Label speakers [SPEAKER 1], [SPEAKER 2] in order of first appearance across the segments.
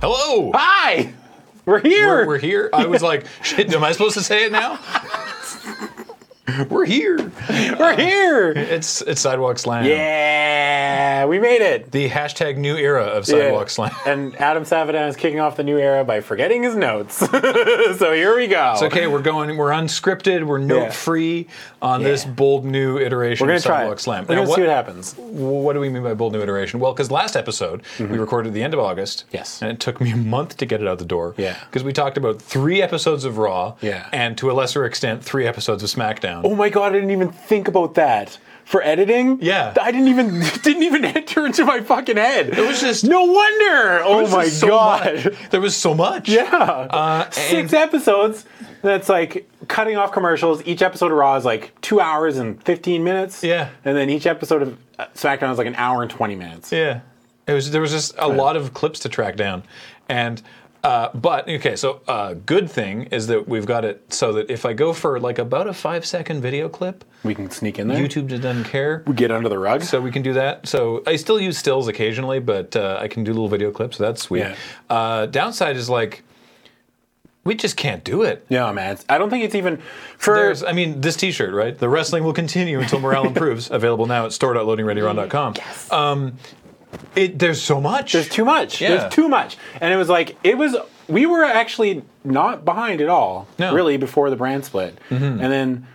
[SPEAKER 1] Hello.
[SPEAKER 2] Hi! We're here!
[SPEAKER 1] We're, we're here. I was like, shit, am I supposed to say it now? we're here.
[SPEAKER 2] We're here!
[SPEAKER 1] It's it's sidewalk slam.
[SPEAKER 2] Yeah! We made it!
[SPEAKER 1] The hashtag new era of sidewalk slam.
[SPEAKER 2] And Adam Savadan is kicking off the new era by forgetting his notes. so here we go.
[SPEAKER 1] It's okay. We're going. We're unscripted. We're note free on this
[SPEAKER 2] Yeah.
[SPEAKER 1] bold new iteration
[SPEAKER 2] We're gonna
[SPEAKER 1] of
[SPEAKER 2] try
[SPEAKER 1] Sidewalk
[SPEAKER 2] it.
[SPEAKER 1] Slam.
[SPEAKER 2] We're
[SPEAKER 1] Now,
[SPEAKER 2] gonna
[SPEAKER 1] what,
[SPEAKER 2] see what happens.
[SPEAKER 1] what do we mean by bold new iteration? Well, because last episode we recorded at the end of August.
[SPEAKER 2] Mm-hmm. Yes.
[SPEAKER 1] And it took me a month to get it out the door.
[SPEAKER 2] Yeah.
[SPEAKER 1] Because we talked about three episodes of Raw.
[SPEAKER 2] Yeah.
[SPEAKER 1] And to a lesser extent, three episodes of SmackDown.
[SPEAKER 2] Oh my god, I didn't even think about that. For editing?
[SPEAKER 1] Yeah.
[SPEAKER 2] I didn't even didn't even enter into my fucking head.
[SPEAKER 1] It was just-
[SPEAKER 2] No wonder! Oh
[SPEAKER 1] There was
[SPEAKER 2] my
[SPEAKER 1] just so
[SPEAKER 2] god.
[SPEAKER 1] much. There was so much.
[SPEAKER 2] Yeah.
[SPEAKER 1] Uh,
[SPEAKER 2] Six episodes. That's like cutting off commercials. Each episode of Raw is like two hours and 15 minutes.
[SPEAKER 1] Yeah.
[SPEAKER 2] And then each episode of uh, SmackDown is like an hour and 20 minutes.
[SPEAKER 1] Yeah, it was. There was just a lot of clips to track down, and uh, but okay. So uh, good thing is that we've got it so that if I go for like about a five second video clip,
[SPEAKER 2] We can sneak in there.
[SPEAKER 1] YouTube just doesn't care.
[SPEAKER 2] We get under the rug.
[SPEAKER 1] So we can do that. So I still use stills occasionally, but uh, I can do little video clips. So that's sweet.
[SPEAKER 2] Yeah.
[SPEAKER 1] Uh, downside is like we just can't do it.
[SPEAKER 2] no, man. it's- I don't think it's even for.
[SPEAKER 1] There's, I mean, this T-shirt, right? The wrestling will continue until morale improves. Available now at store.loadingreadyron.com. Yes. Um, it, there's so much.
[SPEAKER 2] There's too much.
[SPEAKER 1] Yeah.
[SPEAKER 2] There's too much. And it was like it was we were actually not behind at all,
[SPEAKER 1] No. Mm-hmm.
[SPEAKER 2] really, before the brand split. And then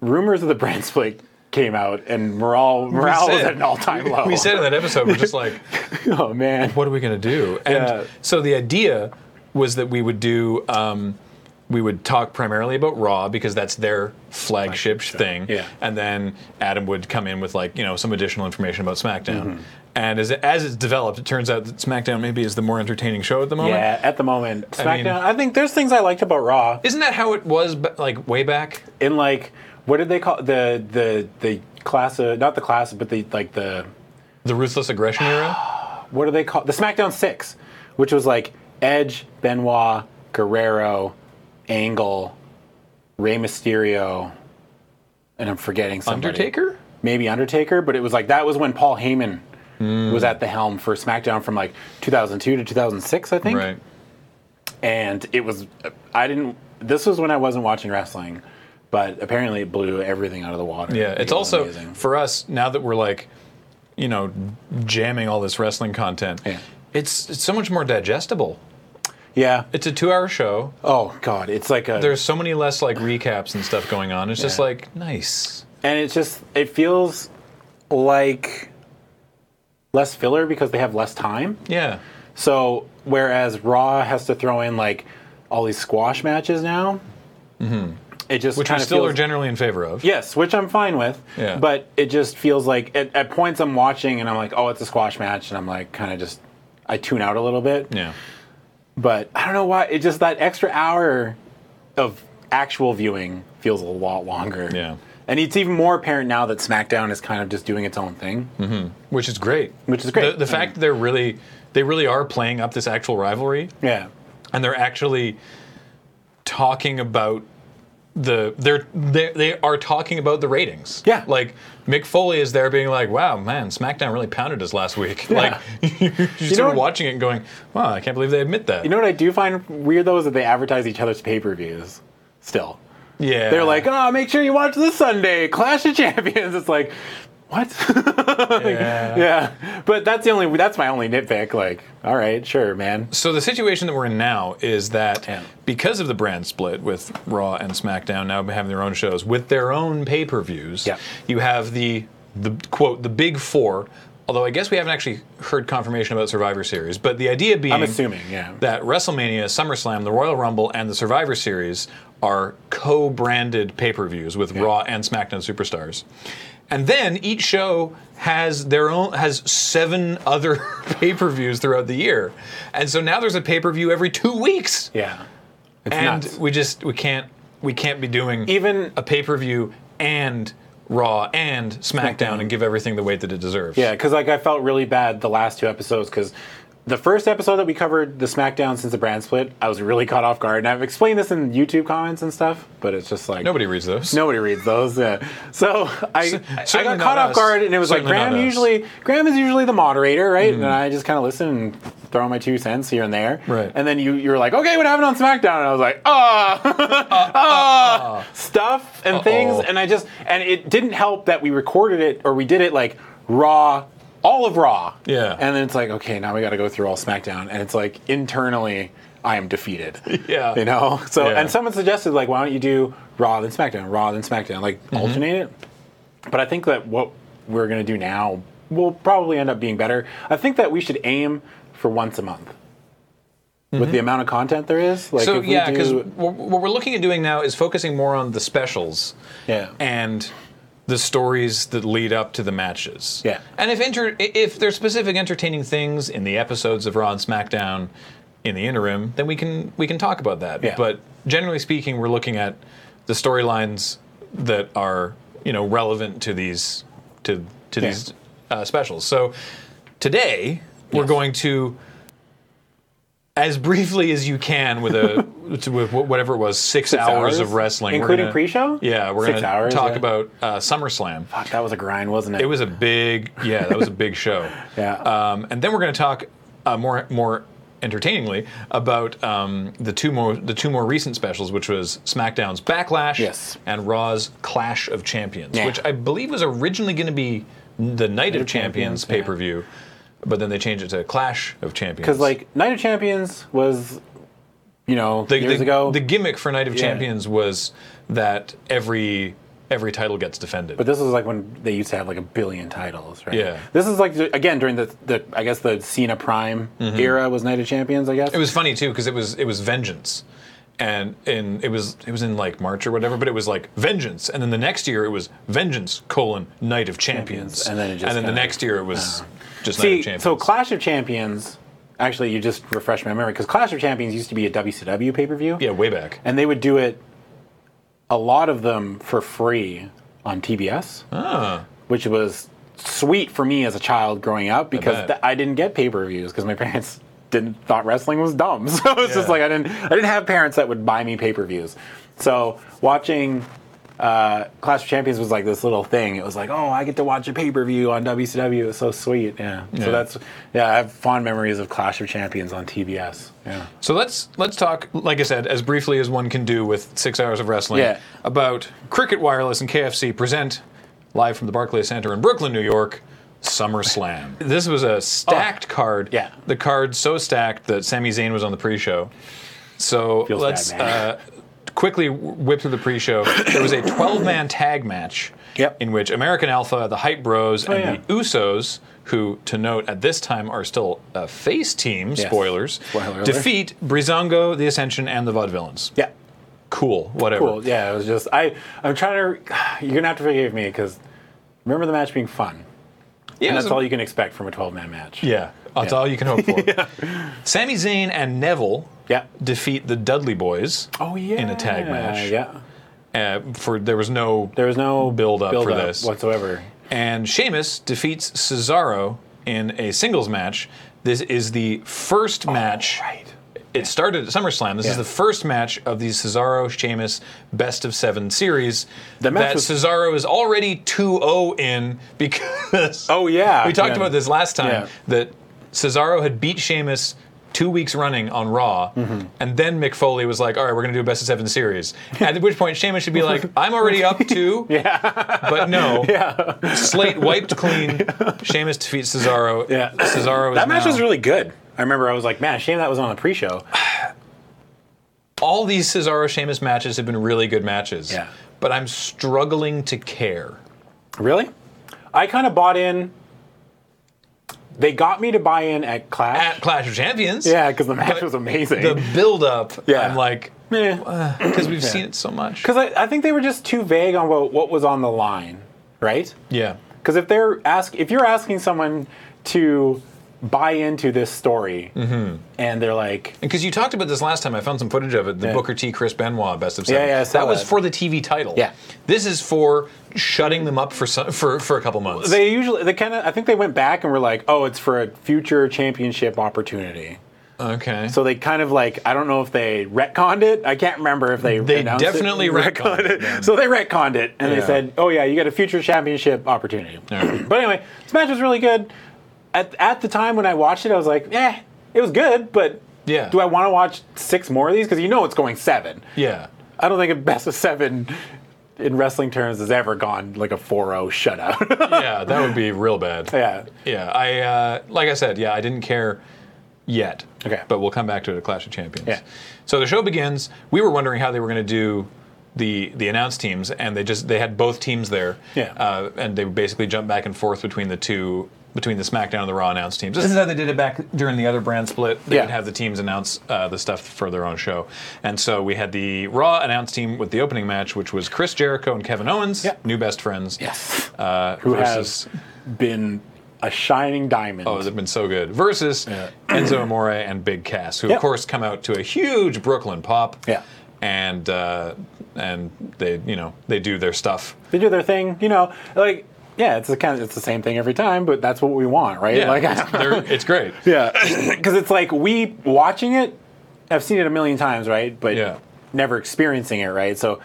[SPEAKER 2] rumors of the brand split came out and morale morale was
[SPEAKER 1] said-
[SPEAKER 2] at an all time low.
[SPEAKER 1] We said in that episode, we're just like,
[SPEAKER 2] Oh man.
[SPEAKER 1] what are we going to do? And
[SPEAKER 2] Yeah.
[SPEAKER 1] so the idea was that we would do, um, we would talk primarily about Raw because that's their flagship thing.
[SPEAKER 2] yeah.
[SPEAKER 1] And then Adam would come in with like you know some additional information about SmackDown.
[SPEAKER 2] Mm-hmm.
[SPEAKER 1] And as, it- as it's developed, it turns out that SmackDown maybe is the more entertaining show at the moment.
[SPEAKER 2] Yeah, at the moment. SmackDown I,
[SPEAKER 1] mean-
[SPEAKER 2] think there's things I liked about Raw.
[SPEAKER 1] Isn't that how it was ba- like way back?
[SPEAKER 2] In like what did they call the the the class of not the class, but the like the
[SPEAKER 1] The ruthless aggression era.
[SPEAKER 2] what do they call the SmackDown Six, which was like Edge, Benoit, Guerrero, Angle, Rey Mysterio, and I'm forgetting somebody.
[SPEAKER 1] Undertaker.
[SPEAKER 2] maybe Undertaker, but it was like that was when Paul Heyman
[SPEAKER 1] Hmm.
[SPEAKER 2] was at the helm for SmackDown from like 2002 to 2006, I think.
[SPEAKER 1] Right.
[SPEAKER 2] And it was I didn't. This was when I wasn't watching wrestling, but apparently it blew everything out of the water.
[SPEAKER 1] Yeah,
[SPEAKER 2] It
[SPEAKER 1] it's
[SPEAKER 2] was
[SPEAKER 1] also
[SPEAKER 2] amazing.
[SPEAKER 1] for us now that we're like, you know, jamming all this wrestling content.
[SPEAKER 2] Yeah.
[SPEAKER 1] It's, it's so much more digestible.
[SPEAKER 2] yeah.
[SPEAKER 1] It's a two-hour show.
[SPEAKER 2] Oh God, it's like a
[SPEAKER 1] There's so many less like recaps and stuff going on. It's just
[SPEAKER 2] Yeah.
[SPEAKER 1] like nice.
[SPEAKER 2] and it's just it feels like less filler because they have less time.
[SPEAKER 1] Yeah.
[SPEAKER 2] So whereas Raw has to throw in like all these squash matches now, it just
[SPEAKER 1] Mm-hmm. Which we
[SPEAKER 2] kind of
[SPEAKER 1] still
[SPEAKER 2] feels,
[SPEAKER 1] are generally in favor of.
[SPEAKER 2] yes, which I'm fine with.
[SPEAKER 1] Yeah.
[SPEAKER 2] But it just feels like at, at points I'm watching and I'm like, oh, it's a squash match, and I'm like, kind of just I tune out a little bit.
[SPEAKER 1] Yeah.
[SPEAKER 2] But I don't know why it just that extra hour of actual viewing feels a lot longer.
[SPEAKER 1] Yeah.
[SPEAKER 2] And it's even more apparent now that SmackDown is kind of just doing its own thing.
[SPEAKER 1] Hmm. Which is great.
[SPEAKER 2] Which is great. Mm.
[SPEAKER 1] The, the fact that they're really they really are playing up this actual rivalry.
[SPEAKER 2] Yeah.
[SPEAKER 1] and they're actually talking about the they're they, they are talking about the ratings.
[SPEAKER 2] Yeah.
[SPEAKER 1] like Mick Foley is there being like, "Wow, man, SmackDown really pounded us last week." Like you, you
[SPEAKER 2] know
[SPEAKER 1] were
[SPEAKER 2] what-
[SPEAKER 1] watching it and going, "Wow, I can't believe they admit that."
[SPEAKER 2] You know what I do find weird though is that they advertise each other's pay per views still.
[SPEAKER 1] yeah,
[SPEAKER 2] They're like, oh, make sure you watch this Sunday, Clash of Champions. It's like, what?
[SPEAKER 1] yeah.
[SPEAKER 2] yeah. But that's the only, that's my only nitpick. Like, all right, sure, man.
[SPEAKER 1] So the situation that we're in now is that
[SPEAKER 2] Yeah.
[SPEAKER 1] because of the brand split with Raw and SmackDown now having their own shows with their own pay-per-views,
[SPEAKER 2] Yeah.
[SPEAKER 1] you have the the quote the big four. Although I guess we haven't actually heard confirmation about Survivor Series, but the idea being
[SPEAKER 2] I'm assuming, yeah.
[SPEAKER 1] that WrestleMania, SummerSlam, the Royal Rumble, and the Survivor Series are co-branded pay-per-views with Raw and SmackDown Superstars. And then each show has their own has seven other pay-per-views throughout the year. And so now there's a pay-per-view every 2 weeks.
[SPEAKER 2] Yeah. It's
[SPEAKER 1] and
[SPEAKER 2] nuts.
[SPEAKER 1] we just we can't we can't be doing
[SPEAKER 2] Even-
[SPEAKER 1] a pay-per-view and Raw and SmackDown,
[SPEAKER 2] SmackDown.
[SPEAKER 1] and give everything the weight that it deserves.
[SPEAKER 2] Yeah, because like I felt really bad the last two episodes because the first episode that we covered the SmackDown since the brand split, I was really caught off guard, and I've explained this in YouTube comments and stuff, but it's just like
[SPEAKER 1] Nobody reads those.
[SPEAKER 2] Nobody reads those. Yeah. So I, I
[SPEAKER 1] certainly
[SPEAKER 2] got caught
[SPEAKER 1] not
[SPEAKER 2] off
[SPEAKER 1] us.
[SPEAKER 2] guard, and it was
[SPEAKER 1] Certainly
[SPEAKER 2] like
[SPEAKER 1] not
[SPEAKER 2] Graham
[SPEAKER 1] us. Mm-hmm.
[SPEAKER 2] usually Graham is usually the moderator, right? And I just kind of listen and throw my two cents here and there.
[SPEAKER 1] Right.
[SPEAKER 2] And then you you were like, okay, what happened on SmackDown? And I was like, ah,
[SPEAKER 1] Uh,
[SPEAKER 2] ah, stuff and things, and I just and it didn't help that we recorded it or we did it like raw. All of Raw.
[SPEAKER 1] Yeah.
[SPEAKER 2] And then it's like, okay, now we got to go through all SmackDown. And it's like, internally, I am defeated.
[SPEAKER 1] Yeah.
[SPEAKER 2] You know? So,
[SPEAKER 1] Yeah.
[SPEAKER 2] and someone suggested, like, why don't you do Raw then SmackDown, Raw then SmackDown, like
[SPEAKER 1] Mm-hmm.
[SPEAKER 2] alternate it? But I think that what we're going to do now will probably end up being better. I think that we should aim for once a month with the amount of content there is. Like,
[SPEAKER 1] Mm-hmm. so
[SPEAKER 2] if we
[SPEAKER 1] yeah, because
[SPEAKER 2] do-
[SPEAKER 1] what we're looking at doing now is focusing more on the specials
[SPEAKER 2] yeah.
[SPEAKER 1] and the stories that lead up to the matches.
[SPEAKER 2] Yeah.
[SPEAKER 1] And if inter- i- if there's specific entertaining things in the episodes of Raw and SmackDown in the interim, then we can we can talk about that.
[SPEAKER 2] Yeah.
[SPEAKER 1] But generally speaking, we're looking at the storylines that are you know relevant to these to to
[SPEAKER 2] Yeah.
[SPEAKER 1] these uh, specials. So today we're
[SPEAKER 2] Yes.
[SPEAKER 1] going to as briefly as you can with a to- with wh- whatever it was 6
[SPEAKER 2] Six
[SPEAKER 1] hours,
[SPEAKER 2] hours?
[SPEAKER 1] of wrestling We're
[SPEAKER 2] Including
[SPEAKER 1] gonna-
[SPEAKER 2] pre-show?
[SPEAKER 1] Yeah, we're
[SPEAKER 2] Six
[SPEAKER 1] going to
[SPEAKER 2] hours,
[SPEAKER 1] talk
[SPEAKER 2] yeah.
[SPEAKER 1] about uh, SummerSlam.
[SPEAKER 2] Fuck, that was a grind, wasn't it?
[SPEAKER 1] It was a big, yeah, that was a big show.
[SPEAKER 2] Yeah.
[SPEAKER 1] Um, and then we're going to talk uh, more, more entertainingly about um, the two more, the two more recent specials, which was SmackDown's Backlash,
[SPEAKER 2] Yes.
[SPEAKER 1] and Raw's Clash of Champions,
[SPEAKER 2] Yeah.
[SPEAKER 1] which I believe was originally going to be the Night of
[SPEAKER 2] of Champions,
[SPEAKER 1] Champions pay per view, but then they changed it to Clash of Champions.
[SPEAKER 2] Because, like, Night of Champions was, you know, years
[SPEAKER 1] the,
[SPEAKER 2] ago.
[SPEAKER 1] the gimmick for Night of
[SPEAKER 2] Yeah.
[SPEAKER 1] Champions was that every every title gets defended.
[SPEAKER 2] But this was like when they used to have like a billion titles, right?
[SPEAKER 1] Yeah.
[SPEAKER 2] This is like again during the, the I guess the Cena Prime era was Night of Champions, I guess.
[SPEAKER 1] Mm-hmm. It was funny too because it was it was vengeance, and in it was it was in like March or whatever, but it was like vengeance, and then the next year it was vengeance colon night of champions,
[SPEAKER 2] Champions, and then it just
[SPEAKER 1] the
[SPEAKER 2] kinda- Uh-huh.
[SPEAKER 1] next year it was just night
[SPEAKER 2] See,
[SPEAKER 1] of champions.
[SPEAKER 2] so Clash of Champions, actually, you just refresh my memory because Clash of Champions used to be a WCW pay per view.
[SPEAKER 1] yeah, way back.
[SPEAKER 2] And they would do it, a lot of them for free on TBS,
[SPEAKER 1] Ah.
[SPEAKER 2] which was sweet for me as a child growing up because
[SPEAKER 1] bet.
[SPEAKER 2] th- I didn't get pay per views because my parents didn't thought wrestling was dumb. So it's just
[SPEAKER 1] Yeah.
[SPEAKER 2] like I didn't I didn't have parents that would buy me pay per views. So watching uh, Clash of Champions was like this little thing. It was like, oh, I get to watch a pay per view on WCW. It was so sweet. Yeah.
[SPEAKER 1] Yeah.
[SPEAKER 2] So that's yeah. I have fond memories of Clash of Champions on TBS. Yeah.
[SPEAKER 1] So let's let's talk, like I said, as briefly as one can do with six hours of wrestling
[SPEAKER 2] Yeah.
[SPEAKER 1] about Cricket Wireless and KFC present live from the Barclays Center in Brooklyn, New York. SummerSlam. This was a stacked card.
[SPEAKER 2] Oh, yeah.
[SPEAKER 1] The card so stacked that Sami Zayn was on the pre-show. So
[SPEAKER 2] Feels
[SPEAKER 1] let's
[SPEAKER 2] bad, man.
[SPEAKER 1] uh, quickly whip through the pre-show. There was a 12-man tag match
[SPEAKER 2] Yep. Oh,
[SPEAKER 1] in which American Alpha, the Hype Bros, and
[SPEAKER 2] yeah.
[SPEAKER 1] the Usos, who to note at this time are still a face team, spoilers,
[SPEAKER 2] Spoiler alert.
[SPEAKER 1] defeat Brizongo, the Ascension, and the Vaudevillains.
[SPEAKER 2] Yeah.
[SPEAKER 1] Cool, whatever.
[SPEAKER 2] cool. Yeah, it was just I. I'm trying to. You're gonna have to forgive me because remember the match being fun,
[SPEAKER 1] Yeah,
[SPEAKER 2] and that's
[SPEAKER 1] so-
[SPEAKER 2] all you can expect from a 12-man match.
[SPEAKER 1] Yeah, that's
[SPEAKER 2] Yeah.
[SPEAKER 1] all you can hope for. Sami Zayn and Neville
[SPEAKER 2] Yeah.
[SPEAKER 1] defeat the Dudley Boys
[SPEAKER 2] Oh yeah.
[SPEAKER 1] in a tag match.
[SPEAKER 2] Yeah.
[SPEAKER 1] Uh, for there was no
[SPEAKER 2] There was no
[SPEAKER 1] Build up for
[SPEAKER 2] build-up
[SPEAKER 1] this.
[SPEAKER 2] whatsoever.
[SPEAKER 1] and Sheamus defeats Cesaro in a singles match. This is the first match.
[SPEAKER 2] Oh, Right.
[SPEAKER 1] It started at SummerSlam. This is
[SPEAKER 2] Yeah.
[SPEAKER 1] the first match of the Cesaro Sheamus best of seven series
[SPEAKER 2] The match
[SPEAKER 1] that
[SPEAKER 2] was-
[SPEAKER 1] Cesaro is already 2 0 in because.
[SPEAKER 2] Oh yeah.
[SPEAKER 1] We talked
[SPEAKER 2] yeah.
[SPEAKER 1] about this last time
[SPEAKER 2] Yeah.
[SPEAKER 1] that Cesaro had beat Sheamus two weeks running on Raw,
[SPEAKER 2] Mm-hmm.
[SPEAKER 1] and then Mick Foley was like, all right, we're going to do a best of seven series. At which point, Sheamus should be like, I'm already up two. yeah. But no. Yeah. Slate wiped clean. Sheamus defeats Cesaro.
[SPEAKER 2] Yeah.
[SPEAKER 1] Cesaro is
[SPEAKER 2] That match
[SPEAKER 1] now-
[SPEAKER 2] was really good. I remember I was like, man, shame that was on the pre-show.
[SPEAKER 1] all these Cesaro Sheamus matches have been really good matches.
[SPEAKER 2] Yeah.
[SPEAKER 1] But I'm struggling to care.
[SPEAKER 2] Really? I kind of bought in. They got me to buy in at Clash.
[SPEAKER 1] At Clash of Champions.
[SPEAKER 2] yeah, because the match
[SPEAKER 1] But
[SPEAKER 2] was amazing.
[SPEAKER 1] The build up,
[SPEAKER 2] Yeah.
[SPEAKER 1] I'm like,
[SPEAKER 2] Yeah.
[SPEAKER 1] because we've seen it so much.
[SPEAKER 2] Because I, I think they were just too vague on what, what was on the line, right?
[SPEAKER 1] Yeah.
[SPEAKER 2] Because if they're ask, if you're asking someone to buy into this story,
[SPEAKER 1] Mm-hmm.
[SPEAKER 2] and they're like,
[SPEAKER 1] Because you talked about this last time, I found some footage of it. The Booker T. Chris Benoit best of seven.
[SPEAKER 2] Yeah, yeah, I saw
[SPEAKER 1] that was
[SPEAKER 2] that.
[SPEAKER 1] for the TV title.
[SPEAKER 2] Yeah.
[SPEAKER 1] this is for shutting them up for some, for for a couple months.
[SPEAKER 2] They usually they kind of I think they went back and were like, "Oh, it's for a future championship opportunity."
[SPEAKER 1] okay,
[SPEAKER 2] So they kind of like I don't know if they retconned it. I can't remember if they
[SPEAKER 1] They
[SPEAKER 2] announced it.
[SPEAKER 1] definitely retconned it, man.
[SPEAKER 2] So they retconned it and
[SPEAKER 1] Yeah.
[SPEAKER 2] they said, "Oh yeah, you got a future championship opportunity." but anyway, this match was really good. At at the time when I watched it, I was like, "Eh, it was good, but
[SPEAKER 1] Yeah.
[SPEAKER 2] do I want to watch six more of these? Because you know it's going seven.
[SPEAKER 1] yeah,
[SPEAKER 2] I don't think a best of seven." In wrestling terms, has ever gone like a 4-0 shutout.
[SPEAKER 1] yeah, that would be real bad.
[SPEAKER 2] yeah,
[SPEAKER 1] Yeah, I uh, like I said, yeah, I didn't care yet.
[SPEAKER 2] Okay.
[SPEAKER 1] but we'll come back to it at Clash of Champions.
[SPEAKER 2] Yeah.
[SPEAKER 1] So the show begins. We were wondering how they were going to do the the announced teams, and they just they had both teams there.
[SPEAKER 2] Yeah.
[SPEAKER 1] Uh, and they basically jumped back and forth between the two. Between the SmackDown and the Raw announced teams, this is how they did it back during the other brand split. They
[SPEAKER 2] Yeah.
[SPEAKER 1] would have the teams announce uh, the stuff for their own show, and so we had the Raw announced team with the opening match, which was Chris Jericho and Kevin Owens,
[SPEAKER 2] Yeah.
[SPEAKER 1] new best friends.
[SPEAKER 2] Yes.
[SPEAKER 1] Uh,
[SPEAKER 2] Who
[SPEAKER 1] versus
[SPEAKER 2] has been a shining diamond.
[SPEAKER 1] Oh, they've been so good. Versus Enzo Amore and Big Cass, who
[SPEAKER 2] Yeah.
[SPEAKER 1] of course come out to a huge Brooklyn pop.
[SPEAKER 2] Yeah.
[SPEAKER 1] And uh, and they you know they do their stuff.
[SPEAKER 2] They do their thing, you know, like yeah, it's the kind of it's the same thing every time, but that's what we want, right?
[SPEAKER 1] Yeah,
[SPEAKER 2] Like
[SPEAKER 1] it's, they're- it's great.
[SPEAKER 2] yeah, because it's like we watching it. I've seen it a million times, right? But
[SPEAKER 1] Yeah.
[SPEAKER 2] never experiencing it, right? So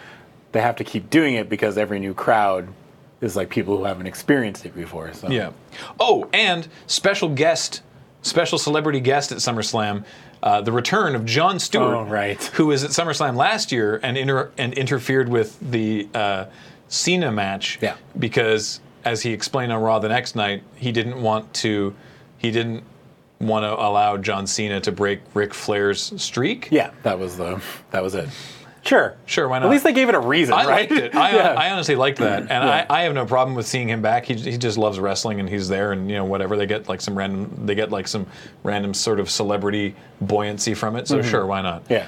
[SPEAKER 2] they have to keep doing it because every new crowd is like people who haven't experienced it before. So
[SPEAKER 1] Yeah. Oh, and special guest, special celebrity guest at SummerSlam, uh, the return of John Stewart,
[SPEAKER 2] Oh, right.
[SPEAKER 1] who was at SummerSlam last year and inter- and interfered with the uh, Cena match
[SPEAKER 2] Yeah.
[SPEAKER 1] because, as he explained on Raw the next night, he didn't want to, he didn't want to allow John Cena to break Ric Flair's streak.
[SPEAKER 2] yeah, that was the that was it. Sure,
[SPEAKER 1] Sure, why
[SPEAKER 2] At
[SPEAKER 1] not?
[SPEAKER 2] least they gave it a reason,
[SPEAKER 1] I
[SPEAKER 2] right?
[SPEAKER 1] liked it. I, uh,
[SPEAKER 2] Yeah.
[SPEAKER 1] I honestly liked that, and I, I have no problem with seeing him back. He, he just loves wrestling, and he's there, and you know whatever they get like some random they get like some random sort of celebrity buoyancy from it. So sure, why not?
[SPEAKER 2] Mm-hmm. yeah,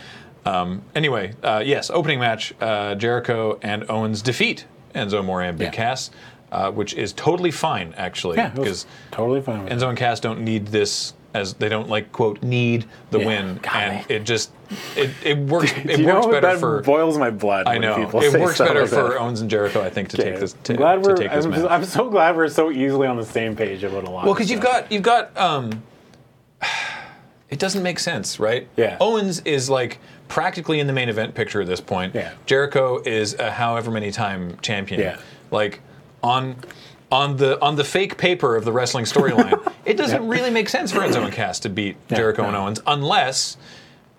[SPEAKER 1] Um, anyway, uh, yes, opening match: uh, Jericho and Owens defeat Enzo Amore and Big
[SPEAKER 2] Yeah.
[SPEAKER 1] Cass, uh, which is totally fine actually
[SPEAKER 2] yeah, it was
[SPEAKER 1] because
[SPEAKER 2] totally fine. With it.
[SPEAKER 1] Enzo and Cass don't need this. As they don't like quote need the
[SPEAKER 2] Yeah.
[SPEAKER 1] win,
[SPEAKER 2] God,
[SPEAKER 1] and
[SPEAKER 2] I-
[SPEAKER 1] it just it, it works it
[SPEAKER 2] You know,
[SPEAKER 1] works better
[SPEAKER 2] that
[SPEAKER 1] for
[SPEAKER 2] boils my blood.
[SPEAKER 1] I
[SPEAKER 2] when
[SPEAKER 1] know
[SPEAKER 2] people
[SPEAKER 1] it
[SPEAKER 2] say
[SPEAKER 1] works
[SPEAKER 2] stuff
[SPEAKER 1] better
[SPEAKER 2] like that.
[SPEAKER 1] for Owens and Jericho, I think, to take this to,
[SPEAKER 2] I'm glad
[SPEAKER 1] to
[SPEAKER 2] we're,
[SPEAKER 1] take this
[SPEAKER 2] I'm,
[SPEAKER 1] match.
[SPEAKER 2] I'm so glad we're so easily on the same page about a lot.
[SPEAKER 1] well,
[SPEAKER 2] of
[SPEAKER 1] because you've
[SPEAKER 2] stuff.
[SPEAKER 1] got you've got um, it doesn't make sense, right?
[SPEAKER 2] Yeah.
[SPEAKER 1] Owens is like practically in the main event picture at this point.
[SPEAKER 2] Yeah.
[SPEAKER 1] Jericho is a however many time champion.
[SPEAKER 2] Yeah.
[SPEAKER 1] Like on on the on the fake paper of the wrestling storyline, it doesn't really make sense for Enzo and Cass to beat Jericho and Owens unless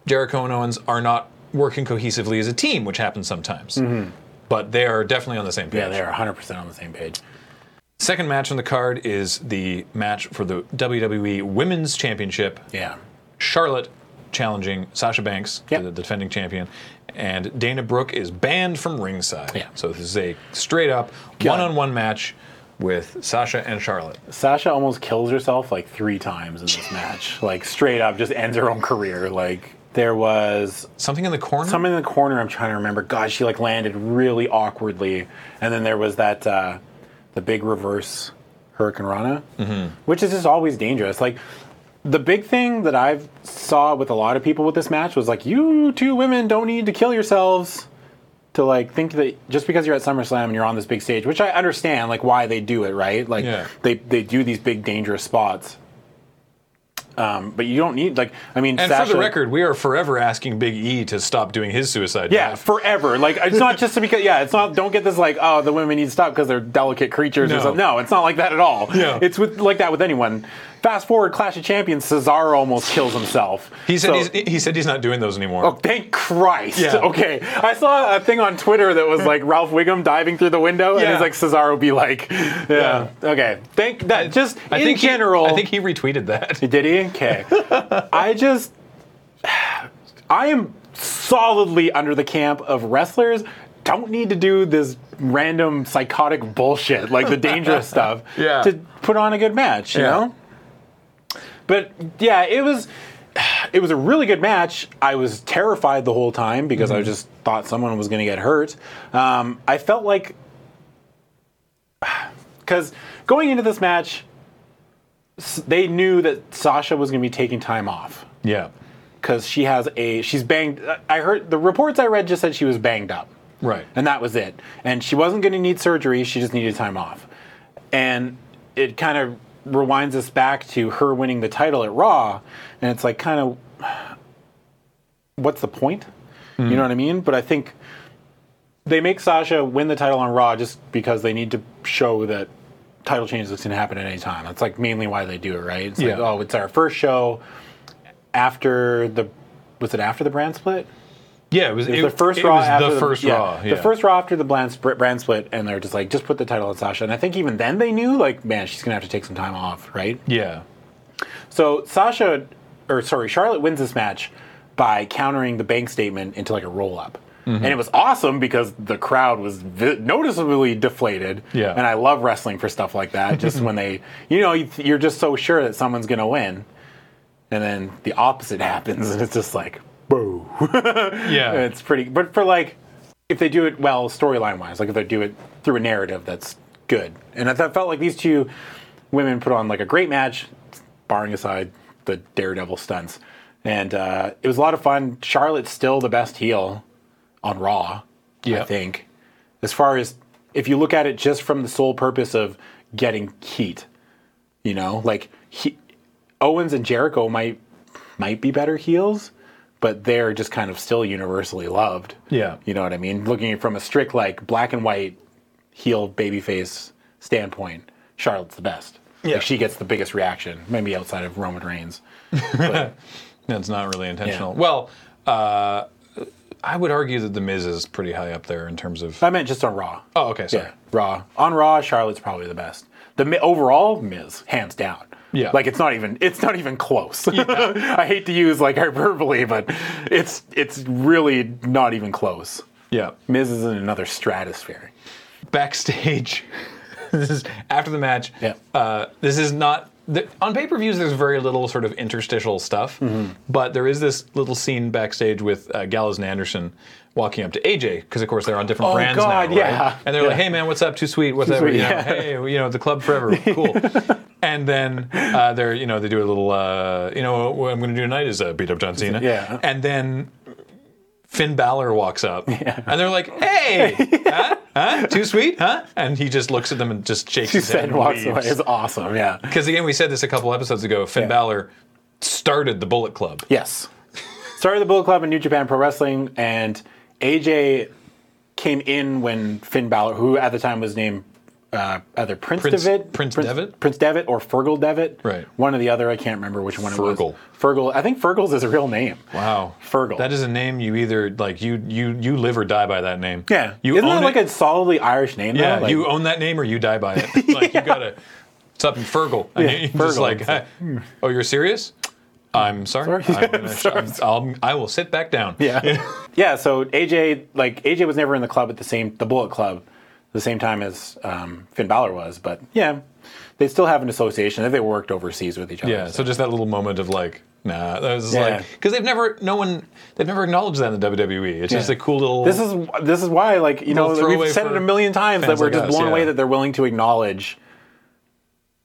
[SPEAKER 1] Jericho and Owens are not working cohesively as a team, which happens sometimes. But they are definitely on the same page.
[SPEAKER 2] Mm-hmm. yeah, they're 100 percent on the same page.
[SPEAKER 1] Second match on the card is the match for the WWE Women's Championship.
[SPEAKER 2] Yeah,
[SPEAKER 1] Charlotte challenging Sasha Banks,
[SPEAKER 2] Yep.
[SPEAKER 1] the defending champion, and Dana Brooke is banned from ringside.
[SPEAKER 2] Yeah.
[SPEAKER 1] So this is a straight up one on one match with Sasha and Charlotte.
[SPEAKER 2] Sasha almost kills herself like three times in this match. Like straight up, just ends her own career. Like there was
[SPEAKER 1] Something in the corner?
[SPEAKER 2] something in the corner. I'm trying to remember. God, she like landed really awkwardly, and then there was that uh, the big reverse Hurricane Rana,
[SPEAKER 1] Mm-hmm.
[SPEAKER 2] which is just always dangerous. Like the big thing that I've saw with a lot of people with this match was like, you two women don't need to kill yourselves to like think that just because you're at SummerSlam and you're on this big stage, which I understand like why they do it, right? Like
[SPEAKER 1] Yeah.
[SPEAKER 2] they they do these big dangerous spots. Um, but you don't need like I mean
[SPEAKER 1] and
[SPEAKER 2] Sasha,
[SPEAKER 1] for the record, we are forever asking Big E to stop doing his suicide
[SPEAKER 2] yeah,
[SPEAKER 1] dive.
[SPEAKER 2] forever. Like it's not just because yeah, it's not. Don't get this like oh the women need to stop because they're delicate creatures
[SPEAKER 1] No.
[SPEAKER 2] or something. No, it's not like that at all.
[SPEAKER 1] Yeah.
[SPEAKER 2] it's with like that with anyone. Fast forward, Clash of Champions, Cesaro almost kills himself.
[SPEAKER 1] He said,
[SPEAKER 2] So-
[SPEAKER 1] he's, he said he's not doing those anymore.
[SPEAKER 2] Oh, thank Christ.
[SPEAKER 1] Yeah.
[SPEAKER 2] Okay. I saw a thing on Twitter that was like Ralph Wiggum diving through the window,
[SPEAKER 1] Yeah.
[SPEAKER 2] and it's like Cesaro be like, yeah. Okay. Thank that. just in
[SPEAKER 1] he-
[SPEAKER 2] general.
[SPEAKER 1] I think he retweeted that.
[SPEAKER 2] Did he? Okay. I just. I am solidly under the camp of wrestlers don't need to do this random psychotic bullshit, like the dangerous stuff,
[SPEAKER 1] Yeah.
[SPEAKER 2] to put on a good match, you
[SPEAKER 1] Yeah.
[SPEAKER 2] know? But yeah, it was. It was a really good match. I was terrified the whole time because I just thought someone was going to get hurt. Um, I felt like because going into this match, s- they knew that Sasha was going to be taking time off
[SPEAKER 1] Yeah.
[SPEAKER 2] because she has a she's banged. I heard the reports I read just said she was banged up,
[SPEAKER 1] Right.
[SPEAKER 2] and that was it. And she wasn't going to need surgery; she just needed time off. And it kind of rewinds us back to her winning the title at Raw, and it's like kind of what's the point? You know what I mean? But I think they make Sasha win the title on Raw just because they need to show that title change is going to happen at any time. That's like mainly why they do it, right? It's like,
[SPEAKER 1] Yeah.
[SPEAKER 2] oh, it's our first show after the was it after the brand split?
[SPEAKER 1] yeah, it was,
[SPEAKER 2] It
[SPEAKER 1] it,
[SPEAKER 2] was the first
[SPEAKER 1] it
[SPEAKER 2] Raw
[SPEAKER 1] was
[SPEAKER 2] after
[SPEAKER 1] the first
[SPEAKER 2] yeah,
[SPEAKER 1] Raw. Yeah.
[SPEAKER 2] The first Raw after the brand, sp- brand split, and they're just like, just put the title on Sasha. And I think even then they knew, like, man, she's gonna have to take some time off, right?
[SPEAKER 1] Yeah.
[SPEAKER 2] So Sasha, or sorry, Charlotte wins this match by countering the bank statement into like a roll up.
[SPEAKER 1] Mm-hmm.
[SPEAKER 2] And it was awesome because the crowd was vi- noticeably deflated.
[SPEAKER 1] Yeah.
[SPEAKER 2] And I love wrestling for stuff like that. Just when they, you know, you- you're just so sure that someone's going to win. And then the opposite happens, and it's just like, boo.
[SPEAKER 1] Yeah.
[SPEAKER 2] And it's pretty, but for like, if they do it well storyline wise, like if they do it through a narrative that's good. And I thought- felt like these two women put on like a great match, barring aside the daredevil stunts. And uh, it was a lot of fun. Charlotte's still the best heel on Raw, I
[SPEAKER 1] Yeah.
[SPEAKER 2] think. As far as if you look at it just from the sole purpose of getting heat, you know, like he, Owens and Jericho might might be better heels, but they're just kind of still universally loved.
[SPEAKER 1] Yeah.
[SPEAKER 2] You know what I mean? Looking at it from a strict like black and white heel babyface standpoint, Charlotte's the best.
[SPEAKER 1] Yeah.
[SPEAKER 2] Like she gets the biggest reaction, maybe outside of Roman Reigns.
[SPEAKER 1] That's not really intentional. Well, uh, I would argue that The Miz is pretty high up there in terms of.
[SPEAKER 2] I meant just on Raw.
[SPEAKER 1] Oh, okay, sorry.
[SPEAKER 2] Yeah, Raw. On Raw, Charlotte's probably the best. The Mi- overall Miz, hands down.
[SPEAKER 1] Yeah.
[SPEAKER 2] Like it's not even it's not even close. I hate to use like hyperbole, but it's it's really not even close.
[SPEAKER 1] yeah.
[SPEAKER 2] Miz is in another stratosphere.
[SPEAKER 1] backstage. this is after the match.
[SPEAKER 2] Yeah.
[SPEAKER 1] Uh, this is not. The, on pay per views, there's very little sort of interstitial stuff,
[SPEAKER 2] Mm-hmm.
[SPEAKER 1] but there is this little scene backstage with uh, Gallows and Anderson walking up to AJ because, of course, they're on different
[SPEAKER 2] Oh,
[SPEAKER 1] brands
[SPEAKER 2] God,
[SPEAKER 1] now,
[SPEAKER 2] yeah.
[SPEAKER 1] right? And they're like,
[SPEAKER 2] Yeah.
[SPEAKER 1] "Hey, man, what's up? Too sweet, whatever.
[SPEAKER 2] sweet,
[SPEAKER 1] you know,
[SPEAKER 2] yeah.
[SPEAKER 1] Hey, you know, the club forever, cool." and then uh, they're, you know, they do a little, uh, you know, what I'm going to do tonight is uh, beat up John Cena.
[SPEAKER 2] Yeah.
[SPEAKER 1] And then Finn Balor walks up, and they're like, "Hey, huh? huh? Too sweet, huh?" And he just looks at them and just shakes
[SPEAKER 2] He
[SPEAKER 1] his head
[SPEAKER 2] said
[SPEAKER 1] and
[SPEAKER 2] walks away.
[SPEAKER 1] leaves.
[SPEAKER 2] It's awesome, yeah.
[SPEAKER 1] Because again, we said this a couple episodes ago. Finn
[SPEAKER 2] Yeah.
[SPEAKER 1] Balor started the Bullet Club.
[SPEAKER 2] Yes. Started the Bullet Club in New Japan Pro Wrestling, and AJ came in when Finn Balor, who at the time was named uh, either Prince,
[SPEAKER 1] Prince-
[SPEAKER 2] Devitt,
[SPEAKER 1] Prince Devitt?
[SPEAKER 2] Prince Devitt, or Fergal Devitt,
[SPEAKER 1] Right.
[SPEAKER 2] One or the other. I can't remember which one it
[SPEAKER 1] Fergal.
[SPEAKER 2] was. Fergal. I think Fergal's is a real name.
[SPEAKER 1] Wow,
[SPEAKER 2] Fergal.
[SPEAKER 1] That is a name you either like you you you live or die by that name.
[SPEAKER 2] Yeah.
[SPEAKER 1] you
[SPEAKER 2] Isn't
[SPEAKER 1] own
[SPEAKER 2] that like
[SPEAKER 1] it.
[SPEAKER 2] a solidly Irish name?
[SPEAKER 1] yeah
[SPEAKER 2] though? Like,
[SPEAKER 1] you own that name or you die by it. Like you gotta something Fergal. And you- you're just
[SPEAKER 2] Fergal.
[SPEAKER 1] like, "Huh? oh, you're serious? I'm sorry. I'm gonna, I'm, I'll, I will sit back down.
[SPEAKER 2] Yeah. yeah. So AJ, like AJ, was never in the club at the same the Bullet Club, the same time as um, Finn Balor was. But yeah, they still have an association. They- They worked overseas with each other.
[SPEAKER 1] Yeah, so just that little moment of like, nah, that was
[SPEAKER 2] Yeah.
[SPEAKER 1] like because they've never, no one, they've never acknowledged that in the WWE. It's just
[SPEAKER 2] Yeah.
[SPEAKER 1] a cool little.
[SPEAKER 2] This is this is why, like you know,
[SPEAKER 1] Little throwaway
[SPEAKER 2] we've said it
[SPEAKER 1] for
[SPEAKER 2] a million times that
[SPEAKER 1] fans
[SPEAKER 2] we're
[SPEAKER 1] like
[SPEAKER 2] just
[SPEAKER 1] us,
[SPEAKER 2] blown
[SPEAKER 1] yeah.
[SPEAKER 2] away that they're willing to acknowledge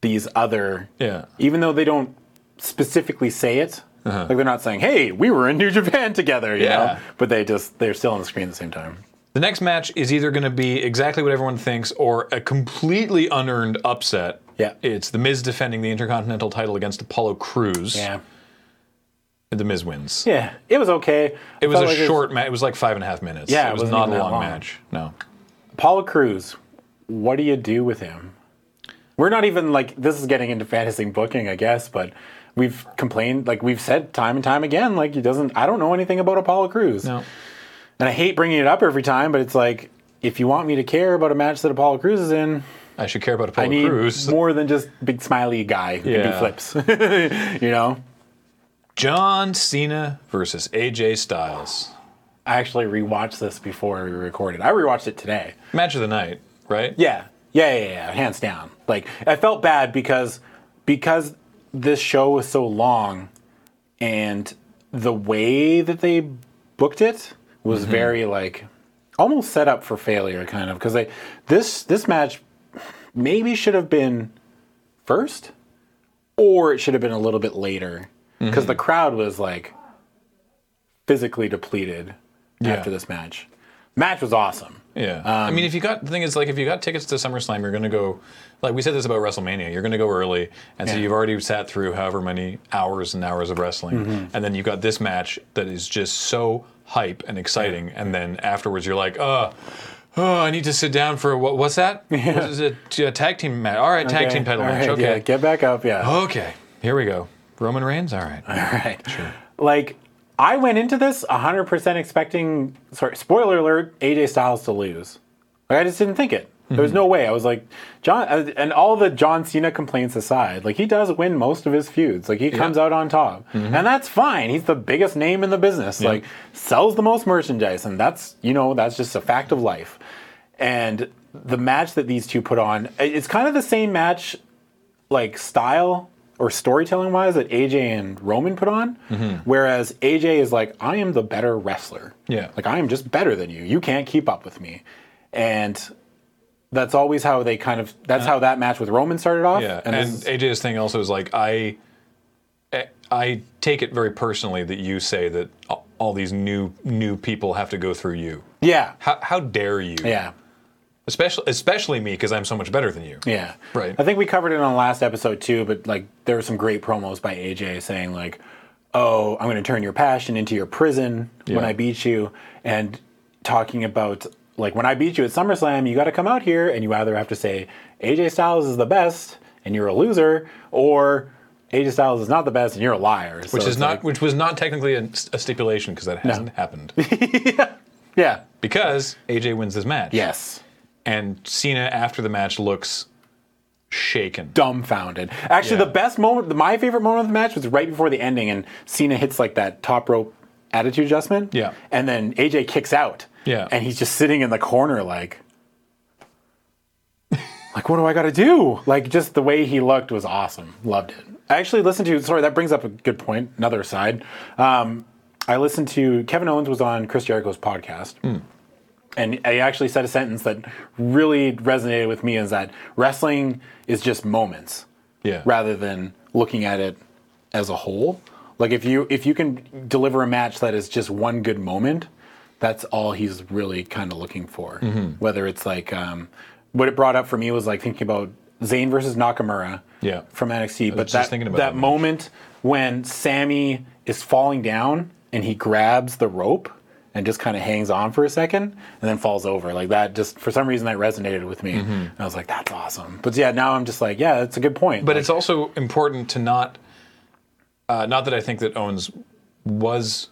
[SPEAKER 2] these other,
[SPEAKER 1] Yeah. Uh-huh.
[SPEAKER 2] even though they don't specifically say it. Like they're not saying, "Hey, we were in New Japan together," you
[SPEAKER 1] Yeah.
[SPEAKER 2] know, but they just they're still on the screen at the same time.
[SPEAKER 1] the next match is either going to be exactly what everyone thinks or a completely unearned upset.
[SPEAKER 2] Yeah.
[SPEAKER 1] it's the Miz defending the Intercontinental title against Apollo Cruz.
[SPEAKER 2] Yeah,
[SPEAKER 1] the Miz wins.
[SPEAKER 2] yeah, it was okay.
[SPEAKER 1] It was a short match. It was like five and a half minutes.
[SPEAKER 2] Yeah, it
[SPEAKER 1] it was
[SPEAKER 2] wasn't
[SPEAKER 1] not a
[SPEAKER 2] even that
[SPEAKER 1] long,
[SPEAKER 2] long.
[SPEAKER 1] match. No.
[SPEAKER 2] Paula Cruz, what do you do with him? We're not even like this is getting into fantasy booking, I guess, but we've complained, like we've said time and time again, like he doesn't. I don't know anything about Apollo Cruz,
[SPEAKER 1] No.
[SPEAKER 2] and I hate bringing it up every time, but it's like if you want me to care about a match that Apollo Cruz is in,
[SPEAKER 1] I should care about Apollo
[SPEAKER 2] I need
[SPEAKER 1] Cruz.
[SPEAKER 2] more than just big smiley guy who can do
[SPEAKER 1] Yeah.
[SPEAKER 2] flips, you know.
[SPEAKER 1] John Cena versus AJ Styles.
[SPEAKER 2] I actually rewatched this before we recorded. I rewatched it today.
[SPEAKER 1] Match of the night, right?
[SPEAKER 2] Yeah. yeah, yeah, yeah, hands down. Like I felt bad because because this show was so long, and the way that they booked it was
[SPEAKER 1] Mm-hmm.
[SPEAKER 2] very like almost set up for failure, kind of. Because they this this match maybe should have been first or it should have been a little bit later
[SPEAKER 1] Mm-hmm.
[SPEAKER 2] because the crowd was like physically depleted after this match. Match was awesome.
[SPEAKER 1] Yeah. I
[SPEAKER 2] Um,
[SPEAKER 1] mean, if you got the thing is like if you got tickets to SummerSlam, you're going to go. Like we said this about WrestleMania, you're going to go early, and so
[SPEAKER 2] Yeah.
[SPEAKER 1] you've already sat through however many hours and hours of wrestling,
[SPEAKER 2] Mm-hmm.
[SPEAKER 1] and then you've got this match that is just so hype and exciting, and then afterwards you're like, uh. Oh, I need to sit down for what? What's that? This is a, t- a tag team match. All right, tag
[SPEAKER 2] Okay,
[SPEAKER 1] team title
[SPEAKER 2] all
[SPEAKER 1] match.
[SPEAKER 2] right,
[SPEAKER 1] okay,
[SPEAKER 2] yeah, get back up. Yeah.
[SPEAKER 1] okay. Here we go. Roman Reigns. All right.
[SPEAKER 2] All right. Like, I went into this 100% expecting, sorry, spoiler alert, AJ Styles to lose. Like, I just didn't think it. There was no way. I was like, John, uh, and all the John Cena complaints aside, like, he does win most of his feuds. Like, he comes out on top. And that's fine. He's the biggest name in the business. Like, sells the most merchandise. And that's, you know, that's just a fact of life. And the match that these two put on, it's kind of the same match like style or storytelling wise that AJ and Roman put on. Whereas AJ is like, I am the better wrestler.
[SPEAKER 1] Mm-hmm. Yeah.
[SPEAKER 2] Like I am just better than you. You can't keep up with me. And that's always how they kind of that's how that match with Roman started off.
[SPEAKER 1] Uh-huh. Yeah, and,
[SPEAKER 2] And, this is-
[SPEAKER 1] AJ's thing also is like I, I- I take it very personally that you say that all- all these new new people have to go through you.
[SPEAKER 2] yeah.
[SPEAKER 1] How, how dare you?
[SPEAKER 2] Yeah.
[SPEAKER 1] Especially especially me because I'm so much better than you.
[SPEAKER 2] Yeah.
[SPEAKER 1] Right.
[SPEAKER 2] I think we covered it on the last episode too, but like there were some great promos by AJ saying like, "Oh, I'm going to turn your passion into your prison when
[SPEAKER 1] Yeah.
[SPEAKER 2] I beat you," and talking about like when I beat you at SummerSlam, you got to come out here and you either have to say AJ Styles is the best and you're a loser, or AJ Styles is not the best and you're a liar.
[SPEAKER 1] Which is not which was not technically a, a stipulation because that hasn't happened
[SPEAKER 2] yeah.
[SPEAKER 1] because AJ wins this match.
[SPEAKER 2] Yes.
[SPEAKER 1] and Cena after the match looks shaken.
[SPEAKER 2] dumbfounded. Actually,
[SPEAKER 1] Yeah.
[SPEAKER 2] the best moment, my favorite moment of the match was right before the ending, and Cena hits like that top rope attitude adjustment.
[SPEAKER 1] Yeah.
[SPEAKER 2] And then AJ kicks out.
[SPEAKER 1] Yeah.
[SPEAKER 2] And he's just sitting in the corner, like, like what do I got to do? Like, just the way he looked was awesome. Loved it. I actually listened to. Sorry, that brings up a good point. Another side. Um, I listened to Kevin Owens was on Chris Jericho's podcast and he actually said a sentence that really resonated with me is that wrestling is just moments
[SPEAKER 1] Yeah.
[SPEAKER 2] rather than looking at it as a whole like if you if you can deliver a match that is just one good moment that's all he's really kind of looking for
[SPEAKER 1] Mm-hmm.
[SPEAKER 2] whether it's like um, what it brought up for me was like thinking about Zayn versus Nakamura
[SPEAKER 1] Yeah.
[SPEAKER 2] from NXT but
[SPEAKER 1] just
[SPEAKER 2] that,
[SPEAKER 1] thinking about
[SPEAKER 2] that
[SPEAKER 1] that match.
[SPEAKER 2] moment when Sammy is falling down and he grabs the rope and just kind of hangs on for a second and then falls over like that just for some reason that resonated with me and i was like that's awesome but yeah now i'm just like yeah that's a good point
[SPEAKER 1] Mm-hmm. But it's also important to not, uh, not that I think that Owens was.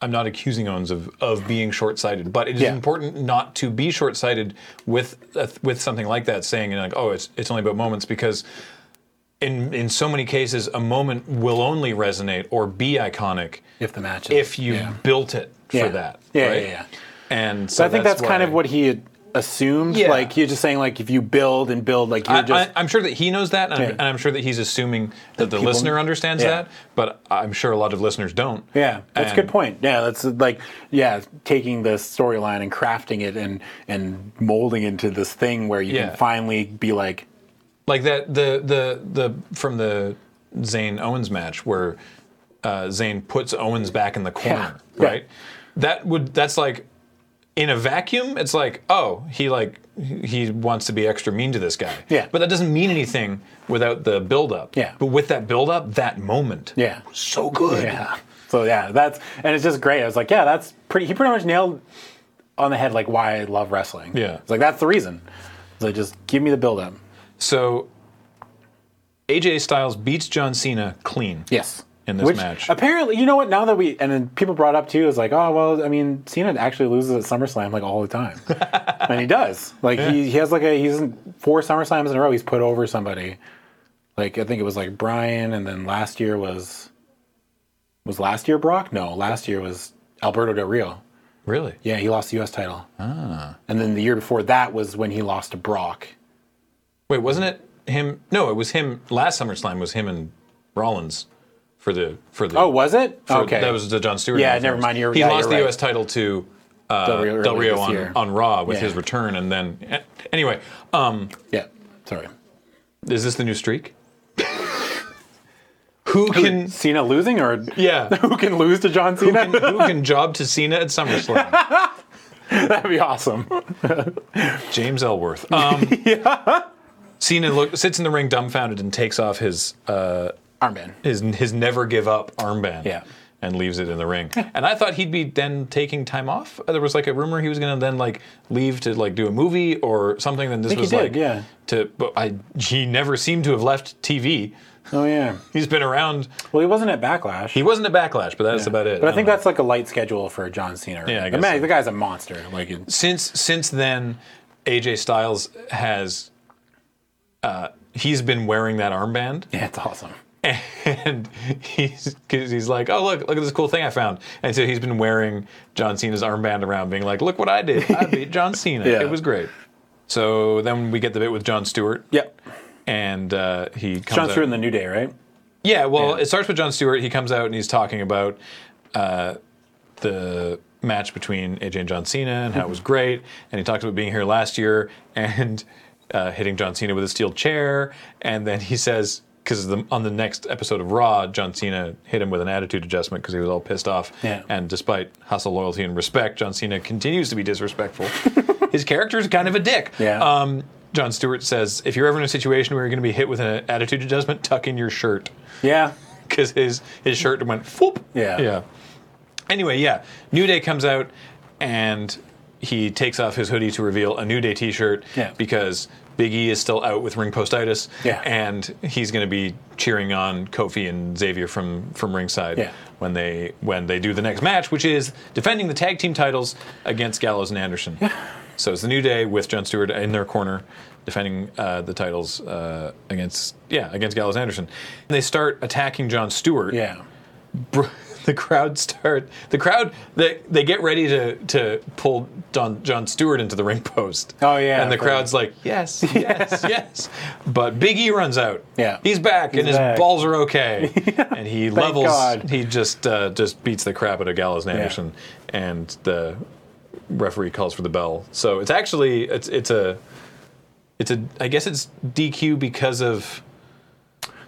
[SPEAKER 1] I'm not accusing Owens of, of being short-sighted, but it is
[SPEAKER 2] Yeah.
[SPEAKER 1] important not to be short-sighted with uh, with something like that, saying like, "Oh, it's it's only about moments," because in in so many cases, a moment will only resonate or be iconic
[SPEAKER 2] if the match is,
[SPEAKER 1] if you
[SPEAKER 2] yeah.
[SPEAKER 1] built it for
[SPEAKER 2] Yeah.
[SPEAKER 1] that.
[SPEAKER 2] Yeah,
[SPEAKER 1] right?
[SPEAKER 2] yeah, yeah.
[SPEAKER 1] And so
[SPEAKER 2] So i think that's, kind
[SPEAKER 1] why-
[SPEAKER 2] of what he had assumed
[SPEAKER 1] Yeah.
[SPEAKER 2] like you're just saying like if you build and build like you're
[SPEAKER 1] I,
[SPEAKER 2] just
[SPEAKER 1] I, am sure that he knows that, and, I'm,
[SPEAKER 2] Yeah.
[SPEAKER 1] and I'm sure that he's assuming that the listener understands
[SPEAKER 2] Yeah.
[SPEAKER 1] that. But I'm sure a lot of listeners don't.
[SPEAKER 2] Yeah, that's a
[SPEAKER 1] And-
[SPEAKER 2] good point. Yeah, that's like yeah, taking the storyline and crafting it and and molding into this thing where you
[SPEAKER 1] Yeah.
[SPEAKER 2] can finally be like,
[SPEAKER 1] Like that, the the the from the Zayn Owens match where uh, Zayn puts Owens back in the corner,
[SPEAKER 2] Yeah.
[SPEAKER 1] right? That would that's like in a vacuum, it's like oh he like he wants to be extra mean to this guy.
[SPEAKER 2] Yeah.
[SPEAKER 1] but that doesn't mean anything without the build up.
[SPEAKER 2] Yeah.
[SPEAKER 1] but with that build up, that moment.
[SPEAKER 2] yeah,
[SPEAKER 1] was so good.
[SPEAKER 2] yeah. So yeah, that's and it's just great. I was like, yeah, that's pretty. He pretty much nailed on the head like why I love wrestling.
[SPEAKER 1] Yeah.
[SPEAKER 2] it's like that's the reason. So just give me the build up.
[SPEAKER 1] So AJ Styles beats John Cena clean.
[SPEAKER 2] Yes.
[SPEAKER 1] In this
[SPEAKER 2] Which
[SPEAKER 1] match.
[SPEAKER 2] apparently, you know what? Now that we and then people brought up too is like, oh well, I mean, Cena actually loses at SummerSlam like all the time, and he does. Like he, he has like a he's in four SummerSlams in a row. He's put over somebody. Like I think it was like Brian, and then last year was was last year Brock? No, last year was Alberto Del Rio.
[SPEAKER 1] Really?
[SPEAKER 2] Yeah, he lost the U.S. title. Ah. And then the year before that was when he lost to Brock.
[SPEAKER 1] Wait, wasn't it him? No, it was him. Last SummerSlam was him and Rollins for the for the.
[SPEAKER 2] Oh, was it?
[SPEAKER 1] for-
[SPEAKER 2] okay,
[SPEAKER 1] That was the John Stewart.
[SPEAKER 2] Yeah,
[SPEAKER 1] conference.
[SPEAKER 2] never mind, you're-
[SPEAKER 1] he
[SPEAKER 2] yeah,
[SPEAKER 1] lost
[SPEAKER 2] you're
[SPEAKER 1] the
[SPEAKER 2] right.
[SPEAKER 1] U.S. title to uh,
[SPEAKER 2] Del
[SPEAKER 1] Del
[SPEAKER 2] Rio
[SPEAKER 1] Rio,
[SPEAKER 2] earlier this
[SPEAKER 1] on,
[SPEAKER 2] year.
[SPEAKER 1] on Raw with
[SPEAKER 2] Yeah.
[SPEAKER 1] his return, and then eh, anyway, um,
[SPEAKER 2] yeah. Sorry.
[SPEAKER 1] is this the new streak? who can
[SPEAKER 2] Cena losing or
[SPEAKER 1] Yeah.
[SPEAKER 2] who can lose to John
[SPEAKER 1] who
[SPEAKER 2] Cena?
[SPEAKER 1] can, who can job to Cena at SummerSlam?
[SPEAKER 2] That'd be awesome.
[SPEAKER 1] James Ellsworth. Um, Cena look, sits in the ring dumbfounded and takes off his uh,
[SPEAKER 2] Armband.
[SPEAKER 1] his his never give up armband.
[SPEAKER 2] Yeah.
[SPEAKER 1] And leaves it in the ring. And I thought he'd be then taking time off. Uh, There was like a rumor he was going to then like leave to like do a movie or something. Then this
[SPEAKER 2] think he
[SPEAKER 1] was
[SPEAKER 2] did,
[SPEAKER 1] like
[SPEAKER 2] yeah.
[SPEAKER 1] to. But I he never seemed to have left TV.
[SPEAKER 2] Oh yeah.
[SPEAKER 1] He's been around.
[SPEAKER 2] Well, he wasn't at Backlash.
[SPEAKER 1] He wasn't a backlash, but that's about it. Um,
[SPEAKER 2] But I think
[SPEAKER 1] don't know.
[SPEAKER 2] that's like a light schedule for John Cena.
[SPEAKER 1] Yeah, I
[SPEAKER 2] the
[SPEAKER 1] guess
[SPEAKER 2] man,
[SPEAKER 1] so.
[SPEAKER 2] the guy's a monster. Like,
[SPEAKER 1] since since then, AJ Styles has. Uh, he's been wearing that armband.
[SPEAKER 2] yeah, it's awesome.
[SPEAKER 1] and he's 'cause he's like, oh look, look at this cool thing I found. And so he's been wearing John Cena's armband around, being like, look what I did. I beat John Cena.
[SPEAKER 2] Yeah.
[SPEAKER 1] It was great. So then we get the bit with John Stewart.
[SPEAKER 2] Yep.
[SPEAKER 1] And uh, he comes
[SPEAKER 2] John
[SPEAKER 1] out-
[SPEAKER 2] Stewart in the New Day, right?
[SPEAKER 1] yeah, well, it starts with John Stewart. He comes out and he's talking about uh, the match between AJ and John Cena and how it was
[SPEAKER 2] Mm-hmm.
[SPEAKER 1] great. And he talks about being here last year and uh, hitting John Cena with a steel chair. And then he says, because on the next episode of Raw, John Cena hit him with an attitude adjustment because he was all pissed off.
[SPEAKER 2] Yeah.
[SPEAKER 1] And despite hustle, loyalty, and respect, John Cena continues to be disrespectful. His character is kind of a dick.
[SPEAKER 2] Yeah.
[SPEAKER 1] Um, John Stewart says, if you're ever in a situation where you're going to be hit with an attitude adjustment, tuck in your shirt
[SPEAKER 2] Yeah.
[SPEAKER 1] because his his shirt went whoop.
[SPEAKER 2] Yeah.
[SPEAKER 1] Yeah. Anyway, yeah. New Day comes out and he takes off his hoodie to reveal a New Day T-shirt
[SPEAKER 2] Yeah.
[SPEAKER 1] because Big E is still out with ring postitis.
[SPEAKER 2] Yeah.
[SPEAKER 1] And he's going to be cheering on Kofi and Xavier from from ringside
[SPEAKER 2] Yeah.
[SPEAKER 1] when they when they do the next match, which is defending the tag team titles against Gallows and Anderson. So it's the New Day with John Stewart in their corner, defending uh, the titles uh, against yeah against Gallows and Anderson. And they start attacking John Stewart.
[SPEAKER 2] Yeah.
[SPEAKER 1] Br- the crowd start the crowd they, they get ready to to pull Don, John Stewart into the ring post.
[SPEAKER 2] Oh, yeah,
[SPEAKER 1] and the
[SPEAKER 2] for-
[SPEAKER 1] crowd's like yes yes yes, but Big E runs out.
[SPEAKER 2] Yeah.
[SPEAKER 1] he's back and
[SPEAKER 2] back.
[SPEAKER 1] his balls are okay, and he levels.
[SPEAKER 2] God.
[SPEAKER 1] He just uh, just beats the crap out of Gallows and Anderson, and the referee calls for the bell. So it's actually it's it's a it's a I guess it's DQ because of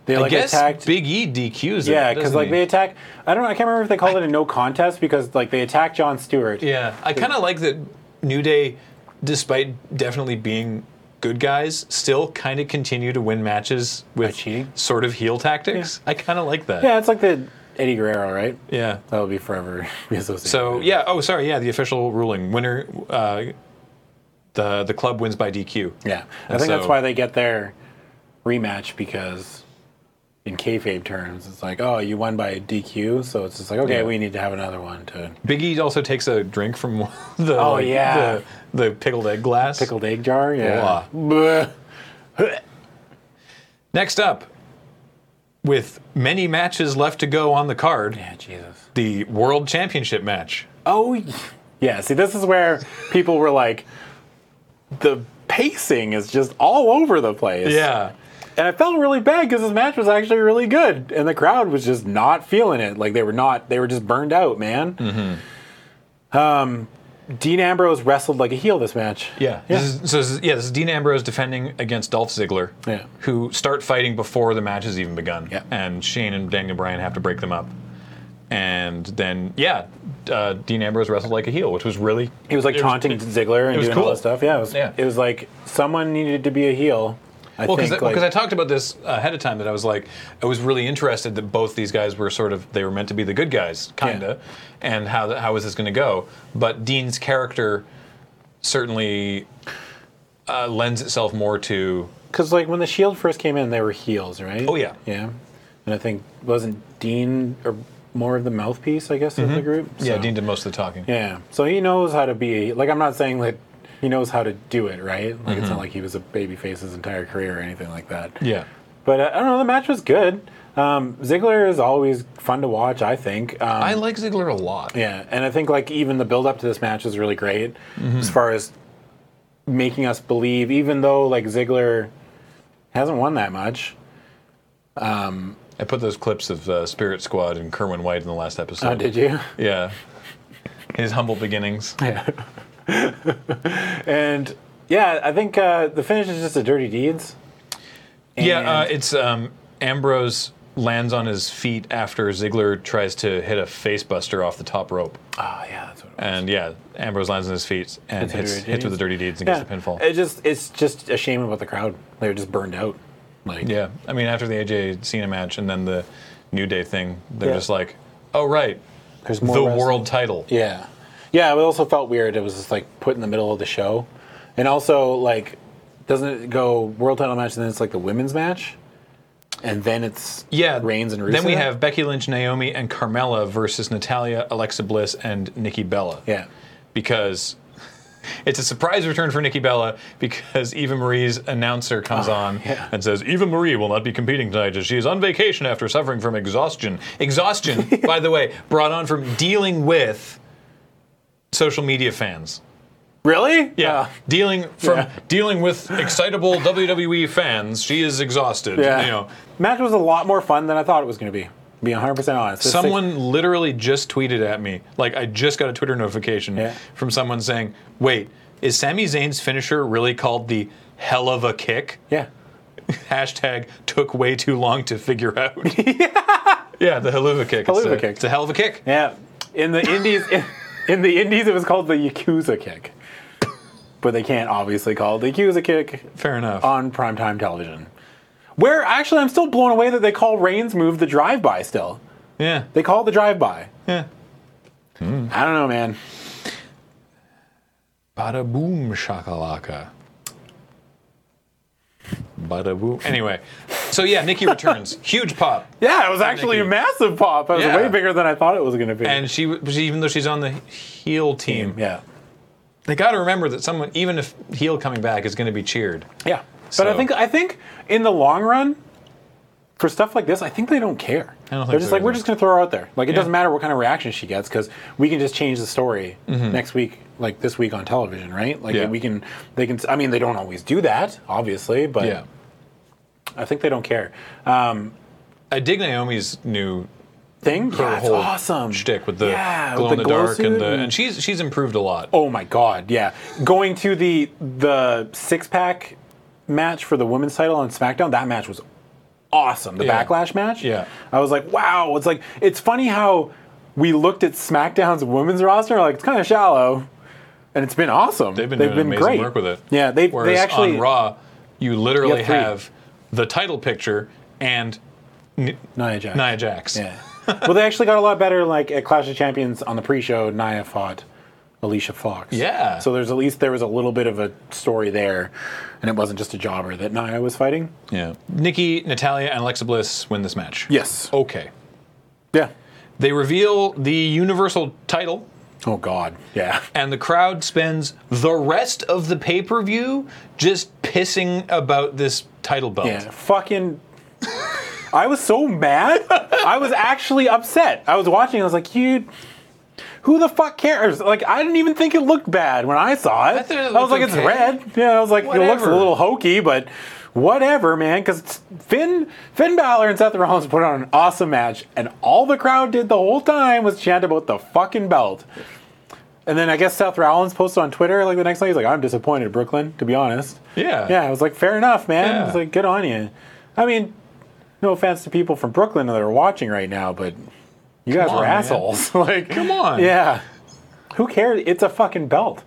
[SPEAKER 2] They
[SPEAKER 1] I
[SPEAKER 2] like
[SPEAKER 1] guess
[SPEAKER 2] attacked.
[SPEAKER 1] Big E DQs.
[SPEAKER 2] yeah,
[SPEAKER 1] because
[SPEAKER 2] because like they attack. I don't. know, I can't remember if they called it a no contest because like they attack John Stewart.
[SPEAKER 1] Yeah, I kind of like that New Day, despite definitely being good guys, still kind of continue to win matches with
[SPEAKER 2] cheating?
[SPEAKER 1] sort of heel tactics. I kind of like that.
[SPEAKER 2] Yeah, it's like the Eddie Guerrero, right?
[SPEAKER 1] Yeah.
[SPEAKER 2] That'll be forever be associated.
[SPEAKER 1] So
[SPEAKER 2] with it.
[SPEAKER 1] yeah. Oh, sorry. Yeah, the official ruling winner. Uh, the the club wins by DQ.
[SPEAKER 2] yeah, I
[SPEAKER 1] And
[SPEAKER 2] think that's
[SPEAKER 1] so-
[SPEAKER 2] why they get their rematch because. In kayfabe terms, it's like, oh, you won by a DQ, so it's just like, okay,
[SPEAKER 1] Yeah.
[SPEAKER 2] we need to have another one to
[SPEAKER 1] Biggie also takes a drink from the
[SPEAKER 2] Oh,
[SPEAKER 1] like,
[SPEAKER 2] yeah.
[SPEAKER 1] the, the pickled egg glass.
[SPEAKER 2] pickled egg jar. Yeah,
[SPEAKER 1] Blah.
[SPEAKER 2] Bleh.
[SPEAKER 1] Next up, with many matches left to go on the card,
[SPEAKER 2] yeah, Jesus.
[SPEAKER 1] the World Championship match.
[SPEAKER 2] Oh, y- yeah. See, this is where people were like, the pacing is just all over the place.
[SPEAKER 1] Yeah.
[SPEAKER 2] And I felt really bad because this match was actually really good, and the crowd was just not feeling it. Like they were not, they were just burned out, man. Mm-hmm.
[SPEAKER 1] Mm-hmm.
[SPEAKER 2] Um, Dean Ambrose wrestled like a heel this match.
[SPEAKER 1] Yeah. This is, so this is, yeah, this is Dean Ambrose defending against Dolph Ziggler,
[SPEAKER 2] Yeah.
[SPEAKER 1] who start fighting before the match has even begun.
[SPEAKER 2] Yeah.
[SPEAKER 1] And Shane and Daniel Bryan have to break them up. And then, yeah, uh, Dean Ambrose wrestled like a heel, which was really
[SPEAKER 2] He was like
[SPEAKER 1] it
[SPEAKER 2] taunting Ziggler and
[SPEAKER 1] was
[SPEAKER 2] doing all
[SPEAKER 1] cool.
[SPEAKER 2] this stuff. Yeah it, was,
[SPEAKER 1] Yeah.
[SPEAKER 2] it was like someone needed to be a heel. I
[SPEAKER 1] Well,
[SPEAKER 2] think
[SPEAKER 1] because
[SPEAKER 2] like,
[SPEAKER 1] I talked about this ahead of time, that I was like, I was really interested that both these guys were sort of they were meant to be the good guys, kinda, and how th- how is this going to go? But Dean's character certainly uh, lends itself more to
[SPEAKER 2] Because like when the Shield first came in, they were heels, right?
[SPEAKER 1] Oh, yeah.
[SPEAKER 2] yeah. And I think wasn't Dean or more of the mouthpiece, I guess, of the group.
[SPEAKER 1] Mm-hmm. yeah.
[SPEAKER 2] So-
[SPEAKER 1] Dean did most of the talking.
[SPEAKER 2] Yeah, so he knows how to be like. I'm not saying that he knows how to do it, right? Like it's not like he was a babyface his entire career or anything like that.
[SPEAKER 1] yeah.
[SPEAKER 2] But uh, I don't know. The match was good. Um, Ziggler is always fun to watch. I think. Um,
[SPEAKER 1] I like Ziggler a lot.
[SPEAKER 2] yeah, and I think like even the build up to this match is really great as far as making us believe, even though like Ziggler hasn't won that much.
[SPEAKER 1] I put those clips of uh, Spirit Squad and Kerwin White in the last episode.
[SPEAKER 2] Oh, did you?
[SPEAKER 1] Yeah. His humble beginnings.
[SPEAKER 2] And yeah, I think uh, the finish is just a dirty deeds.
[SPEAKER 1] yeah, uh,
[SPEAKER 2] And-
[SPEAKER 1] it's um, Ambrose lands on his feet after Ziggler tries to hit a facebuster off the top rope.
[SPEAKER 2] Oh yeah, that's what. It was.
[SPEAKER 1] And yeah, Ambrose lands on his feet and
[SPEAKER 2] Hits the
[SPEAKER 1] hits,
[SPEAKER 2] Dirty
[SPEAKER 1] hits with the
[SPEAKER 2] Deeds.
[SPEAKER 1] dirty deeds and
[SPEAKER 2] yeah.
[SPEAKER 1] gets the pinfall.
[SPEAKER 2] It just it's just a shame about the crowd. They were just burned out. Like
[SPEAKER 1] Yeah, I mean after the AJ Cena match and then the New Day thing, they're
[SPEAKER 2] Yeah.
[SPEAKER 1] just like, oh right,
[SPEAKER 2] there's
[SPEAKER 1] the
[SPEAKER 2] more wrestling.
[SPEAKER 1] world title.
[SPEAKER 2] Yeah, yeah. It also felt weird. It was just like put in the middle of the show, and also like doesn't it go world title match and then it's like the women's match, and then it's
[SPEAKER 1] Yeah,
[SPEAKER 2] Reigns and Rusev.
[SPEAKER 1] Then we have Becky Lynch, Naomi, and Carmella versus Natalia, Alexa Bliss, and Nikki Bella.
[SPEAKER 2] yeah.
[SPEAKER 1] because it's a surprise return for Nikki Bella because Eva Marie's announcer comes on
[SPEAKER 2] Ah, yeah.
[SPEAKER 1] and says Eva Marie will not be competing tonight as she is on vacation after suffering from exhaustion. Exhaustion, by the way, brought on from dealing with social media fans.
[SPEAKER 2] Really?
[SPEAKER 1] Yeah,
[SPEAKER 2] Uh,
[SPEAKER 1] dealing from
[SPEAKER 2] Yeah.
[SPEAKER 1] dealing with excitable WWE fans. She is exhausted.
[SPEAKER 2] yeah.
[SPEAKER 1] You know,
[SPEAKER 2] Match was a lot more fun than I thought it was going to be. Be 100 percent honest. It's like-
[SPEAKER 1] Someone literally just tweeted at me. Like I just got a Twitter notification
[SPEAKER 2] Yeah.
[SPEAKER 1] from someone saying, "Wait, is Sami Zayn's finisher really called the hell of a kick?"
[SPEAKER 2] yeah.
[SPEAKER 1] Hashtag took way too long to figure out. yeah. the hell of a kick.
[SPEAKER 2] Hell
[SPEAKER 1] It's
[SPEAKER 2] of a
[SPEAKER 1] a-
[SPEAKER 2] kick.
[SPEAKER 1] It's a hell of a kick.
[SPEAKER 2] Yeah. In the Indies, in, in the Indies, it was called the Yakuza kick, but they can't obviously call it the Yakuza kick
[SPEAKER 1] Fair enough.
[SPEAKER 2] on primetime television. Where actually, I'm still blown away that they call Reigns' move the drive-by. Still,
[SPEAKER 1] yeah.
[SPEAKER 2] they call it the drive-by.
[SPEAKER 1] Yeah.
[SPEAKER 2] I don't know, man.
[SPEAKER 1] Bada boom shakalaka. Bada boom. Anyway, so yeah, Nikki returns. Huge pop.
[SPEAKER 2] Yeah, it was actually a
[SPEAKER 1] Nikki.
[SPEAKER 2] massive pop. It was
[SPEAKER 1] Yeah.
[SPEAKER 2] way bigger than I thought it was going to be.
[SPEAKER 1] And she, she, even though she's on the heel team,
[SPEAKER 2] yeah,
[SPEAKER 1] They got to remember that someone, even if heel coming back, is going to be cheered.
[SPEAKER 2] yeah. But
[SPEAKER 1] So-
[SPEAKER 2] I think I think in the long run, for stuff like this, I think they don't care.
[SPEAKER 1] I don't think
[SPEAKER 2] They're just
[SPEAKER 1] so
[SPEAKER 2] like we're
[SPEAKER 1] either.
[SPEAKER 2] just going to throw her out there. Like it doesn't matter what kind of reaction she gets because we can just change the story next week, like this week on television, right? Like
[SPEAKER 1] Mm-hmm. Yeah.
[SPEAKER 2] we can, they can. I mean, they don't always do that, obviously, but I think they don't care. Um,
[SPEAKER 1] I dig Naomi's new
[SPEAKER 2] thing.
[SPEAKER 1] her
[SPEAKER 2] Yeah, it's
[SPEAKER 1] whole
[SPEAKER 2] awesome.
[SPEAKER 1] shtick with the
[SPEAKER 2] Yeah,
[SPEAKER 1] glow
[SPEAKER 2] with
[SPEAKER 1] in
[SPEAKER 2] the
[SPEAKER 1] the,
[SPEAKER 2] glow
[SPEAKER 1] dark and
[SPEAKER 2] suit
[SPEAKER 1] the
[SPEAKER 2] and-
[SPEAKER 1] and she's she's improved a lot.
[SPEAKER 2] Oh my god, yeah. Going to the the six pack match for the women's title on SmackDown, that match was awesome. The
[SPEAKER 1] Yeah.
[SPEAKER 2] backlash match.
[SPEAKER 1] Yeah.
[SPEAKER 2] I was like, wow, it's like it's funny how we looked at SmackDown's women's roster and like it's kinda shallow. And it's been awesome.
[SPEAKER 1] They've been doing amazing
[SPEAKER 2] great.
[SPEAKER 1] work with it.
[SPEAKER 2] Yeah, they
[SPEAKER 1] Whereas
[SPEAKER 2] they actually
[SPEAKER 1] on Raw, you literally
[SPEAKER 2] You have three.
[SPEAKER 1] have the title picture and N-
[SPEAKER 2] Nia Jax.
[SPEAKER 1] Nia Jax.
[SPEAKER 2] Yeah. well, they actually got a lot better. Like at Clash of Champions on the pre-show, Nia fought Alicia Fox.
[SPEAKER 1] Yeah.
[SPEAKER 2] So there's at least there was a little bit of a story there, and it wasn't just a jobber that Nia was fighting.
[SPEAKER 1] Yeah. Nikki, Natalia, and Alexa Bliss win this match.
[SPEAKER 2] Yes. Oh.
[SPEAKER 1] Okay.
[SPEAKER 2] Yeah.
[SPEAKER 1] They reveal the Universal title
[SPEAKER 2] Oh God. Yeah.
[SPEAKER 1] and the crowd spends the rest of the pay per view just pissing about this title belt.
[SPEAKER 2] Yeah. Fucking. I was so mad. I was actually upset. I was watching. I was like, you. Who the fuck cares? Like, I didn't even think it looked bad when I saw it.
[SPEAKER 1] I thought it
[SPEAKER 2] I was
[SPEAKER 1] looked
[SPEAKER 2] like, it's
[SPEAKER 1] okay.
[SPEAKER 2] red. Yeah, I was like, it looks a
[SPEAKER 1] Whatever.
[SPEAKER 2] little hokey, but whatever, man. Because Finn, Finn Balor and Seth Rollins put on an awesome match, and all the crowd did the whole time was chant about the fucking belt. And then I guess Seth Rollins posted on Twitter like the next night. He's like, "I'm disappointed, Brooklyn. To be honest."
[SPEAKER 1] Yeah.
[SPEAKER 2] Yeah, I was like, fair enough, man.
[SPEAKER 1] Yeah.
[SPEAKER 2] It's like, good on you. I mean, no offense to people from Brooklyn that are watching right now, but you guys
[SPEAKER 1] Come
[SPEAKER 2] were
[SPEAKER 1] on, man.
[SPEAKER 2] assholes. like,
[SPEAKER 1] Come on.
[SPEAKER 2] Yeah. Who cares? It's a fucking belt.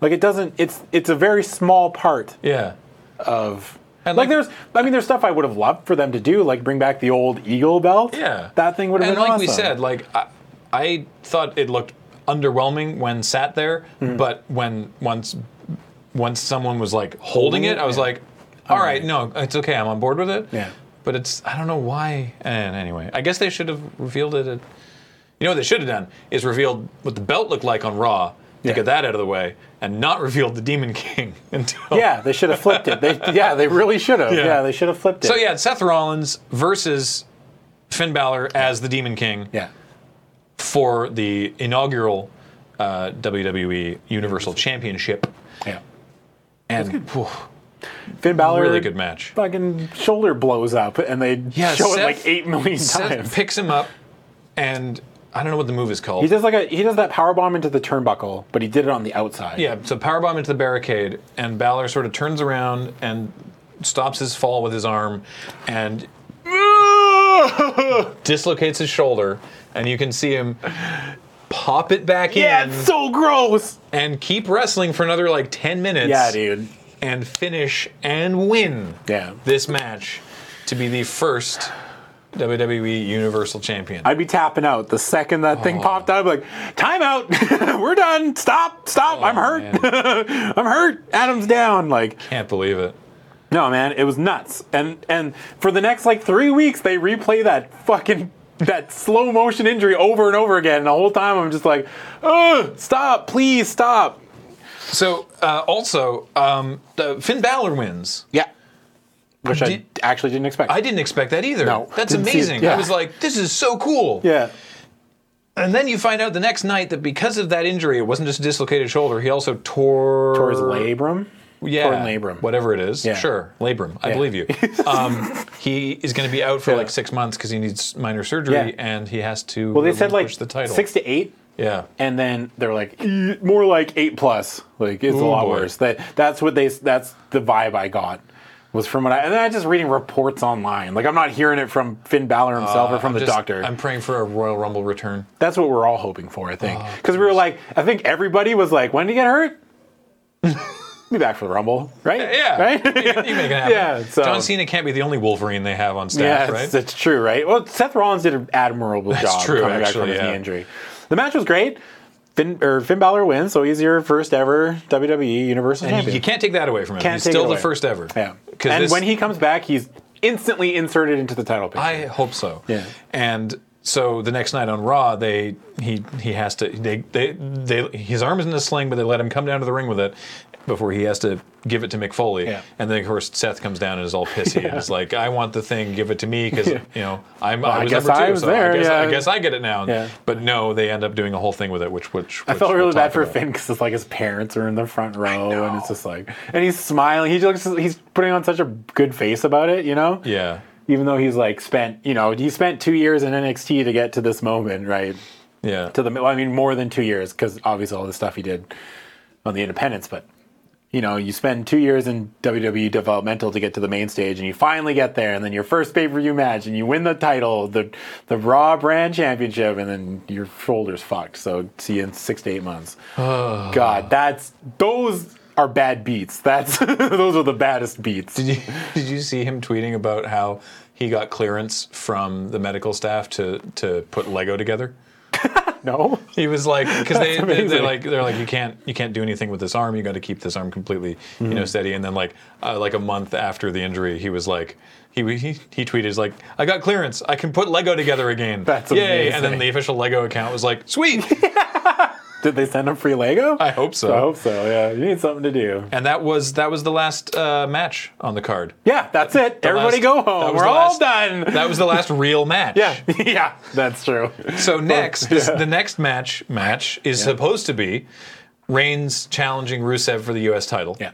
[SPEAKER 2] Like, it doesn't. It's it's a very small part
[SPEAKER 1] Yeah.
[SPEAKER 2] of.
[SPEAKER 1] And,
[SPEAKER 2] like,
[SPEAKER 1] like-
[SPEAKER 2] there's, I mean, there's stuff I would have loved for them to do, like bring back the old eagle belt.
[SPEAKER 1] Yeah.
[SPEAKER 2] that thing would have
[SPEAKER 1] And
[SPEAKER 2] been
[SPEAKER 1] like
[SPEAKER 2] awesome.
[SPEAKER 1] we said, like I, I thought it looked underwhelming when sat there,
[SPEAKER 2] Mm-hmm.
[SPEAKER 1] but when once once someone was like holding
[SPEAKER 2] Holding
[SPEAKER 1] it,
[SPEAKER 2] it,
[SPEAKER 1] I was
[SPEAKER 2] yeah.
[SPEAKER 1] like, all right, no, it's okay, I'm on board with it.
[SPEAKER 2] Yeah.
[SPEAKER 1] But it's I don't know why. And anyway, I guess they should have revealed it. At, you know what they should have done is revealed what the belt looked like on Raw to
[SPEAKER 2] Yeah.
[SPEAKER 1] get that out of the way, and not revealed the Demon King until
[SPEAKER 2] yeah, they should have flipped it. They, yeah, they really should have.
[SPEAKER 1] Yeah.
[SPEAKER 2] Yeah. they should have flipped it.
[SPEAKER 1] So yeah, Seth Rollins versus Finn Balor as the Demon King
[SPEAKER 2] yeah.
[SPEAKER 1] for the inaugural uh, WWE Universal Championship,
[SPEAKER 2] Yeah.
[SPEAKER 1] and whew,
[SPEAKER 2] Finn Balor
[SPEAKER 1] really good match.
[SPEAKER 2] Fucking shoulder blows up, and they
[SPEAKER 1] Yeah,
[SPEAKER 2] show
[SPEAKER 1] Seth-
[SPEAKER 2] it like eight million
[SPEAKER 1] Seth
[SPEAKER 2] times.
[SPEAKER 1] picks him up, and I don't know what the move is
[SPEAKER 2] he
[SPEAKER 1] called.
[SPEAKER 2] does like a he does that power bomb into the turnbuckle, but he did it on the outside.
[SPEAKER 1] Yeah, so powerbomb into the barricade, and Balor sort of turns around and stops his fall with his arm, and dislocates his shoulder, and you can see him pop it back
[SPEAKER 2] Yeah,
[SPEAKER 1] in
[SPEAKER 2] it's so gross.
[SPEAKER 1] and keep wrestling for another like 10 minutes
[SPEAKER 2] Yeah, dude.
[SPEAKER 1] and finish and win
[SPEAKER 2] Yeah.
[SPEAKER 1] this match to be the first WWE Universal Champion.
[SPEAKER 2] I'd be tapping out the second that
[SPEAKER 1] Oh.
[SPEAKER 2] thing popped out. I'd be like, time out. We're done. Stop. Stop. I'm
[SPEAKER 1] Oh,
[SPEAKER 2] hurt. I'm hurt. Adam's down. Like,
[SPEAKER 1] can't believe it.
[SPEAKER 2] no, man, it was nuts. And and for the next like three weeks, they replay that fucking that slow motion injury over and over again. And the whole time, I'm just like, oh, stop, please stop.
[SPEAKER 1] So, uh, also, um, uh, Finn Balor wins.
[SPEAKER 2] Yeah. Which
[SPEAKER 1] Did-
[SPEAKER 2] I actually didn't expect.
[SPEAKER 1] I didn't expect that either.
[SPEAKER 2] No,
[SPEAKER 1] That's
[SPEAKER 2] didn't see it.
[SPEAKER 1] amazing. I
[SPEAKER 2] Yeah.
[SPEAKER 1] was like, this is so cool.
[SPEAKER 2] yeah.
[SPEAKER 1] And then you find out the next night that because of that injury, it wasn't just a dislocated shoulder, he also tore.
[SPEAKER 2] Or his labrum.
[SPEAKER 1] Yeah.
[SPEAKER 2] Torn labrum.
[SPEAKER 1] Whatever it is.
[SPEAKER 2] Yeah.
[SPEAKER 1] Sure. Labrum. I believe you. Um, he is going to be out for like six months because he needs minor surgery
[SPEAKER 2] Yeah.
[SPEAKER 1] and he has to
[SPEAKER 2] Well, they said like
[SPEAKER 1] relinquish the title.
[SPEAKER 2] six to eight
[SPEAKER 1] yeah.
[SPEAKER 2] and then they're like "Eh, more like eight plus like it's a lot
[SPEAKER 1] boy.
[SPEAKER 2] worse that that's what they that's the vibe i got was from what i and then i just reading reports online like i'm not hearing it from finn Balor himself or
[SPEAKER 1] Uh,
[SPEAKER 2] from
[SPEAKER 1] I'm
[SPEAKER 2] the
[SPEAKER 1] just-
[SPEAKER 2] doctor
[SPEAKER 1] I'm praying for a Royal Rumble return.
[SPEAKER 2] that's what we're all hoping for i
[SPEAKER 1] Uh,
[SPEAKER 2] think because we were like i think everybody was like when did he get hurt be back for the rumble right
[SPEAKER 1] Yeah.
[SPEAKER 2] right
[SPEAKER 1] You, you make it happen.
[SPEAKER 2] Yeah, so-
[SPEAKER 1] John Cena can't be the only Wolverine they have on
[SPEAKER 2] yeah
[SPEAKER 1] staff,
[SPEAKER 2] that's,
[SPEAKER 1] right?
[SPEAKER 2] that's true right well seth rollins did an admirable job
[SPEAKER 1] true,
[SPEAKER 2] coming back
[SPEAKER 1] actually,
[SPEAKER 2] from his
[SPEAKER 1] yeah.
[SPEAKER 2] knee injury the match was great Finn, or Finn Balor wins, so he's your first ever WWE Universal
[SPEAKER 1] And
[SPEAKER 2] Champion.
[SPEAKER 1] you can't take that away from him.
[SPEAKER 2] Can't
[SPEAKER 1] He's
[SPEAKER 2] take
[SPEAKER 1] still
[SPEAKER 2] it
[SPEAKER 1] the
[SPEAKER 2] away.
[SPEAKER 1] first ever.
[SPEAKER 2] Yeah.
[SPEAKER 1] Because
[SPEAKER 2] And
[SPEAKER 1] this-
[SPEAKER 2] when he comes back, he's instantly inserted into the title picture.
[SPEAKER 1] I hope so.
[SPEAKER 2] Yeah.
[SPEAKER 1] And so the next night on Raw, they he he has to they they, they his arm is in a sling, but they let him come down to the ring with it before he has to give it to McFoley.
[SPEAKER 2] Yeah.
[SPEAKER 1] And then of course Seth comes down and is all pissy and is like, "I want the thing, give it to me because
[SPEAKER 2] Yeah.
[SPEAKER 1] you know I'm I
[SPEAKER 2] I
[SPEAKER 1] was
[SPEAKER 2] guess
[SPEAKER 1] number two,
[SPEAKER 2] I was
[SPEAKER 1] so I
[SPEAKER 2] there,
[SPEAKER 1] guess I
[SPEAKER 2] yeah.
[SPEAKER 1] guess I get it now."
[SPEAKER 2] Yeah.
[SPEAKER 1] But no, they end up doing a whole thing with it, which which,
[SPEAKER 2] I felt
[SPEAKER 1] which
[SPEAKER 2] really
[SPEAKER 1] we'll
[SPEAKER 2] bad
[SPEAKER 1] talk
[SPEAKER 2] for
[SPEAKER 1] about.
[SPEAKER 2] Finn because it's like his parents are in the front row, and it's just like, and he's smiling. He looks, he's putting on such a good face about it, you know.
[SPEAKER 1] Yeah.
[SPEAKER 2] Even though he's like spent, you know, he spent two years in NXT to get to this moment, right?
[SPEAKER 1] Yeah.
[SPEAKER 2] To the, well, I mean, more than two years because obviously all the stuff he did on the independents, but you know, you spend two years in WWE developmental to get to the main stage, and you finally get there, and then your first pay per view match, and you win the title, the the Raw Brand Championship, and then your shoulders fucked. So see you in six to eight months. God, that's those are bad beats. That's those are the baddest beats.
[SPEAKER 1] Did you, did you see him tweeting about how he got clearance from the medical staff to to put Lego together?
[SPEAKER 2] no,
[SPEAKER 1] He was like, because they, they
[SPEAKER 2] That's
[SPEAKER 1] they're
[SPEAKER 2] amazing.
[SPEAKER 1] like they're like you can't you can't do anything with this arm. You got to keep this arm completely you
[SPEAKER 2] Mm-hmm.
[SPEAKER 1] know steady. And then like uh, like a month after the injury, he was like he he, he tweeted he's like I got clearance. I can put Lego together again.
[SPEAKER 2] That's
[SPEAKER 1] And then
[SPEAKER 2] amazing.
[SPEAKER 1] the official Lego account was like, sweet.
[SPEAKER 2] did they send him free Lego?
[SPEAKER 1] I hope so.
[SPEAKER 2] I hope so. Yeah, you need something to do.
[SPEAKER 1] And that was that was the last uh, match on the card.
[SPEAKER 2] Yeah, that's it. Everybody
[SPEAKER 1] last-
[SPEAKER 2] go
[SPEAKER 1] that
[SPEAKER 2] home.
[SPEAKER 1] was
[SPEAKER 2] We're
[SPEAKER 1] the
[SPEAKER 2] all
[SPEAKER 1] last-
[SPEAKER 2] done.
[SPEAKER 1] That was the last real match.
[SPEAKER 2] yeah, yeah, that's true.
[SPEAKER 1] So next, this, the next match match is supposed to be Reigns challenging Rusev for the U.S. title.
[SPEAKER 2] Yeah.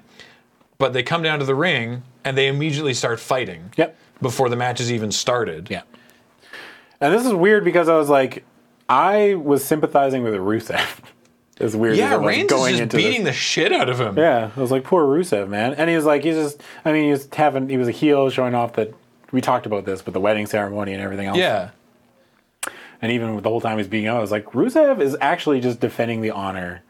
[SPEAKER 1] But they come down to the ring and they immediately start fighting.
[SPEAKER 2] Yep.
[SPEAKER 1] Before the match is even started.
[SPEAKER 2] Yeah. And this is weird because I was like, I was sympathizing with Rusev. As weird as
[SPEAKER 1] Yeah,
[SPEAKER 2] it was
[SPEAKER 1] Reigns
[SPEAKER 2] going
[SPEAKER 1] is just
[SPEAKER 2] into
[SPEAKER 1] beating
[SPEAKER 2] this.
[SPEAKER 1] the shit out of him.
[SPEAKER 2] Yeah, I was like, poor Rusev, man. And he was like, he's just, I mean, he was having, he was a heel showing off that we talked about this, but the wedding ceremony and everything else.
[SPEAKER 1] Yeah.
[SPEAKER 2] And even with the whole time he's being out, I was like, Rusev is actually just defending the honor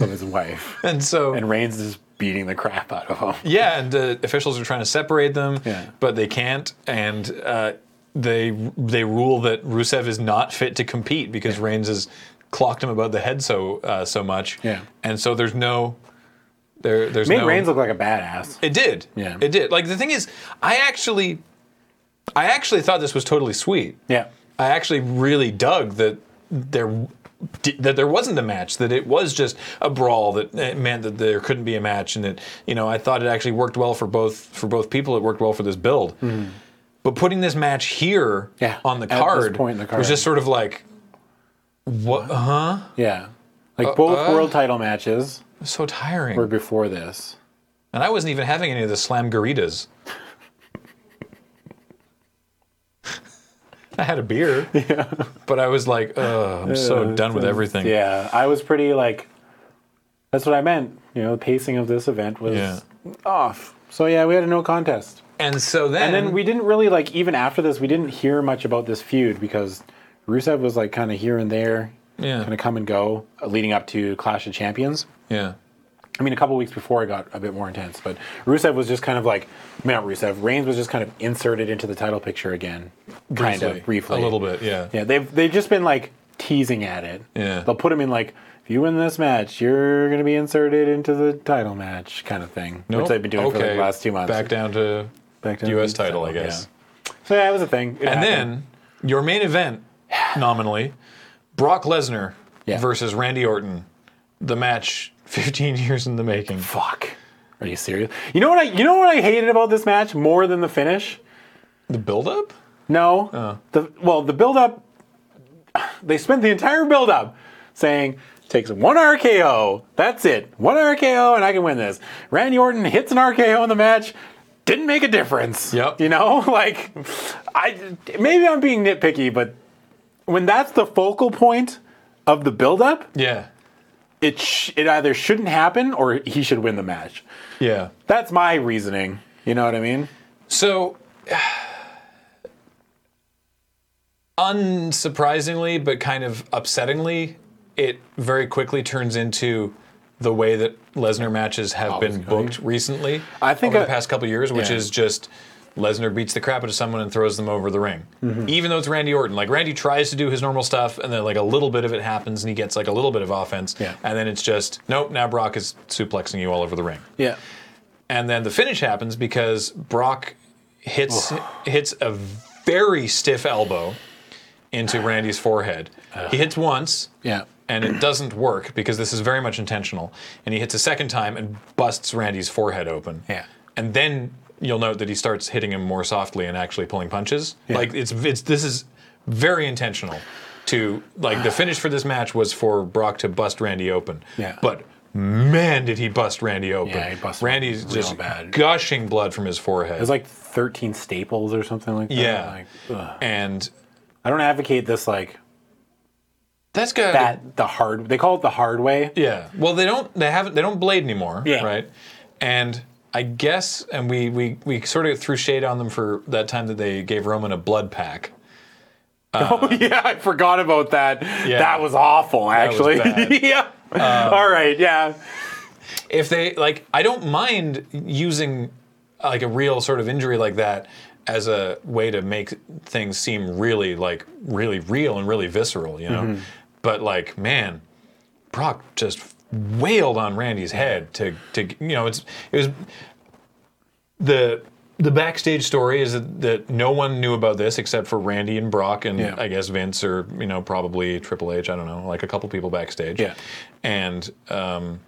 [SPEAKER 2] of his wife.
[SPEAKER 1] And so.
[SPEAKER 2] And Reigns is just beating the crap out of him.
[SPEAKER 1] yeah, and uh, officials are trying to separate them,
[SPEAKER 2] Yeah.
[SPEAKER 1] but they can't, and uh, they they rule that Rusev is not fit to compete because Reigns has clocked him above the head so uh, so much,
[SPEAKER 2] Yeah.
[SPEAKER 1] and so there's no there there's
[SPEAKER 2] Made
[SPEAKER 1] no
[SPEAKER 2] Reigns look like a badass.
[SPEAKER 1] it did.
[SPEAKER 2] Yeah.
[SPEAKER 1] It did. Like the thing is, I actually I actually thought this was totally sweet.
[SPEAKER 2] Yeah.
[SPEAKER 1] I actually really dug that there that there wasn't a match that it was just a brawl that it meant that there couldn't be a match and that you know I thought it actually worked well for both for both people it worked well for this build but putting this match here
[SPEAKER 2] Hmm. Yeah,
[SPEAKER 1] on the
[SPEAKER 2] at this
[SPEAKER 1] card,
[SPEAKER 2] point in the
[SPEAKER 1] was
[SPEAKER 2] card.
[SPEAKER 1] just sort of like what uh-huh, huh
[SPEAKER 2] Yeah. Like both
[SPEAKER 1] uh.
[SPEAKER 2] world title matches
[SPEAKER 1] so tiring
[SPEAKER 2] were before this.
[SPEAKER 1] and I wasn't even having any of the slam garitas I had a beer but I was like Ugh, I'm so done with everything
[SPEAKER 2] Yeah, I was pretty like. That's what I meant. You know, the pacing of this event was
[SPEAKER 1] Yeah.
[SPEAKER 2] off. So yeah, we had a no contest.
[SPEAKER 1] And so then,
[SPEAKER 2] And then we didn't really like even after this, we didn't hear much about this feud because Rusev was like kind of here and there,
[SPEAKER 1] Yeah.
[SPEAKER 2] kind of come and go, uh, leading up to Clash of Champions.
[SPEAKER 1] yeah.
[SPEAKER 2] I mean, a couple weeks before it got a bit more intense, but Rusev was just kind of like, not Rusev, Reigns was just kind of inserted into the title picture again, kind of briefly,
[SPEAKER 1] A little bit, yeah.
[SPEAKER 2] Yeah, they've they've just been like teasing at it.
[SPEAKER 1] Yeah.
[SPEAKER 2] they'll put him in like, if you win this match, you're gonna be inserted into the title match, kind of thing,
[SPEAKER 1] Nope.
[SPEAKER 2] which they've been doing for like,
[SPEAKER 1] Okay,
[SPEAKER 2] the last two months.
[SPEAKER 1] Back down to
[SPEAKER 2] Back to
[SPEAKER 1] U.S.
[SPEAKER 2] the
[SPEAKER 1] title, I
[SPEAKER 2] title,
[SPEAKER 1] guess.
[SPEAKER 2] So yeah, it was a thing. It
[SPEAKER 1] And
[SPEAKER 2] happened.
[SPEAKER 1] then your main event, nominally, Brock Lesnar
[SPEAKER 2] Yeah.
[SPEAKER 1] versus Randy Orton, the match 15 years in the making.
[SPEAKER 2] fuck. Are you serious? You know what I you know what I hated about this match more than the finish?
[SPEAKER 1] The build-up?
[SPEAKER 2] No. The well, the build up they spent the entire build up saying takes one RKO. That's it. One RKO and I can win this. Randy Orton hits an RKO in the match. Didn't make a difference.
[SPEAKER 1] Yep.
[SPEAKER 2] You know, like I maybe I'm being nitpicky, but when that's the focal point of the build up,
[SPEAKER 1] Yeah,
[SPEAKER 2] it sh- it either shouldn't happen or he should win the match.
[SPEAKER 1] yeah.
[SPEAKER 2] That's my reasoning. You know what I mean?
[SPEAKER 1] So, unsurprisingly, but kind of upsettingly, it very quickly turns into the way that Lesnar matches have been booked recently.
[SPEAKER 2] Oh, I think
[SPEAKER 1] over
[SPEAKER 2] I-
[SPEAKER 1] the past couple years, which
[SPEAKER 2] Yeah.
[SPEAKER 1] is just Lesnar beats the crap out of someone and throws them over the ring,
[SPEAKER 2] Mm-hmm.
[SPEAKER 1] even though it's Randy Orton. Like Randy tries to do his normal stuff, and then like a little bit of it happens, and he gets like a little bit of offense,
[SPEAKER 2] Yeah.
[SPEAKER 1] and then it's just nope. Now Brock is suplexing you all over the ring
[SPEAKER 2] Yeah.
[SPEAKER 1] and then the finish happens because Brock hits hits a very stiff elbow into Randy's forehead. He hits once,
[SPEAKER 2] Yeah.
[SPEAKER 1] and it doesn't work because this is very much intentional. And he hits a second time and busts Randy's forehead open.
[SPEAKER 2] Yeah.
[SPEAKER 1] and then you'll note that he starts hitting him more softly and actually pulling punches. Like it's it's this is very intentional. To like the finish for this match was for Brock to bust Randy open.
[SPEAKER 2] Yeah.
[SPEAKER 1] but man, did he bust Randy open!
[SPEAKER 2] Yeah, he busted
[SPEAKER 1] Randy's
[SPEAKER 2] real
[SPEAKER 1] just
[SPEAKER 2] bad.
[SPEAKER 1] gushing blood from his forehead.
[SPEAKER 2] It's like 13 staples or something like that.
[SPEAKER 1] yeah,
[SPEAKER 2] Like, ugh.
[SPEAKER 1] and
[SPEAKER 2] I don't advocate this like
[SPEAKER 1] that's got
[SPEAKER 2] that the hard they call it the hard way.
[SPEAKER 1] Yeah. Well, they don't. They haven't. They don't blade anymore.
[SPEAKER 2] Yeah.
[SPEAKER 1] Right. And I guess, and we we we sort of threw shade on them for that time that they gave Roman a blood pack.
[SPEAKER 2] oh yeah, I forgot about that. That was awful actually.
[SPEAKER 1] bad. Um,
[SPEAKER 2] yeah. All right, yeah.
[SPEAKER 1] If they like, I don't mind using like a real sort of injury like that as a way to make things seem really like really real and really visceral. You know.
[SPEAKER 2] Mm-hmm.
[SPEAKER 1] But like, man, Brock just wailed on Randy's head to to you know it's it was the the backstage story is that, that no one knew about this except for Randy and Brock and
[SPEAKER 2] Yeah.
[SPEAKER 1] I guess Vince or you know probably Triple H I don't know like a couple people backstage
[SPEAKER 2] Yeah.
[SPEAKER 1] and um,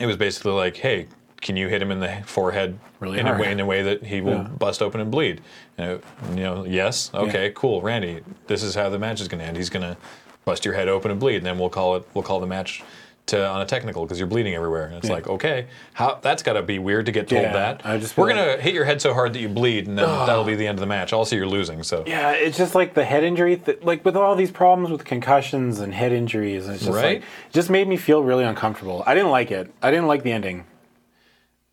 [SPEAKER 1] it was basically like hey can you hit him in the forehead
[SPEAKER 2] Really
[SPEAKER 1] in a
[SPEAKER 2] hard.
[SPEAKER 1] way in a way that he will bust open and bleed And it- you know yes okay cool Randy this is how the match is going to end he's going to bust your head open and bleed and then we'll call it we'll call the match to on a technical because you're bleeding everywhere and it's like okay how that's got to be weird to get told
[SPEAKER 2] Yeah,
[SPEAKER 1] that
[SPEAKER 2] I just
[SPEAKER 1] we're
[SPEAKER 2] feel
[SPEAKER 1] gonna hit your head so hard that you bleed, and then that'll be the end of the match. Also, you're losing, so
[SPEAKER 2] Yeah, it's just like the head injury th- like with all these problems with concussions and head injuries and it's just
[SPEAKER 1] Right.
[SPEAKER 2] like it just made me feel really uncomfortable. I didn't like it. I didn't like the ending.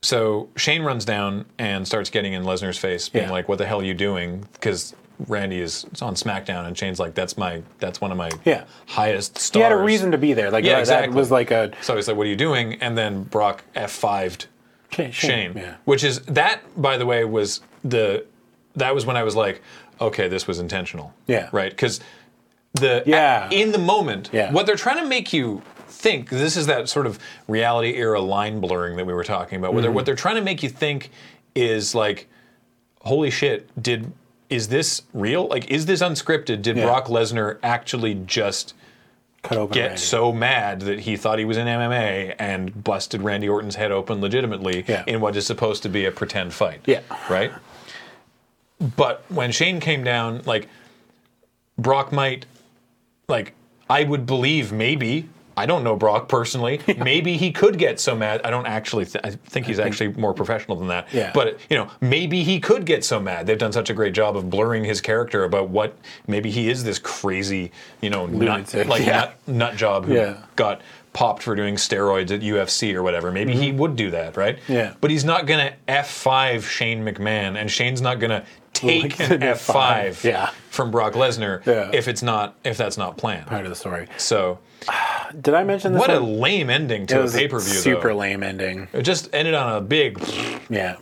[SPEAKER 1] so Shane runs down and starts getting in Lesnar's face, being
[SPEAKER 2] Yeah.
[SPEAKER 1] like, "What the hell are you doing?" Because Randy is on SmackDown, and Shane's like, "That's my that's one of my
[SPEAKER 2] Yeah.
[SPEAKER 1] highest stars."
[SPEAKER 2] He had a reason to be there. Like
[SPEAKER 1] Yeah,
[SPEAKER 2] that-
[SPEAKER 1] exactly.
[SPEAKER 2] that was like a
[SPEAKER 1] So he's like, "What are you doing?" And then Brock f5'd
[SPEAKER 2] shame.
[SPEAKER 1] Shane,
[SPEAKER 2] Yeah.
[SPEAKER 1] which is that by the way was the that was when I was like, okay, this was intentional.
[SPEAKER 2] Yeah.
[SPEAKER 1] Right? Cuz the
[SPEAKER 2] Yeah.
[SPEAKER 1] in the moment
[SPEAKER 2] Yeah.
[SPEAKER 1] what they're trying to make you think this is that sort of reality era line blurring that we were talking about.
[SPEAKER 2] Mm-hmm.
[SPEAKER 1] Where they're, what they're trying to make you think is like holy shit, did is this real? Like is this unscripted? Did Brock Lesnar actually just
[SPEAKER 2] Cut open.
[SPEAKER 1] get
[SPEAKER 2] Randy.
[SPEAKER 1] so mad that he thought he was in MMA and busted Randy Orton's head open legitimately
[SPEAKER 2] Yeah.
[SPEAKER 1] in what is supposed to be a pretend fight.
[SPEAKER 2] Yeah.
[SPEAKER 1] Right? But when Shane came down, like, Brock might, like, I would believe maybe. I don't know Brock personally. Maybe he could get so mad. I don't actually. Th- I think he's actually more professional than that.
[SPEAKER 2] Yeah.
[SPEAKER 1] But you know, maybe he could get so mad. They've done such a great job of blurring his character about what maybe he is this crazy, you know, nut,
[SPEAKER 2] Lunatic.
[SPEAKER 1] like
[SPEAKER 2] Yeah.
[SPEAKER 1] nut, nut job who
[SPEAKER 2] Yeah.
[SPEAKER 1] got popped for doing steroids at UFC or whatever. Maybe he would do that, right?
[SPEAKER 2] Mm-hmm. Yeah.
[SPEAKER 1] But he's not gonna F5 Shane McMahon, and Shane's not gonna take
[SPEAKER 2] Like
[SPEAKER 1] an
[SPEAKER 2] an
[SPEAKER 1] F5,
[SPEAKER 2] F5, yeah.
[SPEAKER 1] from Brock Lesnar
[SPEAKER 2] Yeah.
[SPEAKER 1] if it's not if that's not planned.
[SPEAKER 2] Part of the story.
[SPEAKER 1] So
[SPEAKER 2] Did I mention this?
[SPEAKER 1] what a
[SPEAKER 2] one?
[SPEAKER 1] lame ending
[SPEAKER 2] It
[SPEAKER 1] to a
[SPEAKER 2] was a
[SPEAKER 1] pay per view.
[SPEAKER 2] Super lame ending.
[SPEAKER 1] It just ended on a big.
[SPEAKER 2] Yeah.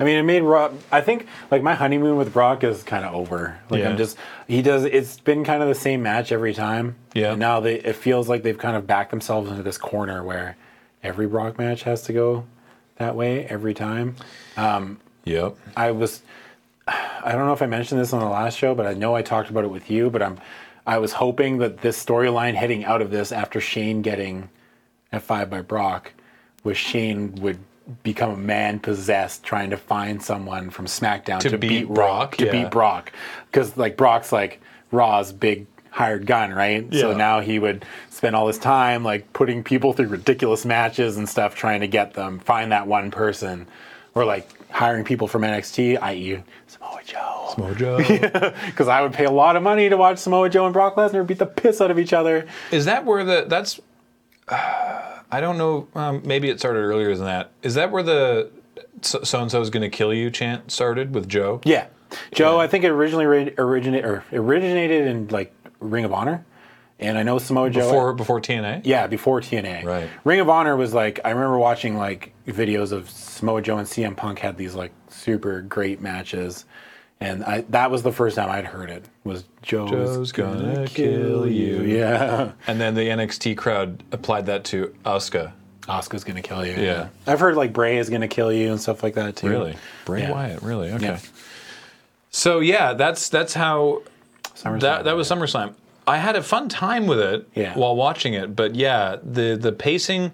[SPEAKER 2] I mean, it made Rob. I think like my honeymoon with Brock is kind of over. Like
[SPEAKER 1] Yeah.
[SPEAKER 2] I'm just he does. It's been kind of the same match every time.
[SPEAKER 1] Yeah.
[SPEAKER 2] And now they it feels like they've kind of backed themselves into this corner where every Brock match has to go that way every time.
[SPEAKER 1] Yep.
[SPEAKER 2] I was I don't know if I mentioned this on the last show, but I know I talked about it with you, but I'm I was hoping that this storyline heading out of this after Shane getting F5 by Brock was Shane would become a man possessed trying to find someone from SmackDown to,
[SPEAKER 1] beat
[SPEAKER 2] beat
[SPEAKER 1] Brock,
[SPEAKER 2] to
[SPEAKER 1] yeah.
[SPEAKER 2] beat Brock cuz like Brock's like Raw's big hired gun, right? So
[SPEAKER 1] Yeah.
[SPEAKER 2] now he would spend all his time like putting people through ridiculous matches and stuff trying to get them find that one person or like hiring people from NXT, i.e. Samoa Joe.
[SPEAKER 1] Mojo.
[SPEAKER 2] Because I would pay a lot of money to watch Samoa Joe and Brock Lesnar beat the piss out of each other.
[SPEAKER 1] Is that where the that's? I don't know. Um, maybe it started earlier than that. Is that where the so and so is going to kill you chant started with Joe?
[SPEAKER 2] Yeah, Joe. I think it originally ri- originated or originated in like Ring of Honor, and I know Samoa Joe.
[SPEAKER 1] Before before TNA.
[SPEAKER 2] yeah, before TNA.
[SPEAKER 1] Right.
[SPEAKER 2] Ring of Honor was like I remember watching like videos of Samoa Joe and CM Punk had these like super great matches, and I, that was the first time I'd heard it was Joe's,
[SPEAKER 1] Joe's gonna kill you.
[SPEAKER 2] Yeah,
[SPEAKER 1] And then the NXT crowd applied that to Asuka.
[SPEAKER 2] Oscar's gonna kill you.
[SPEAKER 1] Yeah.
[SPEAKER 2] I've heard like Bray is gonna kill you and stuff like that too.
[SPEAKER 1] Really, Bray
[SPEAKER 2] Yeah.
[SPEAKER 1] Wyatt. Really. Okay.
[SPEAKER 2] Yeah.
[SPEAKER 1] So yeah, that's that's how
[SPEAKER 2] SummerSlam.
[SPEAKER 1] that that was SummerSlam. I had a fun time with it
[SPEAKER 2] Yeah.
[SPEAKER 1] while watching it, but yeah, the the pacing.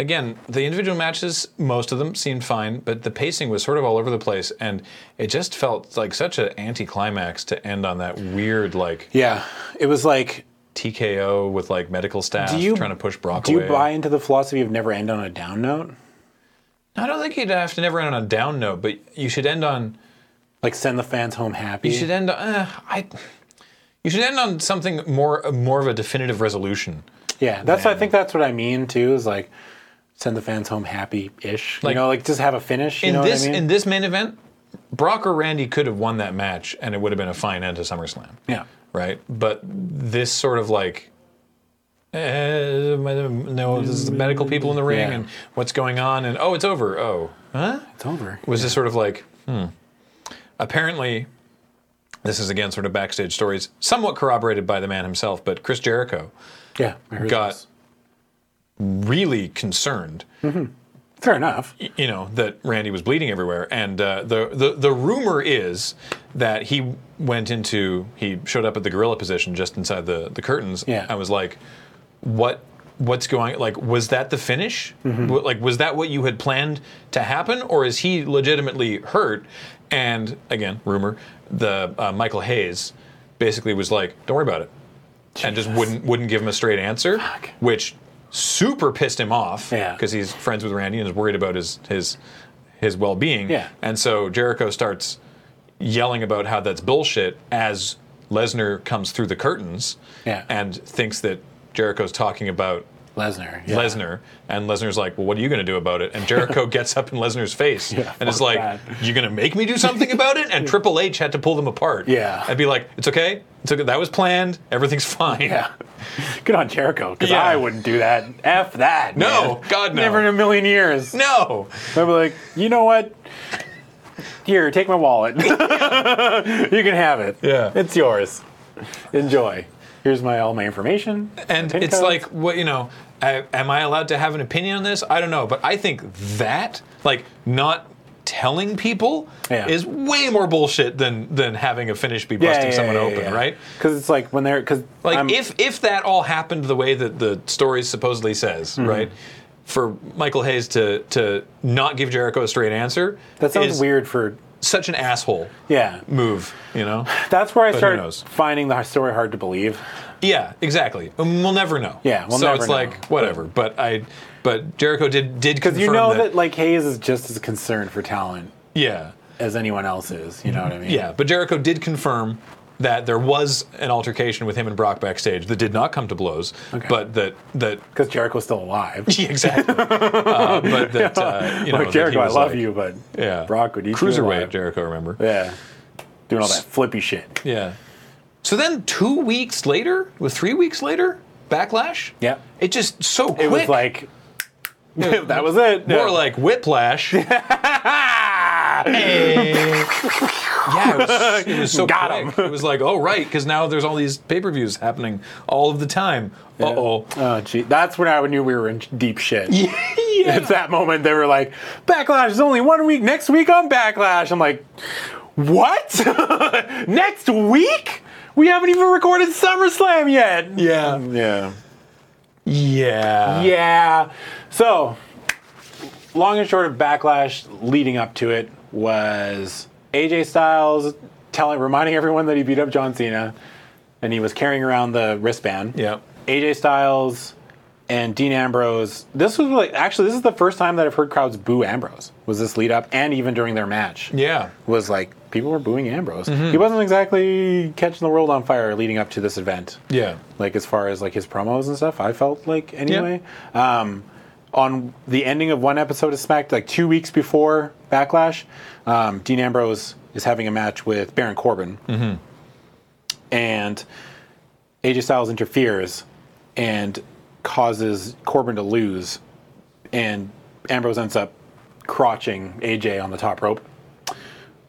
[SPEAKER 1] Again, the individual matches, most of them seemed fine, but the pacing was sort of all over the place, and it just felt like such an anticlimax to end on that weird like
[SPEAKER 2] Yeah, it was like
[SPEAKER 1] TKO with like medical staff
[SPEAKER 2] Do you-
[SPEAKER 1] trying to push Brock
[SPEAKER 2] Do you
[SPEAKER 1] away.
[SPEAKER 2] buy into the philosophy of never end on a down note?
[SPEAKER 1] I don't think you'd have to never end on a down note, but you should end on
[SPEAKER 2] Like send the fans home happy?
[SPEAKER 1] You should end. on- Uh, I. You should end on something more, more of a definitive resolution.
[SPEAKER 2] yeah, that's I think that's what I mean too. Is like send the fans home happy ish.
[SPEAKER 1] Like-
[SPEAKER 2] you know, like just have a finish. You
[SPEAKER 1] In
[SPEAKER 2] know
[SPEAKER 1] this,
[SPEAKER 2] what I mean?
[SPEAKER 1] in this main event, Brock or Randy could have won that match, and it would have been a fine end to SummerSlam,
[SPEAKER 2] yeah,
[SPEAKER 1] right? But this sort of like, eh, no, this is the medical people in the ring,
[SPEAKER 2] Yeah.
[SPEAKER 1] and what's going on, and oh, it's over. Oh, huh?
[SPEAKER 2] it's over.
[SPEAKER 1] was just sort of like, hmm. Apparently, this is again sort of backstage stories, somewhat corroborated by the man himself, but Chris Jericho.
[SPEAKER 2] Yeah, I heard
[SPEAKER 1] got
[SPEAKER 2] this.
[SPEAKER 1] really concerned,
[SPEAKER 2] fair enough.
[SPEAKER 1] y- you know, that Randy was bleeding everywhere. And uh, the, the the rumor is that he went into he showed up at the gorilla position just inside the the curtains.
[SPEAKER 2] Yeah.
[SPEAKER 1] and was like, what. What's going like? Was that the finish? Wa- Like, was that what you had planned to happen, or is he legitimately hurt? And again, rumor. The uh, Michael Hayes basically was like, "Don't worry about it," and just wouldn't wouldn't give him a straight answer, which super pissed him off
[SPEAKER 2] Yeah.
[SPEAKER 1] because he's friends with Randy and is worried about his his his well being.
[SPEAKER 2] Yeah.
[SPEAKER 1] And so Jericho starts yelling about how that's bullshit as Lesnar comes through the curtains
[SPEAKER 2] Yeah.
[SPEAKER 1] and thinks that Jericho's talking about
[SPEAKER 2] Lesnar. Yeah.
[SPEAKER 1] Lesnar, and Lesnar's like, "Well, what are you going to do about it?" And Jericho gets up in Lesnar's face and is
[SPEAKER 2] fuck
[SPEAKER 1] like,
[SPEAKER 2] that.
[SPEAKER 1] "You're going to make me do something about it?" And Triple H had to pull them apart.
[SPEAKER 2] Yeah.
[SPEAKER 1] and be like, "It's okay. It's okay. That was planned. Everything's fine."
[SPEAKER 2] Yeah. Good on Jericho, because
[SPEAKER 1] Yeah.
[SPEAKER 2] I wouldn't do that. F that.
[SPEAKER 1] No,
[SPEAKER 2] man.
[SPEAKER 1] God, no.
[SPEAKER 2] Never in a million years.
[SPEAKER 1] No.
[SPEAKER 2] I'd be like, you know what? Here, take my wallet. you can have it.
[SPEAKER 1] Yeah.
[SPEAKER 2] It's yours. Enjoy. Here's my all my information.
[SPEAKER 1] And
[SPEAKER 2] Pin
[SPEAKER 1] it's
[SPEAKER 2] codes.
[SPEAKER 1] like, what you know, I, am I allowed to have an opinion on this? I don't know, but I think that, like, not telling people
[SPEAKER 2] Yeah.
[SPEAKER 1] is way more bullshit than than having a finish be busting someone open, right?
[SPEAKER 2] Because it's like when they're because
[SPEAKER 1] Like, if if that all happened the way that the story supposedly says,
[SPEAKER 2] Mm-hmm.
[SPEAKER 1] right? For Michael Hayes to to not give Jericho a straight answer,
[SPEAKER 2] that sounds
[SPEAKER 1] is
[SPEAKER 2] weird for
[SPEAKER 1] Such an asshole
[SPEAKER 2] yeah.
[SPEAKER 1] move, you know?
[SPEAKER 2] That's where I
[SPEAKER 1] who
[SPEAKER 2] start
[SPEAKER 1] knows?
[SPEAKER 2] finding the story hard to believe.
[SPEAKER 1] Yeah, exactly. Um, we'll never know.
[SPEAKER 2] Yeah, we'll
[SPEAKER 1] so
[SPEAKER 2] never
[SPEAKER 1] it's
[SPEAKER 2] know.
[SPEAKER 1] like whatever. But I, but Jericho did did
[SPEAKER 2] Because
[SPEAKER 1] confirm
[SPEAKER 2] you know that,
[SPEAKER 1] that.
[SPEAKER 2] like Hayes is just as concerned for talent
[SPEAKER 1] Yeah,
[SPEAKER 2] as anyone else is. You know what I mean?
[SPEAKER 1] yeah. But Jericho did confirm that there was an altercation with him and Brock backstage that did not come to blows, but that that
[SPEAKER 2] because Jericho's still alive.
[SPEAKER 1] yeah, exactly. uh, but that uh, you know,
[SPEAKER 2] like
[SPEAKER 1] that
[SPEAKER 2] Jericho,
[SPEAKER 1] he
[SPEAKER 2] I
[SPEAKER 1] was
[SPEAKER 2] love
[SPEAKER 1] like-
[SPEAKER 2] you, but
[SPEAKER 1] Yeah,
[SPEAKER 2] Brock would eat you
[SPEAKER 1] cruiserweight
[SPEAKER 2] alive.
[SPEAKER 1] Jericho. Remember?
[SPEAKER 2] yeah, doing all that flippy shit.
[SPEAKER 1] Yeah. So then, two weeks later, with three weeks later, backlash.
[SPEAKER 2] Yeah.
[SPEAKER 1] It just so quick.
[SPEAKER 2] It was like that was it.
[SPEAKER 1] more
[SPEAKER 2] Yeah.
[SPEAKER 1] like whiplash. yeah, it was, it was so
[SPEAKER 2] Got
[SPEAKER 1] quick. It was like, oh right, because now there's all these pay per views happening all of the time. Uh oh.
[SPEAKER 2] Oh, gee. That's when I knew we were in deep shit.
[SPEAKER 1] yeah.
[SPEAKER 2] At that moment, they were like, Backlash is only one week. Next week on Backlash. I'm like, what? Next week? We haven't even recorded SummerSlam yet.
[SPEAKER 1] Yeah.
[SPEAKER 2] Yeah.
[SPEAKER 1] Yeah.
[SPEAKER 2] Yeah. So, long and short of backlash leading up to it was AJ Styles telling, reminding everyone that he beat up John Cena, and he was carrying around the wristband.
[SPEAKER 1] Yeah.
[SPEAKER 2] AJ Styles and Dean Ambrose. This was like actually this is the first time that I've heard crowds boo Ambrose. Was this lead up and even during their match?
[SPEAKER 1] Yeah.
[SPEAKER 2] Was like people were booing Ambrose. He wasn't exactly catching the world on fire leading up to this event
[SPEAKER 1] Yeah.
[SPEAKER 2] like as far as like his promos and stuff i felt like anyway um, on the ending of one episode of smack like two weeks before backlash um, dean ambrose is having a match with baron corbin
[SPEAKER 1] Mm-hmm.
[SPEAKER 2] and aj styles interferes and causes corbin to lose and ambrose ends up crotching aj on the top rope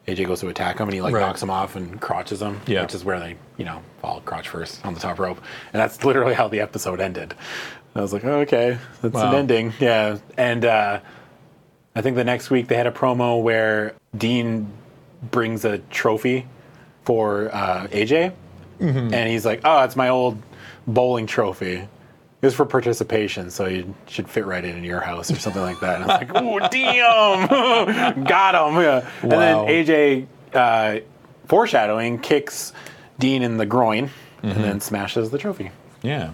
[SPEAKER 2] aj goes to attack him and he like
[SPEAKER 1] Right.
[SPEAKER 2] knocks him off and crotches him
[SPEAKER 1] Yeah.
[SPEAKER 2] which is where they, you know, fall crotch first on the top rope. And that's literally how the episode ended. I was like, oh, okay, that's
[SPEAKER 1] Wow.
[SPEAKER 2] an ending. Yeah. And uh, I think the next week they had a promo where Dean brings a trophy for uh, AJ.
[SPEAKER 1] Mm.
[SPEAKER 2] And he's like, oh, it's my old bowling trophy. It was for participation, so you should fit right in in your house or something like that. And I was like, oh, damn, got him. Yeah. And
[SPEAKER 1] Wow.
[SPEAKER 2] then AJ uh, foreshadowing kicks Dean in the groin
[SPEAKER 1] Mm-hmm.
[SPEAKER 2] and then smashes the trophy.
[SPEAKER 1] Yeah.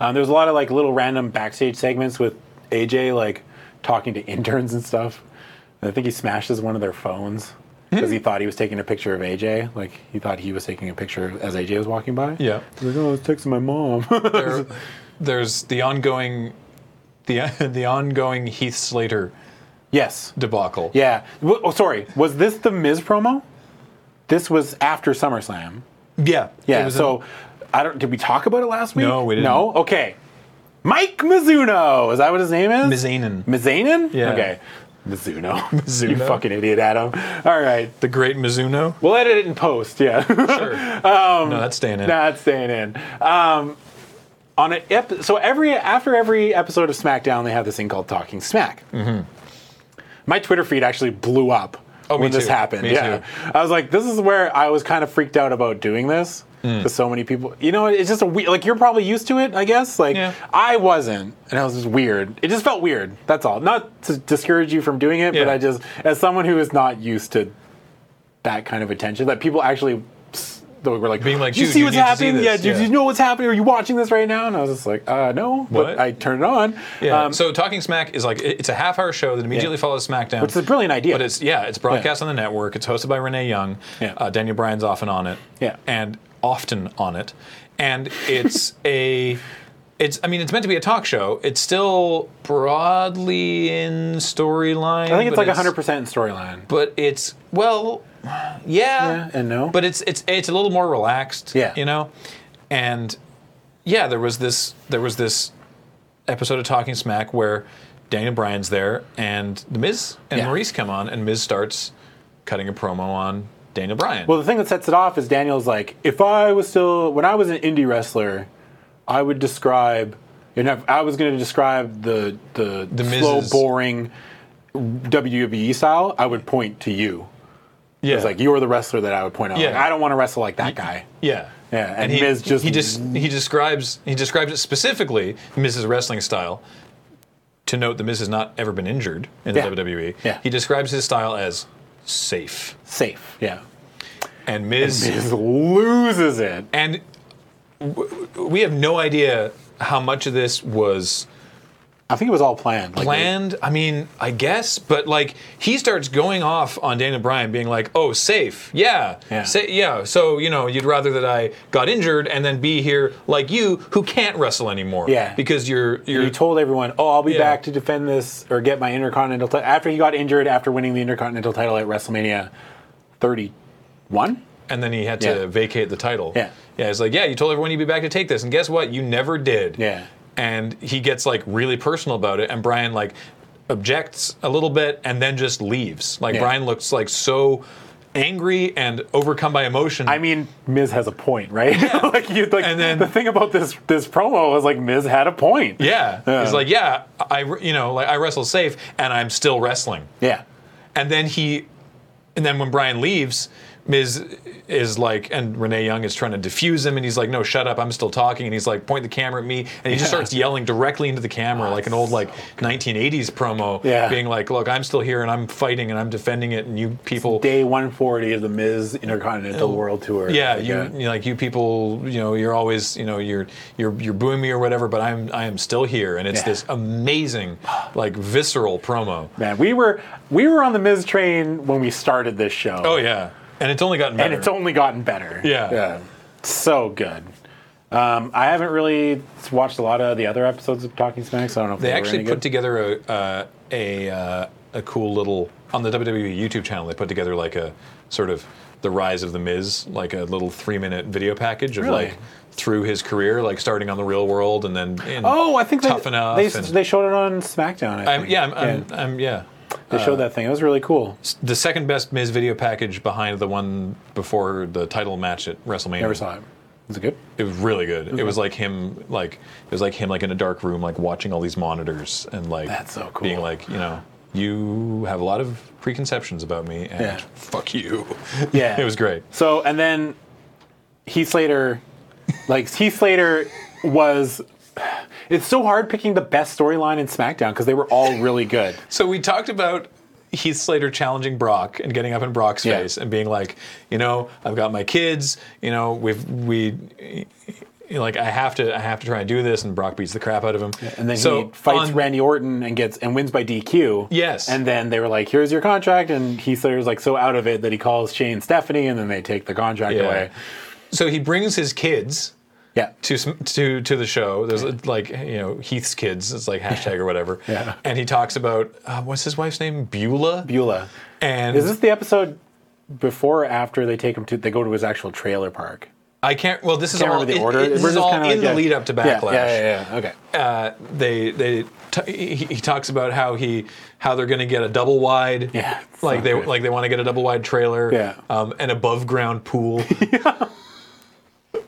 [SPEAKER 2] Um, there's a lot of like little random backstage segments with AJ like talking to interns and stuff. And I think he smashes one of their phones because he thought he was taking a picture of AJ. Like he thought he was taking a picture as AJ was walking by.
[SPEAKER 1] Yeah.
[SPEAKER 2] He's like, oh, I was texting my mom.
[SPEAKER 1] There, there's the ongoing, the the ongoing Heath Slater
[SPEAKER 2] yes.
[SPEAKER 1] debacle.
[SPEAKER 2] Yeah. W- oh, sorry. Was this the Miz promo? This was after SummerSlam.
[SPEAKER 1] Yeah. It
[SPEAKER 2] Yeah.
[SPEAKER 1] was
[SPEAKER 2] So I I don't. Did we talk about it last week?
[SPEAKER 1] No, we didn't.
[SPEAKER 2] No. Okay. Mike Mizuno. Is that what his name is?
[SPEAKER 1] a Mizanin,
[SPEAKER 2] Mizanin?
[SPEAKER 1] Yeah.
[SPEAKER 2] Okay. Mizuno.
[SPEAKER 1] Mizuno.
[SPEAKER 2] you fucking idiot, Adam. All right.
[SPEAKER 1] the great Mizuno.
[SPEAKER 2] We'll edit it in post. Yeah.
[SPEAKER 1] Sure. no, that's staying in.
[SPEAKER 2] Not staying in. Um, on an ep- so every after every episode of SmackDown, they have this thing called Talking Smack. Mm-hmm. My Twitter feed actually blew up
[SPEAKER 1] Oh, me
[SPEAKER 2] when this
[SPEAKER 1] too.
[SPEAKER 2] happened.
[SPEAKER 1] Me
[SPEAKER 2] yeah,
[SPEAKER 1] too.
[SPEAKER 2] I was like, this is where I was kind of freaked out about doing this
[SPEAKER 1] Mm.
[SPEAKER 2] because so many people. You know, it's just a weird. Like you're probably used to it, I guess. Like
[SPEAKER 1] Yeah.
[SPEAKER 2] I wasn't, and it was just weird. It just felt weird. That's all. Not to discourage you from doing it, but
[SPEAKER 1] Yeah.
[SPEAKER 2] I just, as someone who is not used to that kind of attention that people actually they were like
[SPEAKER 1] Being like,
[SPEAKER 2] "Do you
[SPEAKER 1] "Dude,
[SPEAKER 2] see
[SPEAKER 1] you
[SPEAKER 2] what's
[SPEAKER 1] need to see
[SPEAKER 2] happening?
[SPEAKER 1] this."
[SPEAKER 2] yeah, do
[SPEAKER 1] Yeah.
[SPEAKER 2] you know what's happening? Are you watching this right now?" And I was just like, "Uh, no."
[SPEAKER 1] What?
[SPEAKER 2] But I turned it on.
[SPEAKER 1] Yeah.
[SPEAKER 2] Um,
[SPEAKER 1] so Talking Smack is like it- it's a half hour show that immediately follows SmackDown.
[SPEAKER 2] it's a brilliant idea.
[SPEAKER 1] but it's yeah, it's broadcast on the network. It's hosted by Renee Young.
[SPEAKER 2] Yeah.
[SPEAKER 1] Uh, Daniel Bryan's often on it.
[SPEAKER 2] Yeah.
[SPEAKER 1] And often on it. And it's a it's I mean it's meant to be a talk show. It's still broadly in storyline.
[SPEAKER 2] I think it's
[SPEAKER 1] but
[SPEAKER 2] like 100 percent storyline.
[SPEAKER 1] but it's well yeah,
[SPEAKER 2] Yeah, and no.
[SPEAKER 1] But it's it's it's a little more relaxed.
[SPEAKER 2] Yeah.
[SPEAKER 1] You know? And yeah, there was this there was this episode of Talking Smack where Daniel Bryan's there and the Miz and
[SPEAKER 2] Yeah.
[SPEAKER 1] Maurice come on and Miz starts cutting a promo on Daniel Bryan.
[SPEAKER 2] Well, the thing that sets it off is Daniel's like, if I was still, when I was an indie wrestler, I would describe, and if I was going to describe the the, slow,
[SPEAKER 1] Miz's-
[SPEAKER 2] boring WWE style. I would point to you.
[SPEAKER 1] yeah.
[SPEAKER 2] It's like you're the wrestler that I would point out.
[SPEAKER 1] Yeah.
[SPEAKER 2] Like, I don't want to wrestle like that guy.
[SPEAKER 1] Yeah.
[SPEAKER 2] Yeah, and Miz just-
[SPEAKER 1] he just he describes he describes it specifically Miz's wrestling style. To note, the Miz has not ever been injured in the
[SPEAKER 2] Yeah.
[SPEAKER 1] WWE.
[SPEAKER 2] Yeah.
[SPEAKER 1] He describes his style as safe,
[SPEAKER 2] Safe. Yeah.
[SPEAKER 1] and Miz
[SPEAKER 2] Miz loses it.
[SPEAKER 1] and w- w- we have no idea how much of this was
[SPEAKER 2] I think it was all planned. Like,
[SPEAKER 1] Planned, I mean, I guess, but like he starts going off on Daniel Bryan, being like, "Oh, safe, yeah,
[SPEAKER 2] Yeah.
[SPEAKER 1] Sa- yeah." So you know, you'd rather that I got injured and then be here like you, who can't wrestle anymore,
[SPEAKER 2] Yeah.
[SPEAKER 1] because you're you're
[SPEAKER 2] You told everyone, "Oh, I'll be
[SPEAKER 1] Yeah.
[SPEAKER 2] back to defend this or get my Intercontinental title." After he got injured after winning the Intercontinental title at WrestleMania 31,
[SPEAKER 1] and then he had to
[SPEAKER 2] Yeah.
[SPEAKER 1] vacate the title.
[SPEAKER 2] Yeah.
[SPEAKER 1] Yeah, it's like, yeah, you told everyone you'd be back to take this, and guess what? You never did.
[SPEAKER 2] Yeah.
[SPEAKER 1] And he gets like really personal about it, and Brian like objects a little bit and then just leaves. Like
[SPEAKER 2] Yeah.
[SPEAKER 1] Brian looks like so angry and overcome by emotion.
[SPEAKER 2] I mean, Miz has a point, right? like you, like
[SPEAKER 1] And then-
[SPEAKER 2] the thing about this this promo was like Miz had a point.
[SPEAKER 1] yeah.
[SPEAKER 2] Yeah.
[SPEAKER 1] He's like, yeah, I you know, like I wrestle safe and I'm still wrestling.
[SPEAKER 2] yeah,
[SPEAKER 1] And then he, and then when Brian leaves, Miz is like, and Renee Young is trying to defuse him, and he's like, "No, shut up! I'm still talking." And he's like, "Point the camera at me," and he just
[SPEAKER 2] Yeah.
[SPEAKER 1] starts yelling directly into the camera, like an old like 1980s promo,
[SPEAKER 2] Yeah.
[SPEAKER 1] being like, "Look, I'm still here, and I'm fighting, and I'm defending it, and you people."
[SPEAKER 2] day 140 of the Miz Intercontinental World Tour.
[SPEAKER 1] Oh. yeah,
[SPEAKER 2] Like,
[SPEAKER 1] you,
[SPEAKER 2] uh,
[SPEAKER 1] you like you people, you know, you're always, you know, you're you're you're booing me or whatever, but I'm I am still here, and it's
[SPEAKER 2] Yeah.
[SPEAKER 1] this amazing, like visceral promo.
[SPEAKER 2] man, we were we were on the Miz train when we started this show.
[SPEAKER 1] Oh yeah, and it's only gotten better.
[SPEAKER 2] and it's only gotten better.
[SPEAKER 1] Yeah.
[SPEAKER 2] so good. Um, I haven't really watched a lot of the other episodes of Talking Smack, so I don't know if
[SPEAKER 1] They
[SPEAKER 2] were
[SPEAKER 1] actually
[SPEAKER 2] any
[SPEAKER 1] put
[SPEAKER 2] good.
[SPEAKER 1] together a uh, a uh, a cool little on the WWE YouTube channel. They put together like a sort of the rise of the Miz, like a little three minute video package of
[SPEAKER 2] Really?
[SPEAKER 1] like through his career, like starting on the Real World and then in
[SPEAKER 2] Oh, I think they,
[SPEAKER 1] Tough Enough.
[SPEAKER 2] They,
[SPEAKER 1] and-
[SPEAKER 2] they showed it on SmackDown. I
[SPEAKER 1] I'm,
[SPEAKER 2] think.
[SPEAKER 1] yeah, I'm, uh, I'm, I'm, yeah.
[SPEAKER 2] they showed that thing. It was really cool.
[SPEAKER 1] It's The second best Miz video package behind the one before the title match at WrestleMania.
[SPEAKER 2] Never saw it. Was it good?
[SPEAKER 1] It was really good. It was like him, like it was like him, like in a dark room, like watching all these monitors and like
[SPEAKER 2] That's so cool.
[SPEAKER 1] being like, you know, you have a lot of preconceptions about me, and
[SPEAKER 2] Yeah.
[SPEAKER 1] fuck you.
[SPEAKER 2] Yeah,
[SPEAKER 1] it was great.
[SPEAKER 2] So, and then Heath Slater, like Heath Slater was. It's so hard picking the best storyline in SmackDown because they were all really good.
[SPEAKER 1] So we talked about Heath Slater challenging Brock and getting up in Brock's
[SPEAKER 2] Yeah.
[SPEAKER 1] face and being like, you know, I've got my kids. You know, we've we. you know, Like I have to, I have to try and do this, and Brock beats the crap out of him.
[SPEAKER 2] And then
[SPEAKER 1] so
[SPEAKER 2] he fights
[SPEAKER 1] on-
[SPEAKER 2] Randy Orton and gets and wins by DQ.
[SPEAKER 1] Yes.
[SPEAKER 2] And then they were like, "Here's your contract," and Heath Slater's like so out of it that he calls Shane Stephanie, and then they take the contract
[SPEAKER 1] Yeah.
[SPEAKER 2] away.
[SPEAKER 1] So he brings his kids
[SPEAKER 2] Yeah.
[SPEAKER 1] to some- to to the show. There's like you know Heath's kids. It's like hashtag or whatever.
[SPEAKER 2] Yeah.
[SPEAKER 1] And he talks about uh, what's his wife's name, Beulah.
[SPEAKER 2] Beulah.
[SPEAKER 1] And
[SPEAKER 2] Is this the episode before or after they take him to? They go to his actual trailer park.
[SPEAKER 1] I can't. Well, this is
[SPEAKER 2] Can't
[SPEAKER 1] all
[SPEAKER 2] remember the
[SPEAKER 1] it-
[SPEAKER 2] order.
[SPEAKER 1] it- this
[SPEAKER 2] We're
[SPEAKER 1] is
[SPEAKER 2] just
[SPEAKER 1] all in
[SPEAKER 2] kinda like,
[SPEAKER 1] the
[SPEAKER 2] yeah.
[SPEAKER 1] lead up to
[SPEAKER 2] Yeah,
[SPEAKER 1] Backlash.
[SPEAKER 2] Yeah, yeah, yeah. Okay.
[SPEAKER 1] Uh, they they t- he, he talks about how he how they're going to get a double wide.
[SPEAKER 2] Yeah, it's
[SPEAKER 1] Like
[SPEAKER 2] so
[SPEAKER 1] they
[SPEAKER 2] good.
[SPEAKER 1] like they want to get a double wide trailer.
[SPEAKER 2] Yeah.
[SPEAKER 1] Um, an above ground pool.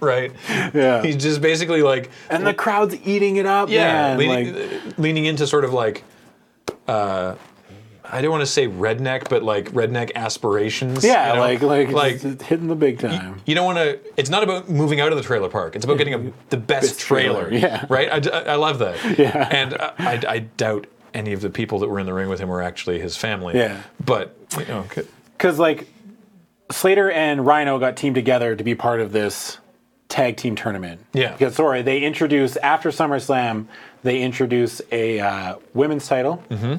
[SPEAKER 1] Right.
[SPEAKER 2] Yeah.
[SPEAKER 1] He's just basically like
[SPEAKER 2] and the crowd's eating it up.
[SPEAKER 1] Yeah,
[SPEAKER 2] man,
[SPEAKER 1] leaning,
[SPEAKER 2] like-
[SPEAKER 1] leaning into sort of like, uh, I don't want to say redneck, but like redneck aspirations.
[SPEAKER 2] yeah,
[SPEAKER 1] you know?
[SPEAKER 2] like like
[SPEAKER 1] like.
[SPEAKER 2] like hitting the big time.
[SPEAKER 1] You don't want to. It's not about moving out of the trailer park. It's about getting a, the best, trailer.
[SPEAKER 2] trailer, yeah.
[SPEAKER 1] Right. I d- I, I love that.
[SPEAKER 2] Yeah.
[SPEAKER 1] And I, I, I doubt any of the people that were in the ring with him were actually his family.
[SPEAKER 2] Yeah.
[SPEAKER 1] But you know, c-
[SPEAKER 2] because like Slater and Rhino got teamed together to be part of this tag team tournament.
[SPEAKER 1] Yeah.
[SPEAKER 2] Because sorry, they introduce after SummerSlam, they introduce a uh, women's title
[SPEAKER 1] Mm-hmm.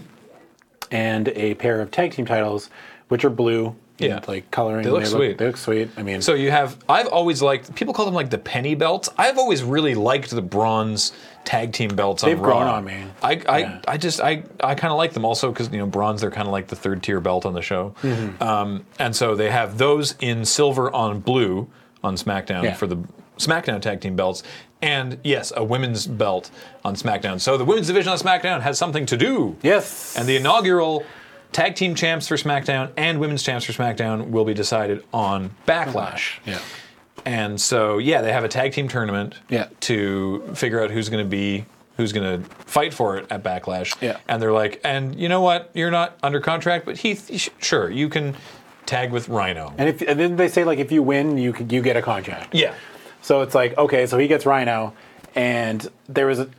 [SPEAKER 2] and a pair of tag team titles, which are blue. and,
[SPEAKER 1] Yeah.
[SPEAKER 2] like coloring.
[SPEAKER 1] They look sweet.
[SPEAKER 2] They look sweet. I mean,
[SPEAKER 1] so you have. I've always liked. People call them like the penny belts. I've always really liked the bronze tag team belts.
[SPEAKER 2] They've
[SPEAKER 1] on Raw.
[SPEAKER 2] grown on me.
[SPEAKER 1] I, I,
[SPEAKER 2] Yeah.
[SPEAKER 1] I just I, I kind of like them also because you know bronze they're kind of like the third tier belt on the show,
[SPEAKER 2] Mm-hmm.
[SPEAKER 1] um, and so they have those in silver on blue on SmackDown
[SPEAKER 2] Yeah.
[SPEAKER 1] for the SmackDown tag team belts, and yes, a women's belt on SmackDown. So the women's division on SmackDown has something to do.
[SPEAKER 2] yes,
[SPEAKER 1] And the inaugural tag team champs for SmackDown and women's champs for SmackDown will be decided on Backlash.
[SPEAKER 2] yeah.
[SPEAKER 1] And so, yeah, they have a tag team tournament
[SPEAKER 2] Yeah.
[SPEAKER 1] to figure out who's going to be who's going to fight for it at Backlash.
[SPEAKER 2] Yeah.
[SPEAKER 1] And they're like, and you know what? You're not under contract, but Heath, you sh- sure, you can tag with Rhino.
[SPEAKER 2] And if and then they say like if you win, you could you get a contract.
[SPEAKER 1] yeah.
[SPEAKER 2] So it's like, okay, so he gets Rhino, and there was a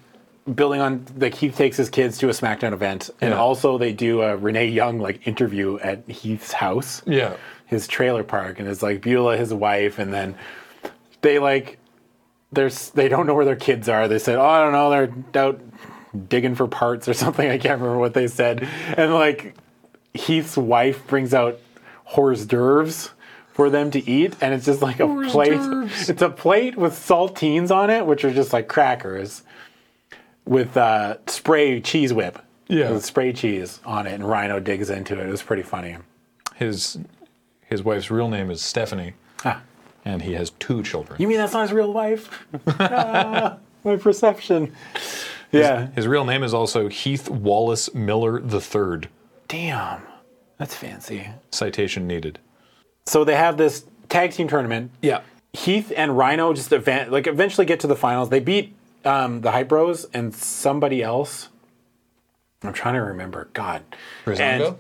[SPEAKER 2] building on like he takes his kids to a SmackDown event, and
[SPEAKER 1] Yeah.
[SPEAKER 2] also they do a Renee Young like interview at Heath's house,
[SPEAKER 1] Yeah.
[SPEAKER 2] his trailer park, and it's like Beulah, his wife, and then they like there's they don't know where their kids are. They said, oh, I don't know, they're out digging for parts or something. I can't remember what they said. And like Heath's wife brings out hors d'oeuvres for them to eat, and it's just like a
[SPEAKER 1] Hors
[SPEAKER 2] plate.
[SPEAKER 1] d'oeuvres.
[SPEAKER 2] It's a plate with saltines on it, which are just like crackers, with uh, spray cheese whip.
[SPEAKER 1] Yeah.
[SPEAKER 2] with spray cheese on it, and Rhino digs into it. It was pretty funny.
[SPEAKER 1] His his wife's real name is Stephanie,
[SPEAKER 2] Ah,
[SPEAKER 1] and he has two children.
[SPEAKER 2] you mean that's not his real wife? Ah, my perception. Yeah.
[SPEAKER 1] His real name is also Heath Wallace Miller III.
[SPEAKER 2] Damn, that's fancy.
[SPEAKER 1] Citation needed.
[SPEAKER 2] So they have this tag team tournament.
[SPEAKER 1] Yeah.
[SPEAKER 2] Heath and Rhino just event like eventually get to the finals. They beat um, the Hype Bros and somebody else. I'm trying to remember. God.
[SPEAKER 1] Brizongo?
[SPEAKER 2] And-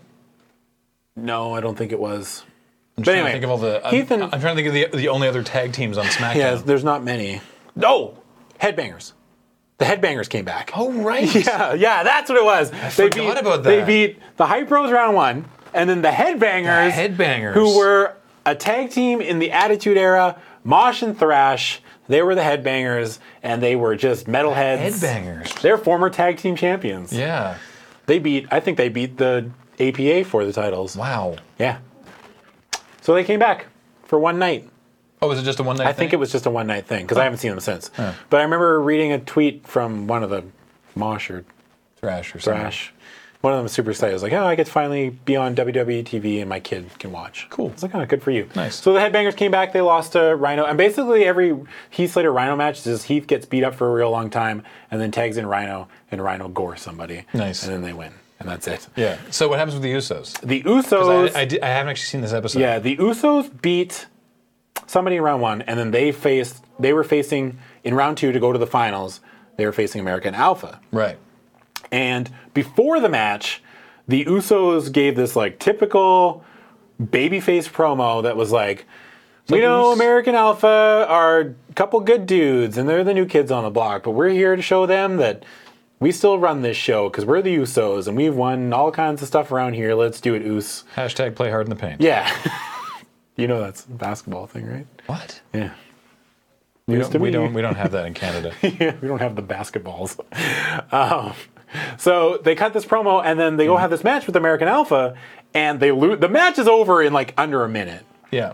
[SPEAKER 2] no, I don't think it was.
[SPEAKER 1] I'm
[SPEAKER 2] but
[SPEAKER 1] trying
[SPEAKER 2] anyway,
[SPEAKER 1] to think of all the. uh, I'm,
[SPEAKER 2] Heath and
[SPEAKER 1] I'm trying to think of the, the only other tag teams on SmackDown.
[SPEAKER 2] yeah, there's not many. No, Headbangers. The Headbangers came back.
[SPEAKER 1] Oh right.
[SPEAKER 2] Yeah, yeah, that's what it was. I they
[SPEAKER 1] forgot
[SPEAKER 2] beat,
[SPEAKER 1] about
[SPEAKER 2] They
[SPEAKER 1] that.
[SPEAKER 2] beat the Hype Bros round one, and then the Headbangers,
[SPEAKER 1] The Headbangers.
[SPEAKER 2] who were a tag team in the Attitude Era, Mosh and Thrash. They were the Headbangers, and they were just metalheads.
[SPEAKER 1] Headbangers.
[SPEAKER 2] They're former tag team champions.
[SPEAKER 1] Yeah.
[SPEAKER 2] They beat. I think they beat the APA for the titles.
[SPEAKER 1] Wow.
[SPEAKER 2] Yeah. So they came back for one night.
[SPEAKER 1] Oh, is it just a one night?
[SPEAKER 2] I think it was just a one night thing
[SPEAKER 1] Oh.
[SPEAKER 2] because I haven't seen them since. But I remember reading a tweet from one of the Mosh or
[SPEAKER 1] Thrash or something.
[SPEAKER 2] Thrash. One of them was super excited. I was like, oh, I get to finally be on WWE TV and my kid can watch.
[SPEAKER 1] Cool.
[SPEAKER 2] It's like, oh, good for you.
[SPEAKER 1] Nice.
[SPEAKER 2] So the Headbangers came back. They lost to Rhino. And basically every Heath Slater Rhino match is just Heath gets beat up for a real long time and then tags in Rhino and Rhino gore somebody.
[SPEAKER 1] Nice.
[SPEAKER 2] And then they win. And that's it.
[SPEAKER 1] Yeah. So what happens with the Usos?
[SPEAKER 2] The
[SPEAKER 1] 'Cause
[SPEAKER 2] Usos.
[SPEAKER 1] I, I di- I haven't actually seen this episode.
[SPEAKER 2] yeah, the Usos beat somebody in round one and then they faced, they were facing in round two to go to the finals. They were facing American Alpha.
[SPEAKER 1] Right.
[SPEAKER 2] And before the match, the Usos gave this like typical babyface promo that was like, we know
[SPEAKER 1] Us-
[SPEAKER 2] American Alpha are a couple good dudes and they're the new kids on the block, but we're here to show them that we still run this show because we're the Usos and we've won all kinds of stuff around here. Let's do it, Us.
[SPEAKER 1] Hashtag play hard in the paint.
[SPEAKER 2] Yeah. you know that's a basketball thing, right?
[SPEAKER 1] What?
[SPEAKER 2] Yeah.
[SPEAKER 1] We
[SPEAKER 2] News
[SPEAKER 1] don't,
[SPEAKER 2] to
[SPEAKER 1] we
[SPEAKER 2] me.
[SPEAKER 1] don't. We don't have that in Canada.
[SPEAKER 2] yeah, we don't have the basketballs. Um, so they cut this promo, and then they go have this match with American Alpha, and they lose. The match is over in like under a minute.
[SPEAKER 1] yeah.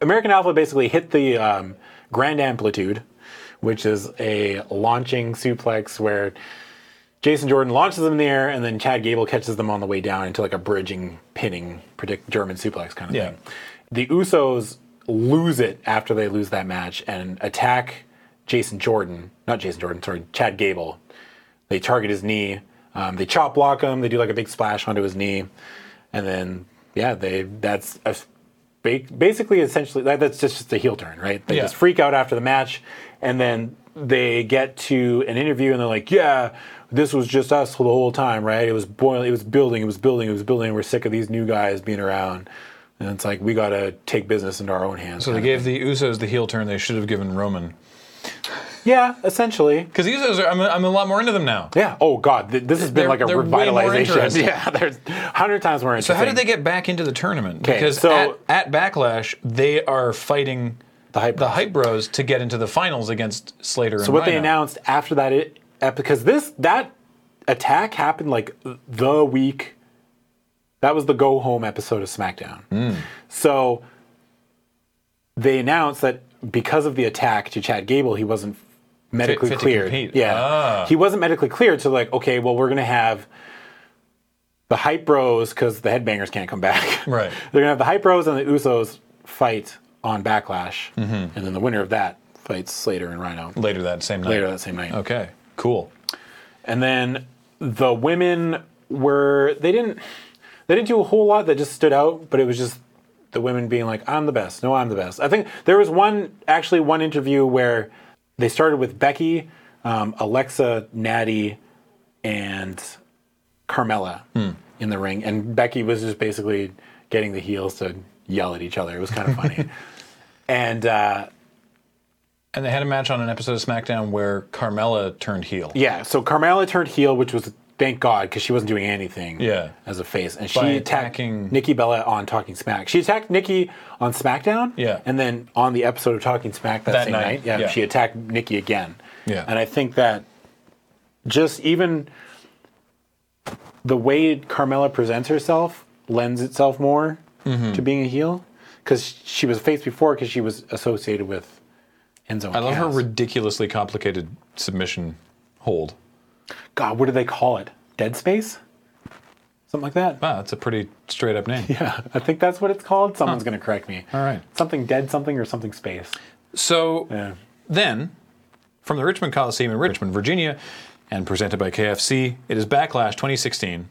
[SPEAKER 2] American Alpha basically hit the um, Grand Amplitude, which is a launching suplex where Jason Jordan launches them in the air, and then Chad Gable catches them on the way down into like a bridging, pinning, predict German suplex kind of
[SPEAKER 1] Yeah.
[SPEAKER 2] thing. The Usos lose it after they lose that match and attack Jason Jordan, not Jason Jordan, sorry, Chad Gable. They target his knee. Um, they chop block him. They do like a big splash onto his knee, and then yeah, they that's a, ba- basically essentially that, that's just, just a heel turn, right? They
[SPEAKER 1] Yeah.
[SPEAKER 2] just freak out after the match, and then they get to an interview and they're like, yeah. This was just us the whole time, right? It was boiling, it was building, it was building, it was building. We're sick of these new guys being around, and it's like we got to take business into our own hands.
[SPEAKER 1] So they gave the Usos the heel turn they should have given Roman.
[SPEAKER 2] yeah, essentially,
[SPEAKER 1] Because the Usos are. I'm, I'm a lot more into them now.
[SPEAKER 2] yeah. Oh God, th- this has been
[SPEAKER 1] They're-
[SPEAKER 2] like a
[SPEAKER 1] they're way more
[SPEAKER 2] revitalization.
[SPEAKER 1] interesting.
[SPEAKER 2] Yeah, there's hundred times more interesting.
[SPEAKER 1] So how did they get back into the tournament?
[SPEAKER 2] 'Kay,
[SPEAKER 1] because
[SPEAKER 2] so-
[SPEAKER 1] at, at Backlash they are fighting
[SPEAKER 2] The Hype
[SPEAKER 1] the
[SPEAKER 2] Bros.
[SPEAKER 1] hype bros to get into the finals against Slater. and
[SPEAKER 2] So what they
[SPEAKER 1] Rhino.
[SPEAKER 2] announced after that, it, uh, because this that attack happened like the week. That was the go home episode of SmackDown.
[SPEAKER 1] Hmm.
[SPEAKER 2] So they announced that because of the attack to Chad Gable, he wasn't medically
[SPEAKER 1] fit to
[SPEAKER 2] cleared.
[SPEAKER 1] compete.
[SPEAKER 2] yeah,
[SPEAKER 1] Ah.
[SPEAKER 2] he wasn't medically cleared. So like, okay, well, we're gonna have the hype bros because the headbangers can't come back.
[SPEAKER 1] Right.
[SPEAKER 2] They're gonna have the hype bros and the Usos fight on Backlash,
[SPEAKER 1] Mm-hmm.
[SPEAKER 2] and then the winner of that fights Slater and Rhino
[SPEAKER 1] later that same night.
[SPEAKER 2] later that same night.
[SPEAKER 1] Okay, cool.
[SPEAKER 2] And then the women were they didn't they didn't do a whole lot that just stood out, but it was just the women being like, "I'm the best." No, I'm the best. I think there was one actually one interview where they started with Becky, um, Alexa, Natty, and Carmella in the ring, and Becky was just basically getting the heels to yell at each other. It was kind of funny. and uh,
[SPEAKER 1] And they had a match on an episode of SmackDown where Carmella turned heel.
[SPEAKER 2] Yeah, so Carmella turned heel, which was thank God because she wasn't doing anything.
[SPEAKER 1] Yeah.
[SPEAKER 2] as a face, and she
[SPEAKER 1] By
[SPEAKER 2] attacked
[SPEAKER 1] attacking-
[SPEAKER 2] Nikki Bella on Talking Smack. She attacked Nikki on SmackDown.
[SPEAKER 1] Yeah.
[SPEAKER 2] and then on the episode of Talking Smack that,
[SPEAKER 1] That
[SPEAKER 2] same
[SPEAKER 1] night,
[SPEAKER 2] night, yeah,
[SPEAKER 1] yeah.
[SPEAKER 2] she attacked Nikki again.
[SPEAKER 1] Yeah.
[SPEAKER 2] and I think that just even the way Carmella presents herself lends itself more
[SPEAKER 1] Mm-hmm.
[SPEAKER 2] to being a heel because she was a face before because she was associated with Enzo.
[SPEAKER 1] I love her ridiculously complicated submission hold.
[SPEAKER 2] God, what do they call it? Dead space? Something like that.
[SPEAKER 1] Wow, that's a pretty straight up name.
[SPEAKER 2] Yeah, I think that's what it's called. Someone's going to correct me.
[SPEAKER 1] All right.
[SPEAKER 2] Something dead, something, or something space.
[SPEAKER 1] So
[SPEAKER 2] Yeah.
[SPEAKER 1] then, from the Richmond Coliseum in Richmond, Virginia, and presented by KFC, it is Backlash 2016.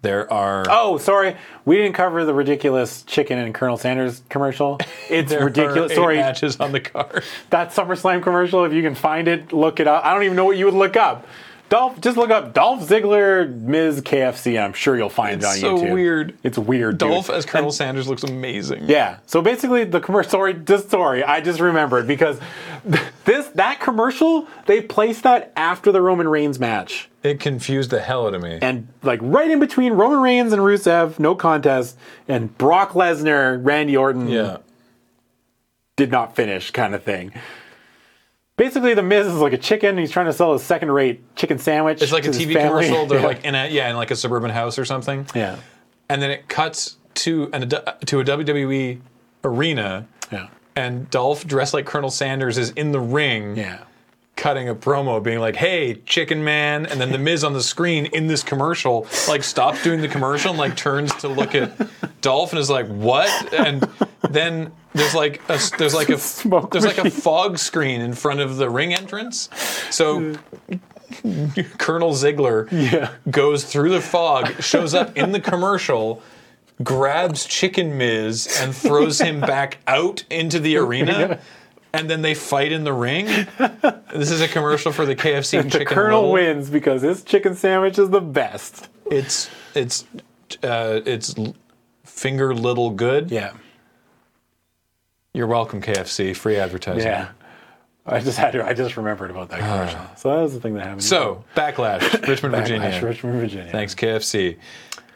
[SPEAKER 1] There are
[SPEAKER 2] Oh, sorry. We didn't cover the ridiculous chicken and Colonel Sanders commercial. It's
[SPEAKER 1] there are
[SPEAKER 2] ridiculous.
[SPEAKER 1] eight
[SPEAKER 2] Sorry.
[SPEAKER 1] matches on the card.
[SPEAKER 2] That SummerSlam commercial, if you can find it, look it up. I don't even know what you would look up. Dolph, just look up Dolph Ziggler, Ms. KFC, and I'm sure you'll find
[SPEAKER 1] It's
[SPEAKER 2] it on
[SPEAKER 1] so
[SPEAKER 2] YouTube.
[SPEAKER 1] weird.
[SPEAKER 2] It's weird. dude.
[SPEAKER 1] Dolph as Colonel Sanders looks amazing.
[SPEAKER 2] Yeah. So basically, the commercial. Sorry, just sorry. I just remembered because this that commercial they placed that after the Roman Reigns match
[SPEAKER 1] It confused the hell out of me.
[SPEAKER 2] and like right in between Roman Reigns and Rusev, no contest, and Brock Lesnar, Randy Orton
[SPEAKER 1] yeah.
[SPEAKER 2] did not finish kind of thing. Basically, the Miz is like a chicken. He's trying to sell a second-rate chicken sandwich.
[SPEAKER 1] It's like a
[SPEAKER 2] to his
[SPEAKER 1] TV
[SPEAKER 2] family.
[SPEAKER 1] commercial. They're
[SPEAKER 2] Yeah.
[SPEAKER 1] like in a yeah, in like a suburban house or something.
[SPEAKER 2] yeah,
[SPEAKER 1] And then it cuts to an to a WWE arena
[SPEAKER 2] yeah,
[SPEAKER 1] and Dolph dressed like Colonel Sanders is in the ring.
[SPEAKER 2] yeah.
[SPEAKER 1] cutting a promo being like, hey, chicken man, and then the Miz on the screen in this commercial, like stops doing the commercial and like turns to look at Dolph and is like, what? And then there's like a there's like a
[SPEAKER 2] Smoke
[SPEAKER 1] there's like a
[SPEAKER 2] machine.
[SPEAKER 1] fog screen in front of the ring entrance. So Colonel Ziggler
[SPEAKER 2] Yeah.
[SPEAKER 1] goes through the fog, shows up in the commercial, grabs Chicken Miz and throws him back out into the arena, and then they fight in the ring. This is a commercial for the KFC
[SPEAKER 2] The
[SPEAKER 1] chicken.
[SPEAKER 2] Colonel
[SPEAKER 1] roll.
[SPEAKER 2] wins because his chicken sandwich is the best.
[SPEAKER 1] It's it's uh, it's l- finger little good.
[SPEAKER 2] Yeah,
[SPEAKER 1] You're welcome, KFC. Free advertising.
[SPEAKER 2] yeah. I just had to. I just remembered about that commercial. Uh-huh. so that was the thing that happened.
[SPEAKER 1] So backlash, Richmond, Virginia.
[SPEAKER 2] Backlash, Richmond, Virginia.
[SPEAKER 1] Thanks, KFC.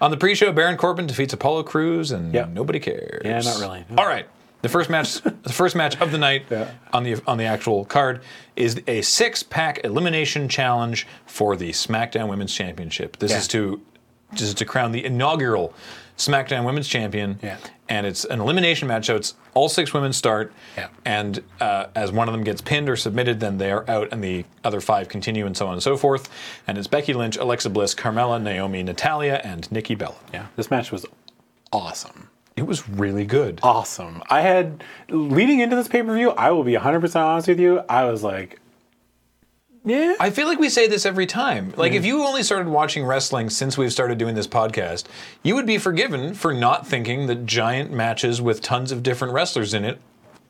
[SPEAKER 1] On the pre-show, Baron Corbin defeats Apollo Crews, and
[SPEAKER 2] Yep.
[SPEAKER 1] nobody cares.
[SPEAKER 2] Yeah, not really.
[SPEAKER 1] All right. The first match, the first match of the night
[SPEAKER 2] Yeah.
[SPEAKER 1] on the on the actual card is a six-pack elimination challenge for the SmackDown Women's Championship. This
[SPEAKER 2] Yeah.
[SPEAKER 1] is to this is to crown the inaugural SmackDown Women's Champion.
[SPEAKER 2] Yeah.
[SPEAKER 1] And it's an elimination match, so it's all six women start,
[SPEAKER 2] Yeah.
[SPEAKER 1] and uh, as one of them gets pinned or submitted, then they are out, and the other five continue, and so on and so forth. And it's Becky Lynch, Alexa Bliss, Carmella, Naomi, Natalia, and Nikki Bella.
[SPEAKER 2] Yeah, this match was awesome.
[SPEAKER 1] It was really good.
[SPEAKER 2] Awesome. I had leading into this pay per view. I will be 100 percent honest with you. I was like, yeah,
[SPEAKER 1] I feel like we say this every time. Like, if you only started watching wrestling since we've started doing this podcast, you would be forgiven for not thinking that giant matches with tons of different wrestlers in it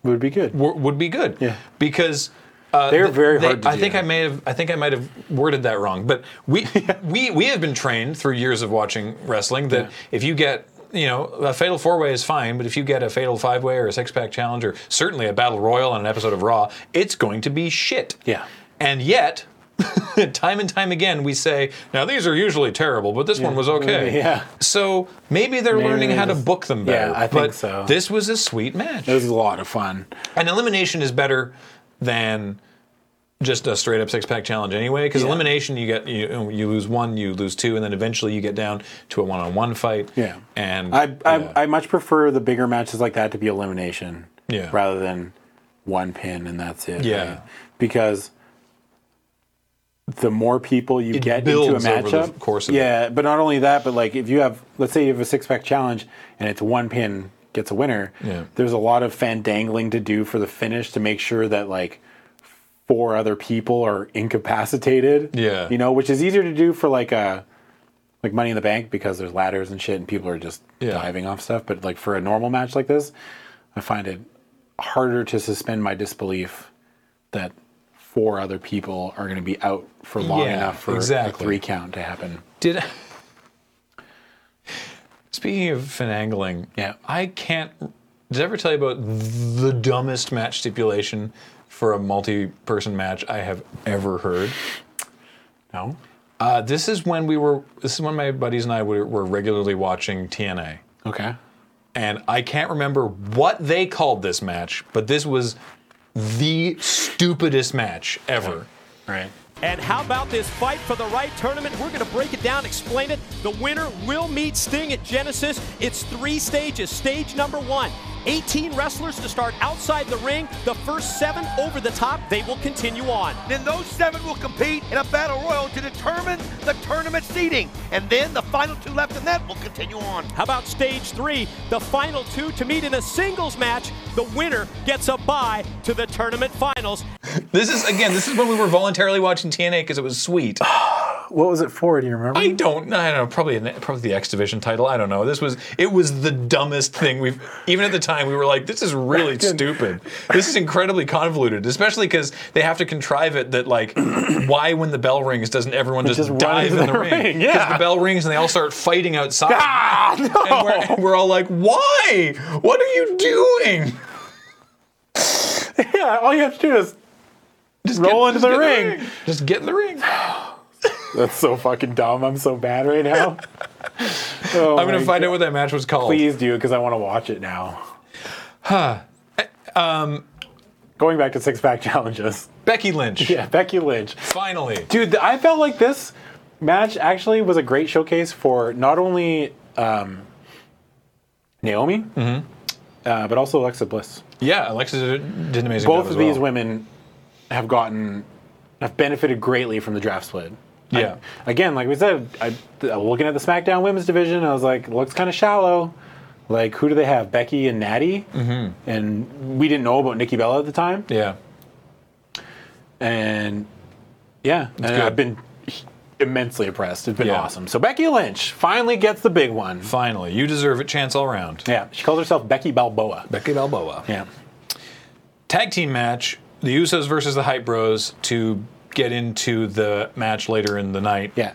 [SPEAKER 2] would be good.
[SPEAKER 1] w- would be good.
[SPEAKER 2] Yeah.
[SPEAKER 1] Because uh,
[SPEAKER 2] They're
[SPEAKER 1] th-
[SPEAKER 2] very
[SPEAKER 1] they-
[SPEAKER 2] hard to
[SPEAKER 1] I
[SPEAKER 2] do.
[SPEAKER 1] think I may have. I think I might have worded that wrong. But we we we have been trained through years of watching wrestling that
[SPEAKER 2] Yeah.
[SPEAKER 1] if you get you know a fatal four way is fine, but if you get a fatal five way or a six pack challenge or certainly a battle royal on an episode of Raw, it's going to be shit.
[SPEAKER 2] Yeah.
[SPEAKER 1] And yet. time and time again, we say, "Now these are usually terrible, but this one was okay."
[SPEAKER 2] Yeah.
[SPEAKER 1] So maybe they're learning
[SPEAKER 2] they
[SPEAKER 1] how to
[SPEAKER 2] just-
[SPEAKER 1] book them
[SPEAKER 2] Yeah,
[SPEAKER 1] better.
[SPEAKER 2] I think
[SPEAKER 1] but
[SPEAKER 2] so.
[SPEAKER 1] This was a sweet match.
[SPEAKER 2] It was a lot of fun.
[SPEAKER 1] And elimination is better than just a straight up six pack challenge anyway. Because
[SPEAKER 2] Yeah.
[SPEAKER 1] elimination, you get you, you lose one, you lose two, and then eventually you get down to a one on one fight.
[SPEAKER 2] Yeah.
[SPEAKER 1] And
[SPEAKER 2] I, I,
[SPEAKER 1] yeah.
[SPEAKER 2] I much prefer the bigger matches like that to be elimination
[SPEAKER 1] Yeah.
[SPEAKER 2] rather than one pin and that's it.
[SPEAKER 1] Yeah.
[SPEAKER 2] Because the more people you get into a
[SPEAKER 1] builds over the
[SPEAKER 2] matchup,
[SPEAKER 1] course of it.
[SPEAKER 2] yeah. But not only that, but like if you have, let's say you have a six pack challenge and it's one pin gets a winner.
[SPEAKER 1] Yeah.
[SPEAKER 2] There's a lot of fandangling to do for the finish to make sure that like four other people are incapacitated.
[SPEAKER 1] Yeah.
[SPEAKER 2] You know, which is easier to do for like a like Money in the Bank because there's ladders and shit and people are just
[SPEAKER 1] Yeah.
[SPEAKER 2] diving off stuff. But like for a normal match like this, I find it harder to suspend my disbelief that four other people are going to be out for long
[SPEAKER 1] Yeah,
[SPEAKER 2] enough for
[SPEAKER 1] exactly.
[SPEAKER 2] a three count to happen.
[SPEAKER 1] did. Speaking of finagling,
[SPEAKER 2] Yeah.
[SPEAKER 1] I can't. Did I ever tell you about the dumbest match stipulation for a multi-person match I have ever heard?
[SPEAKER 2] No.
[SPEAKER 1] Uh, this is when we were. This is when my buddies and I were, were regularly watching TNA.
[SPEAKER 2] Okay.
[SPEAKER 1] and I can't remember what they called this match, but this was the stupidest match ever.
[SPEAKER 2] Right.
[SPEAKER 3] And how about this fight for the right tournament? We're going to break it down, explain it. The winner will meet Sting at Genesis. It's three stages. Stage number one 18 wrestlers to start outside the ring. The first seven over the top, they will continue on.
[SPEAKER 4] Then those seven will compete in a battle royal to determine the tournament seeding. And then the final two left in that will continue on.
[SPEAKER 3] How about stage three? The final two to meet in a singles match. The winner gets a bye to the tournament finals.
[SPEAKER 1] This is again. This is when we were voluntarily watching TNA because it was sweet.
[SPEAKER 2] What was it for? Do you remember?
[SPEAKER 1] I don't. I don't know. Probably an, probably the X Division title. I don't know. This was. It was the dumbest thing we've. Even at the time, we were like, "This is really stupid. This is incredibly convoluted." Especially because they have to contrive it that like, why when the bell rings doesn't everyone just,
[SPEAKER 2] just run
[SPEAKER 1] dive
[SPEAKER 2] into
[SPEAKER 1] in the
[SPEAKER 2] the
[SPEAKER 1] ring?
[SPEAKER 2] ring, yeah.
[SPEAKER 1] the bell rings and they all start fighting outside.
[SPEAKER 2] ah,
[SPEAKER 1] And we're,
[SPEAKER 2] no.
[SPEAKER 1] and we're all like, "Why? What are you doing?"
[SPEAKER 2] Yeah, all you have to do is
[SPEAKER 1] Just
[SPEAKER 2] Roll into
[SPEAKER 1] just
[SPEAKER 2] the
[SPEAKER 1] in
[SPEAKER 2] ring.
[SPEAKER 1] Just get in the ring.
[SPEAKER 2] That's so fucking dumb. I'm so bad right now. Oh
[SPEAKER 1] I'm gonna
[SPEAKER 2] my
[SPEAKER 1] find
[SPEAKER 2] God.
[SPEAKER 1] out what that match was called.
[SPEAKER 2] Please do, because I want to watch it now. Huh. Going back to six pack challenges.
[SPEAKER 1] Becky Lynch.
[SPEAKER 2] Yeah, Becky Lynch.
[SPEAKER 1] Finally.
[SPEAKER 2] Dude, th- I felt like this match actually was a great showcase for not only um, Naomi, uh, but also Alexa Bliss.
[SPEAKER 1] Yeah, Alexa did, did an amazing job
[SPEAKER 2] Both
[SPEAKER 1] as
[SPEAKER 2] of these
[SPEAKER 1] well.
[SPEAKER 2] women have gotten, have benefited greatly from the draft split. I-
[SPEAKER 1] Yeah.
[SPEAKER 2] again, like we said, I, th- looking at the SmackDown Women's Division, I was like, looks kind of shallow. Like, who do they have? Becky and Natty? Mm-hmm. And we didn't know about Nikki Bella at the time.
[SPEAKER 1] Yeah.
[SPEAKER 2] and yeah, and
[SPEAKER 1] good.
[SPEAKER 2] I've been immensely impressed. It's been
[SPEAKER 1] Yeah.
[SPEAKER 2] awesome. So Becky Lynch finally gets the big one.
[SPEAKER 1] Finally, you deserve it. Chance all round.
[SPEAKER 2] Yeah, she calls herself Becky Balboa.
[SPEAKER 1] Becky Balboa.
[SPEAKER 2] Yeah,
[SPEAKER 1] Tag team match: the Usos versus the Hype Bros to get into the match later in the night.
[SPEAKER 2] yeah.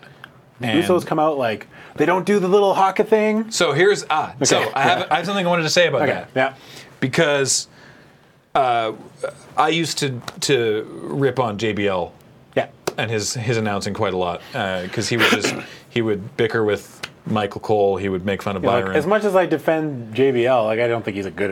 [SPEAKER 1] And
[SPEAKER 2] Usos come out like they don't do the little haka thing.
[SPEAKER 1] So here's ah. So
[SPEAKER 2] Okay.
[SPEAKER 1] I have I have something I wanted to say about
[SPEAKER 2] Okay,
[SPEAKER 1] that.
[SPEAKER 2] yeah.
[SPEAKER 1] Because uh, I used to to rip on JBL
[SPEAKER 2] Yeah.
[SPEAKER 1] and his his announcing quite a lot because he would just he would bicker with Michael Cole. He would make fun of
[SPEAKER 2] Like,
[SPEAKER 1] Byron.
[SPEAKER 2] as much as I defend JBL, like I don't think he's a good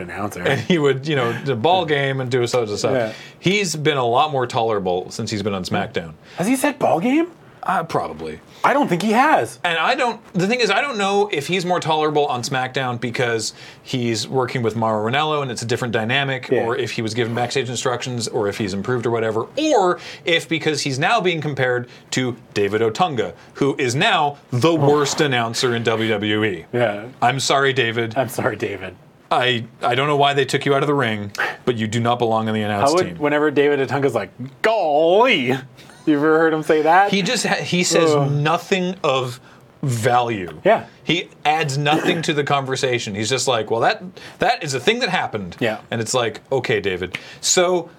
[SPEAKER 2] announcer.
[SPEAKER 1] he would, you know, the ball game and do such and such.
[SPEAKER 2] Yeah.
[SPEAKER 1] He's been a lot more tolerable since he's been on SmackDown.
[SPEAKER 2] Has he said ball game?
[SPEAKER 1] Uh, probably.
[SPEAKER 2] I don't think he has.
[SPEAKER 1] And I don't. The thing is, I don't know if he's more tolerable on SmackDown because he's working with Mauro Ranello and it's a different dynamic,
[SPEAKER 2] Yeah.
[SPEAKER 1] or if he was given backstage instructions, or if he's improved or whatever, or if because he's now being compared to David Otunga, who is now the worst announcer in WWE.
[SPEAKER 2] Oh. Yeah. Uh,
[SPEAKER 1] I'm sorry, David.
[SPEAKER 2] I'm sorry, David.
[SPEAKER 1] I I don't know why they took you out of the ring, but you do not belong in the
[SPEAKER 2] I
[SPEAKER 1] announce team.
[SPEAKER 2] would, whenever David Atunga's like, golly, you ever heard him say that?
[SPEAKER 1] He just ha- he says
[SPEAKER 2] Ugh.
[SPEAKER 1] nothing of value.
[SPEAKER 2] Yeah.
[SPEAKER 1] He adds nothing to the conversation. He's just like, well, that that is a thing that happened.
[SPEAKER 2] Yeah.
[SPEAKER 1] And it's like, okay, David. So.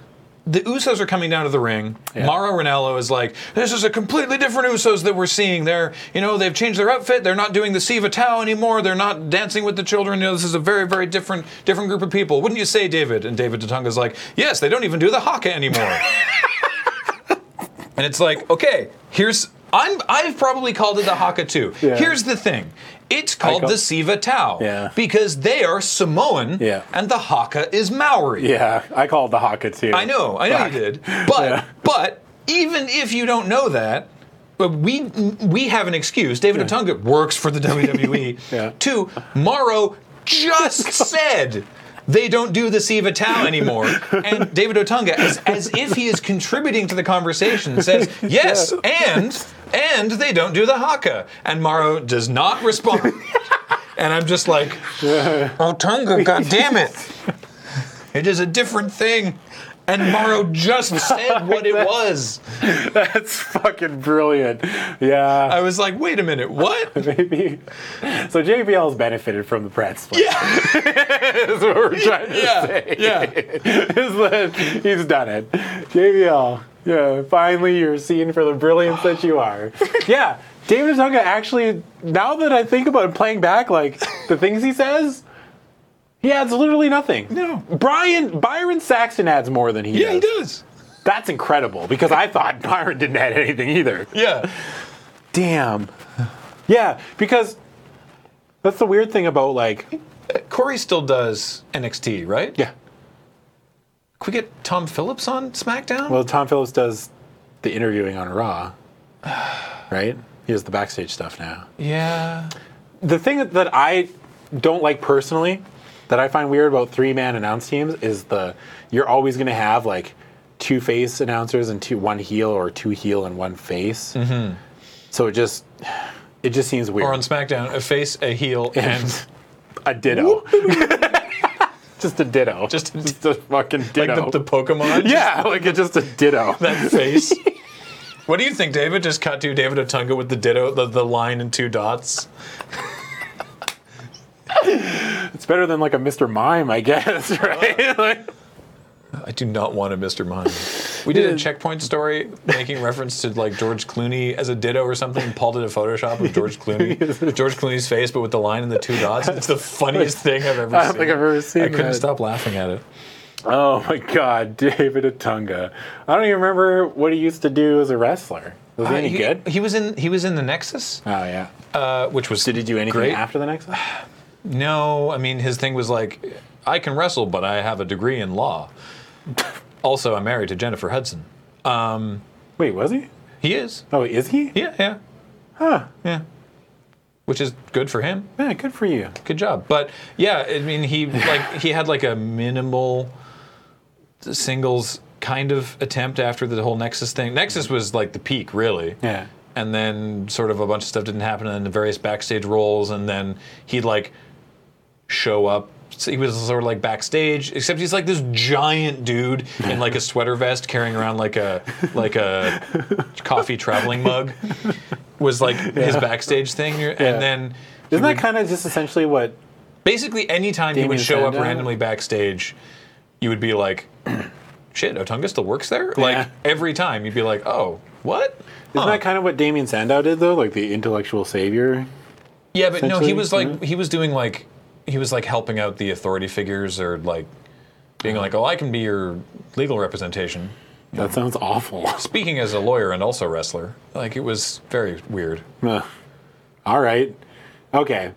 [SPEAKER 1] The Usos are coming down to the ring. Mauro Ranallo is like, "This is a completely different Usos that we're seeing. They're, you know, they've changed their outfit. They're not doing the Siva Tao anymore. They're not dancing with the children. You know, this is a very, very different, different group of people. Wouldn't you say, David?" And David Tatanga's like, "Yes, they don't even do the haka anymore." And it's like, okay, here's I'm I've probably called it the Haka too.
[SPEAKER 2] Yeah.
[SPEAKER 1] Here's the thing. It's called
[SPEAKER 2] call-
[SPEAKER 1] the Siva Tau
[SPEAKER 2] Yeah.
[SPEAKER 1] because they are Samoan
[SPEAKER 2] Yeah.
[SPEAKER 1] and the Haka is Maori.
[SPEAKER 2] yeah, I called the haka too.
[SPEAKER 1] I know, I know you did. But but even if you don't know that, but we we have an excuse. David Otunga works for the WWE.
[SPEAKER 2] Yeah.
[SPEAKER 1] Two, Morrow just said they don't do the Siva Tao anymore. And David Otunga, as, as if he is contributing to the conversation, says, yes, and and they don't do the haka. And Morrow does not respond. and I'm just like, Otunga, God damn it. It is a different thing. And Morrow just said what it was.
[SPEAKER 2] That's fucking brilliant. Yeah.
[SPEAKER 1] I was like, wait a minute, what?
[SPEAKER 2] Maybe. So JBL's benefited from the Pratt split. Yeah. That's what we're trying to
[SPEAKER 1] Yeah,
[SPEAKER 2] say.
[SPEAKER 1] yeah.
[SPEAKER 2] Is that he's done it. JBL, yeah, finally you're seen for the brilliance that you are. yeah. David Otunga actually, now that I think about it, playing back, like the things he says, he adds literally nothing.
[SPEAKER 1] No.
[SPEAKER 2] Brian Byron Saxton adds more than he
[SPEAKER 1] Yeah,
[SPEAKER 2] does.
[SPEAKER 1] he does.
[SPEAKER 2] That's incredible because I thought Byron didn't add anything either.
[SPEAKER 1] Yeah.
[SPEAKER 2] Damn. Yeah, because that's the weird thing about like
[SPEAKER 1] Corey still does NXT, right?
[SPEAKER 2] yeah.
[SPEAKER 1] Can we get Tom Phillips on SmackDown?
[SPEAKER 2] Well, Tom Phillips does the interviewing on Raw, right? He does the backstage stuff now.
[SPEAKER 1] Yeah.
[SPEAKER 2] The thing that- that I don't like personally, that I find weird about three man announce teams is the you're always going to have like two face announcers and two one heel or two heel and one face. So it just it just seems weird.
[SPEAKER 1] Mm-hmm. Or on SmackDown, a face, a heel, and
[SPEAKER 2] a ditto. just a ditto.
[SPEAKER 1] Just a
[SPEAKER 2] a fucking
[SPEAKER 1] like
[SPEAKER 2] ditto.
[SPEAKER 1] the, the Pokemon.
[SPEAKER 2] yeah, like it's just a ditto.
[SPEAKER 1] that face. what do you think, David? Just cut to David Otunga with the ditto, the, the line and two dots.
[SPEAKER 2] It's better than like a Mr. Mime, I guess, right? Like-
[SPEAKER 1] I do not want a Mr. Mime. We did a checkpoint story making reference to like George Clooney as a ditto or something. Paul did a Photoshop of George Clooney, George Clooney's face, but with the line and the two dots. It's the funniest thing I've ever
[SPEAKER 2] I
[SPEAKER 1] seen.
[SPEAKER 2] don't think I've ever seen
[SPEAKER 1] I couldn't
[SPEAKER 2] that.
[SPEAKER 1] stop laughing at it.
[SPEAKER 2] oh my God, David Otunga. I don't even remember what he used to do as a wrestler. Was he
[SPEAKER 1] Uh,
[SPEAKER 2] any
[SPEAKER 1] he,
[SPEAKER 2] good?
[SPEAKER 1] He was in he was in the Nexus,
[SPEAKER 2] Oh yeah.
[SPEAKER 1] uh, which was
[SPEAKER 2] Did he do anything
[SPEAKER 1] great.
[SPEAKER 2] after the next? one?
[SPEAKER 1] No, I mean his thing was like, I can wrestle, but I have a degree in law. also, I'm married to Jennifer Hudson.
[SPEAKER 2] Wait, was he?
[SPEAKER 1] He is.
[SPEAKER 2] Oh, is he?
[SPEAKER 1] Yeah, yeah. Huh. Yeah. Which is good for him.
[SPEAKER 2] Yeah, good for you.
[SPEAKER 1] Good job. But yeah, I mean he like he had like a minimal singles kind of attempt after the whole Nexus thing. Nexus was like the peak, really.
[SPEAKER 2] Yeah.
[SPEAKER 1] And then sort of a bunch of stuff didn't happen in the various backstage roles and then he'd like show up. So he was sort of like backstage, except he's like this giant dude in like a sweater vest carrying around like a like a coffee traveling mug was like his backstage thing. And
[SPEAKER 2] Yeah.
[SPEAKER 1] then
[SPEAKER 2] Isn't that kind of just essentially what?
[SPEAKER 1] basically anytime you
[SPEAKER 2] Damien
[SPEAKER 1] would show up
[SPEAKER 2] Sandow?
[SPEAKER 1] randomly backstage, you would be like, shit, Otunga still works there? Like
[SPEAKER 2] Yeah.
[SPEAKER 1] every time you'd be like, oh, what?
[SPEAKER 2] Isn't
[SPEAKER 1] Huh.
[SPEAKER 2] that kind of what Damien Sandow did though? Like the intellectual savior.
[SPEAKER 1] Yeah, but no, he
[SPEAKER 2] Essentially,
[SPEAKER 1] was like he was doing like he was like helping out the authority figures or like being like, "Oh, I can be your legal representation."
[SPEAKER 2] That sounds awful.
[SPEAKER 1] Speaking as a lawyer and also wrestler, like it was very weird.
[SPEAKER 2] Ugh. All right. Okay.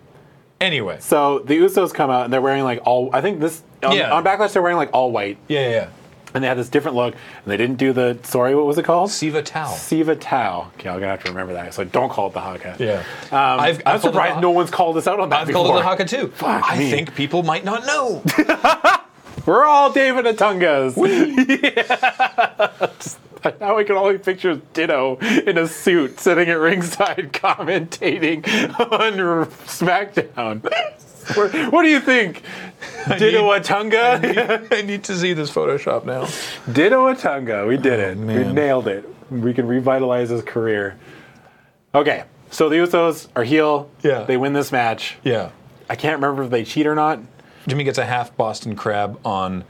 [SPEAKER 1] Anyway,
[SPEAKER 2] So the Usos come out and they're wearing like all. I think this on,
[SPEAKER 1] Yeah.
[SPEAKER 2] on Backlash they're wearing like all white
[SPEAKER 1] yeah, yeah, yeah.
[SPEAKER 2] and they had this different look and they didn't do the sorry what was it called?
[SPEAKER 1] Siva Tao.
[SPEAKER 2] Siva Tao. Okay, I'm gonna have to remember that. So don't call it the Haka.
[SPEAKER 1] Yeah,
[SPEAKER 2] Um, i
[SPEAKER 1] I've
[SPEAKER 2] am
[SPEAKER 1] called it
[SPEAKER 2] surprised
[SPEAKER 1] the-
[SPEAKER 2] no one's called us out on that
[SPEAKER 1] I've
[SPEAKER 2] before.
[SPEAKER 1] called it the Haka too.
[SPEAKER 2] Fuck
[SPEAKER 1] I
[SPEAKER 2] me.
[SPEAKER 1] think people might not know.
[SPEAKER 2] We're all David Atungas. Yeah. Just- Now I can only picture Ditto in a suit sitting at ringside commentating on SmackDown. what what do you think? Ditto Atunga?
[SPEAKER 1] I need to see this Photoshop now.
[SPEAKER 2] Ditto Atunga. We did it.
[SPEAKER 1] Oh, man.
[SPEAKER 2] We nailed it. We can revitalize his career. Okay, so the Usos are heel.
[SPEAKER 1] Yeah.
[SPEAKER 2] They win this match.
[SPEAKER 1] Yeah,
[SPEAKER 2] I can't remember if they cheat or not.
[SPEAKER 1] Jimmy gets a half Boston crab on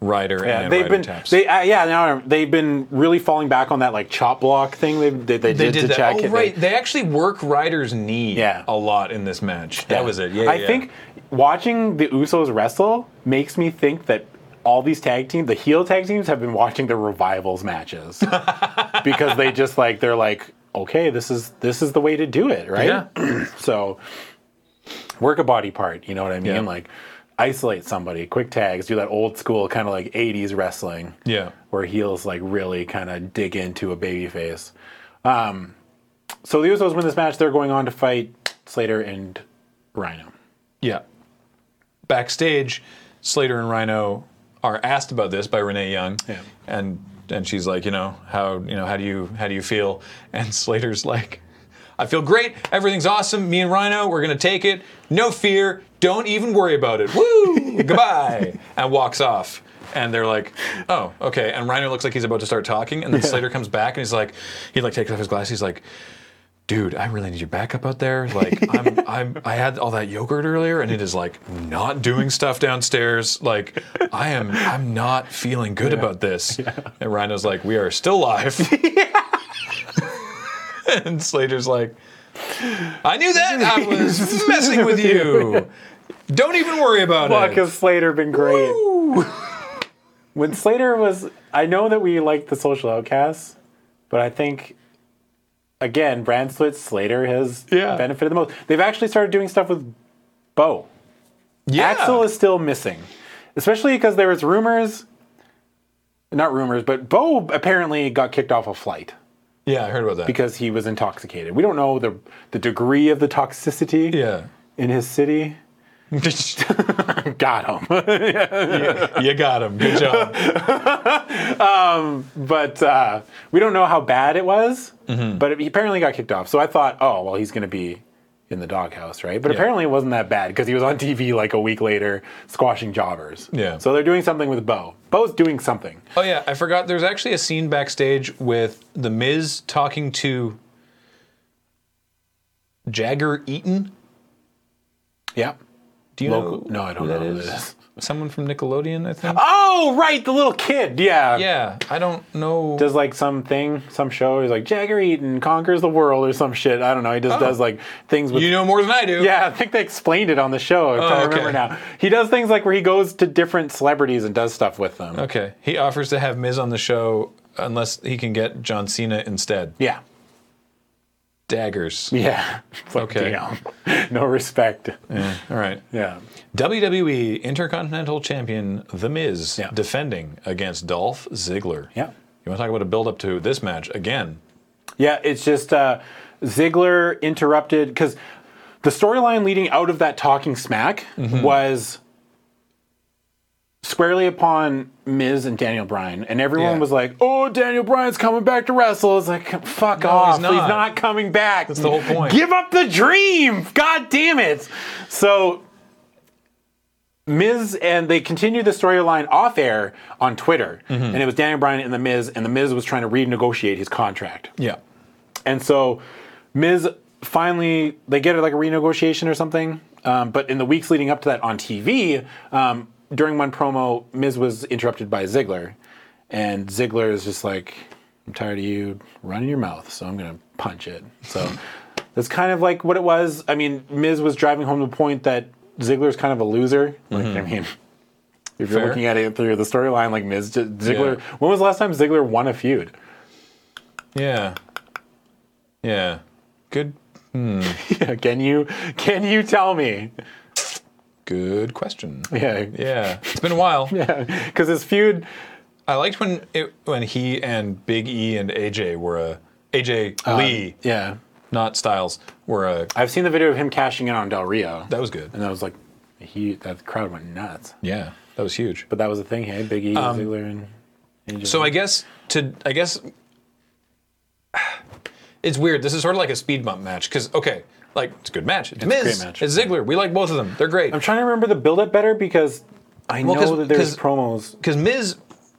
[SPEAKER 1] Ryder
[SPEAKER 2] Yeah,
[SPEAKER 1] and
[SPEAKER 2] they've
[SPEAKER 1] Ryder
[SPEAKER 2] been
[SPEAKER 1] taps.
[SPEAKER 2] they uh, yeah now I'm- they've been really falling back on that like chop block thing they they, they,
[SPEAKER 1] They
[SPEAKER 2] did,
[SPEAKER 1] did
[SPEAKER 2] to
[SPEAKER 1] that.
[SPEAKER 2] check
[SPEAKER 1] oh,
[SPEAKER 2] it.
[SPEAKER 1] right. They actually work Ryder's knee
[SPEAKER 2] Yeah.
[SPEAKER 1] a lot in this match.
[SPEAKER 2] Yeah.
[SPEAKER 1] That was it. Yeah,
[SPEAKER 2] I
[SPEAKER 1] yeah.
[SPEAKER 2] think watching the Usos wrestle makes me think that all these tag teams, the heel tag teams, have been watching the revivals matches because they just like they're like, okay, this is this is the way to do it, right? so work a body part, you know what I mean?
[SPEAKER 1] Yeah.
[SPEAKER 2] Like isolate somebody, quick tags, do that old school kind of like '80s wrestling.
[SPEAKER 1] Yeah.
[SPEAKER 2] where heels like really kind of dig into a baby face. Um, so the Usos win this match. They're going on to fight Slater and Rhino.
[SPEAKER 1] Yeah. Backstage, Slater and Rhino are asked about this by Renee Young,
[SPEAKER 2] Yeah.
[SPEAKER 1] and and she's like, you know, how you know how do you how do you feel? And Slater's like, I feel great. Everything's awesome. Me and Rhino, we're gonna take it. No fear. Don't even worry about it. Woo! Goodbye. And walks off. And they're like, oh, okay. And Rhino looks like he's about to start talking, and then Slater comes back and he's like, he like takes off his glasses. He's like, dude, I really need your backup out there. Like, I'm, I'm, I had all that yogurt earlier, and it is like not doing stuff downstairs. Like, I am, I'm not feeling good about this. And Rhino's like, we are still live. and Slater's like, I knew that. I was messing with you. Don't even worry about
[SPEAKER 2] Fuck
[SPEAKER 1] it.
[SPEAKER 2] has Slater been great? when Slater was, I know that we like the Social Outcasts, but I think again, brand split Slater has
[SPEAKER 1] Yeah.
[SPEAKER 2] benefited the most. They've actually started doing stuff with Bo.
[SPEAKER 1] yeah.
[SPEAKER 2] Axel is still missing, especially because there was rumors not rumors, but Bo apparently got kicked off a flight
[SPEAKER 1] Yeah, I heard about that.
[SPEAKER 2] because he was intoxicated. We don't know the the degree of the toxicity
[SPEAKER 1] yeah.
[SPEAKER 2] in his city. Got him.
[SPEAKER 1] you got him. Good job.
[SPEAKER 2] but uh, we don't know how bad it was.
[SPEAKER 1] Mm-hmm.
[SPEAKER 2] But he apparently got kicked off. So I thought, oh well, he's going to be in the doghouse, right? But apparently it wasn't that bad because he was on TV like a week later squashing jobbers.
[SPEAKER 1] Yeah.
[SPEAKER 2] So they're doing something with Bo. Bo's doing something.
[SPEAKER 1] Oh yeah, I forgot. There's actually a scene backstage with the Miz talking to Jagger Eaton.
[SPEAKER 2] Yeah.
[SPEAKER 1] Do you
[SPEAKER 2] Local?
[SPEAKER 1] know?
[SPEAKER 2] No, I don't know who that is.
[SPEAKER 1] Someone from Nickelodeon, I think.
[SPEAKER 2] Oh right, the little kid. Yeah.
[SPEAKER 1] Yeah, I don't know.
[SPEAKER 2] Does like some thing, some show. He's like Jagger Eaton conquers the world or some shit. I don't know. He
[SPEAKER 1] Oh.
[SPEAKER 2] just does like things with
[SPEAKER 1] you know more than I do.
[SPEAKER 2] Yeah, I think they explained it on the show. If
[SPEAKER 1] Oh,
[SPEAKER 2] I
[SPEAKER 1] okay.
[SPEAKER 2] remember now, he does things like where he goes to different celebrities and does stuff with them.
[SPEAKER 1] Okay. He offers to have Miz on the show unless he can get John Cena instead.
[SPEAKER 2] Yeah,
[SPEAKER 1] Daggers.
[SPEAKER 2] yeah. It's like,
[SPEAKER 1] Okay.
[SPEAKER 2] damn. no respect.
[SPEAKER 1] All right.
[SPEAKER 2] Yeah,
[SPEAKER 1] WWE Intercontinental Champion The Miz
[SPEAKER 2] Yeah.
[SPEAKER 1] defending against Dolph Ziggler.
[SPEAKER 2] Yeah.
[SPEAKER 1] You want to talk about a build up to this match again?
[SPEAKER 2] yeah. It's just uh, Ziggler interrupted because the storyline leading out of that talking smack
[SPEAKER 1] Mm-hmm.
[SPEAKER 2] was squarely upon Miz and Daniel Bryan, and everyone
[SPEAKER 1] Yeah.
[SPEAKER 2] was like, "Oh, Daniel Bryan's coming back to wrestle." It's like, "Fuck off!
[SPEAKER 1] he's
[SPEAKER 2] He's not.
[SPEAKER 1] not.
[SPEAKER 2] coming back." That's
[SPEAKER 1] the whole point.
[SPEAKER 2] Give up the dream! God damn it! So. Miz and they continued the storyline off air on Twitter,
[SPEAKER 1] Mm-hmm.
[SPEAKER 2] and it was Daniel Bryan and the Miz, and the Miz was trying to renegotiate his contract.
[SPEAKER 1] Yeah.
[SPEAKER 2] And so Miz finally, they get like a renegotiation or something. Um, but in the weeks leading up to that on TV, um, during one promo, Miz was interrupted by Ziggler. And Ziggler is just like, I'm tired of you running your mouth, so I'm going to punch it. So that's kind of like what it was. I mean, Miz was driving home the point that Ziggler's kind of a loser. Like, I mean, if you're
[SPEAKER 1] Mm-hmm. Fair.
[SPEAKER 2] looking at it through the storyline, like Miz, just, Ziggler,
[SPEAKER 1] Yeah.
[SPEAKER 2] when was the last time Ziggler won a feud?
[SPEAKER 1] Yeah. Yeah. Good
[SPEAKER 2] can you can you tell me?
[SPEAKER 1] good question.
[SPEAKER 2] Yeah,
[SPEAKER 1] Yeah. It's been a while.
[SPEAKER 2] because his feud.
[SPEAKER 1] I liked when it, when he and Big E and AJ were a AJ Lee,
[SPEAKER 2] Yeah,
[SPEAKER 1] not Styles, were a
[SPEAKER 2] I've seen the video of him cashing in on Del Rio,
[SPEAKER 1] that was good.
[SPEAKER 2] and I was like, he that crowd went nuts.
[SPEAKER 1] Yeah, that was huge.
[SPEAKER 2] But that was the thing, hey, Big E,
[SPEAKER 1] Um,
[SPEAKER 2] Ziggler, and AJ.
[SPEAKER 1] So I guess to I guess it's weird. This is sort of like a speed bump match because okay, like it's a good match. It's, Miz.
[SPEAKER 2] great match.
[SPEAKER 1] It's Ziggler. We like both of them. They're great.
[SPEAKER 2] I'm trying to remember the build up better because I
[SPEAKER 1] Well,
[SPEAKER 2] know
[SPEAKER 1] 'cause-
[SPEAKER 2] that
[SPEAKER 1] 'cause-
[SPEAKER 2] there's promos
[SPEAKER 1] Because Miz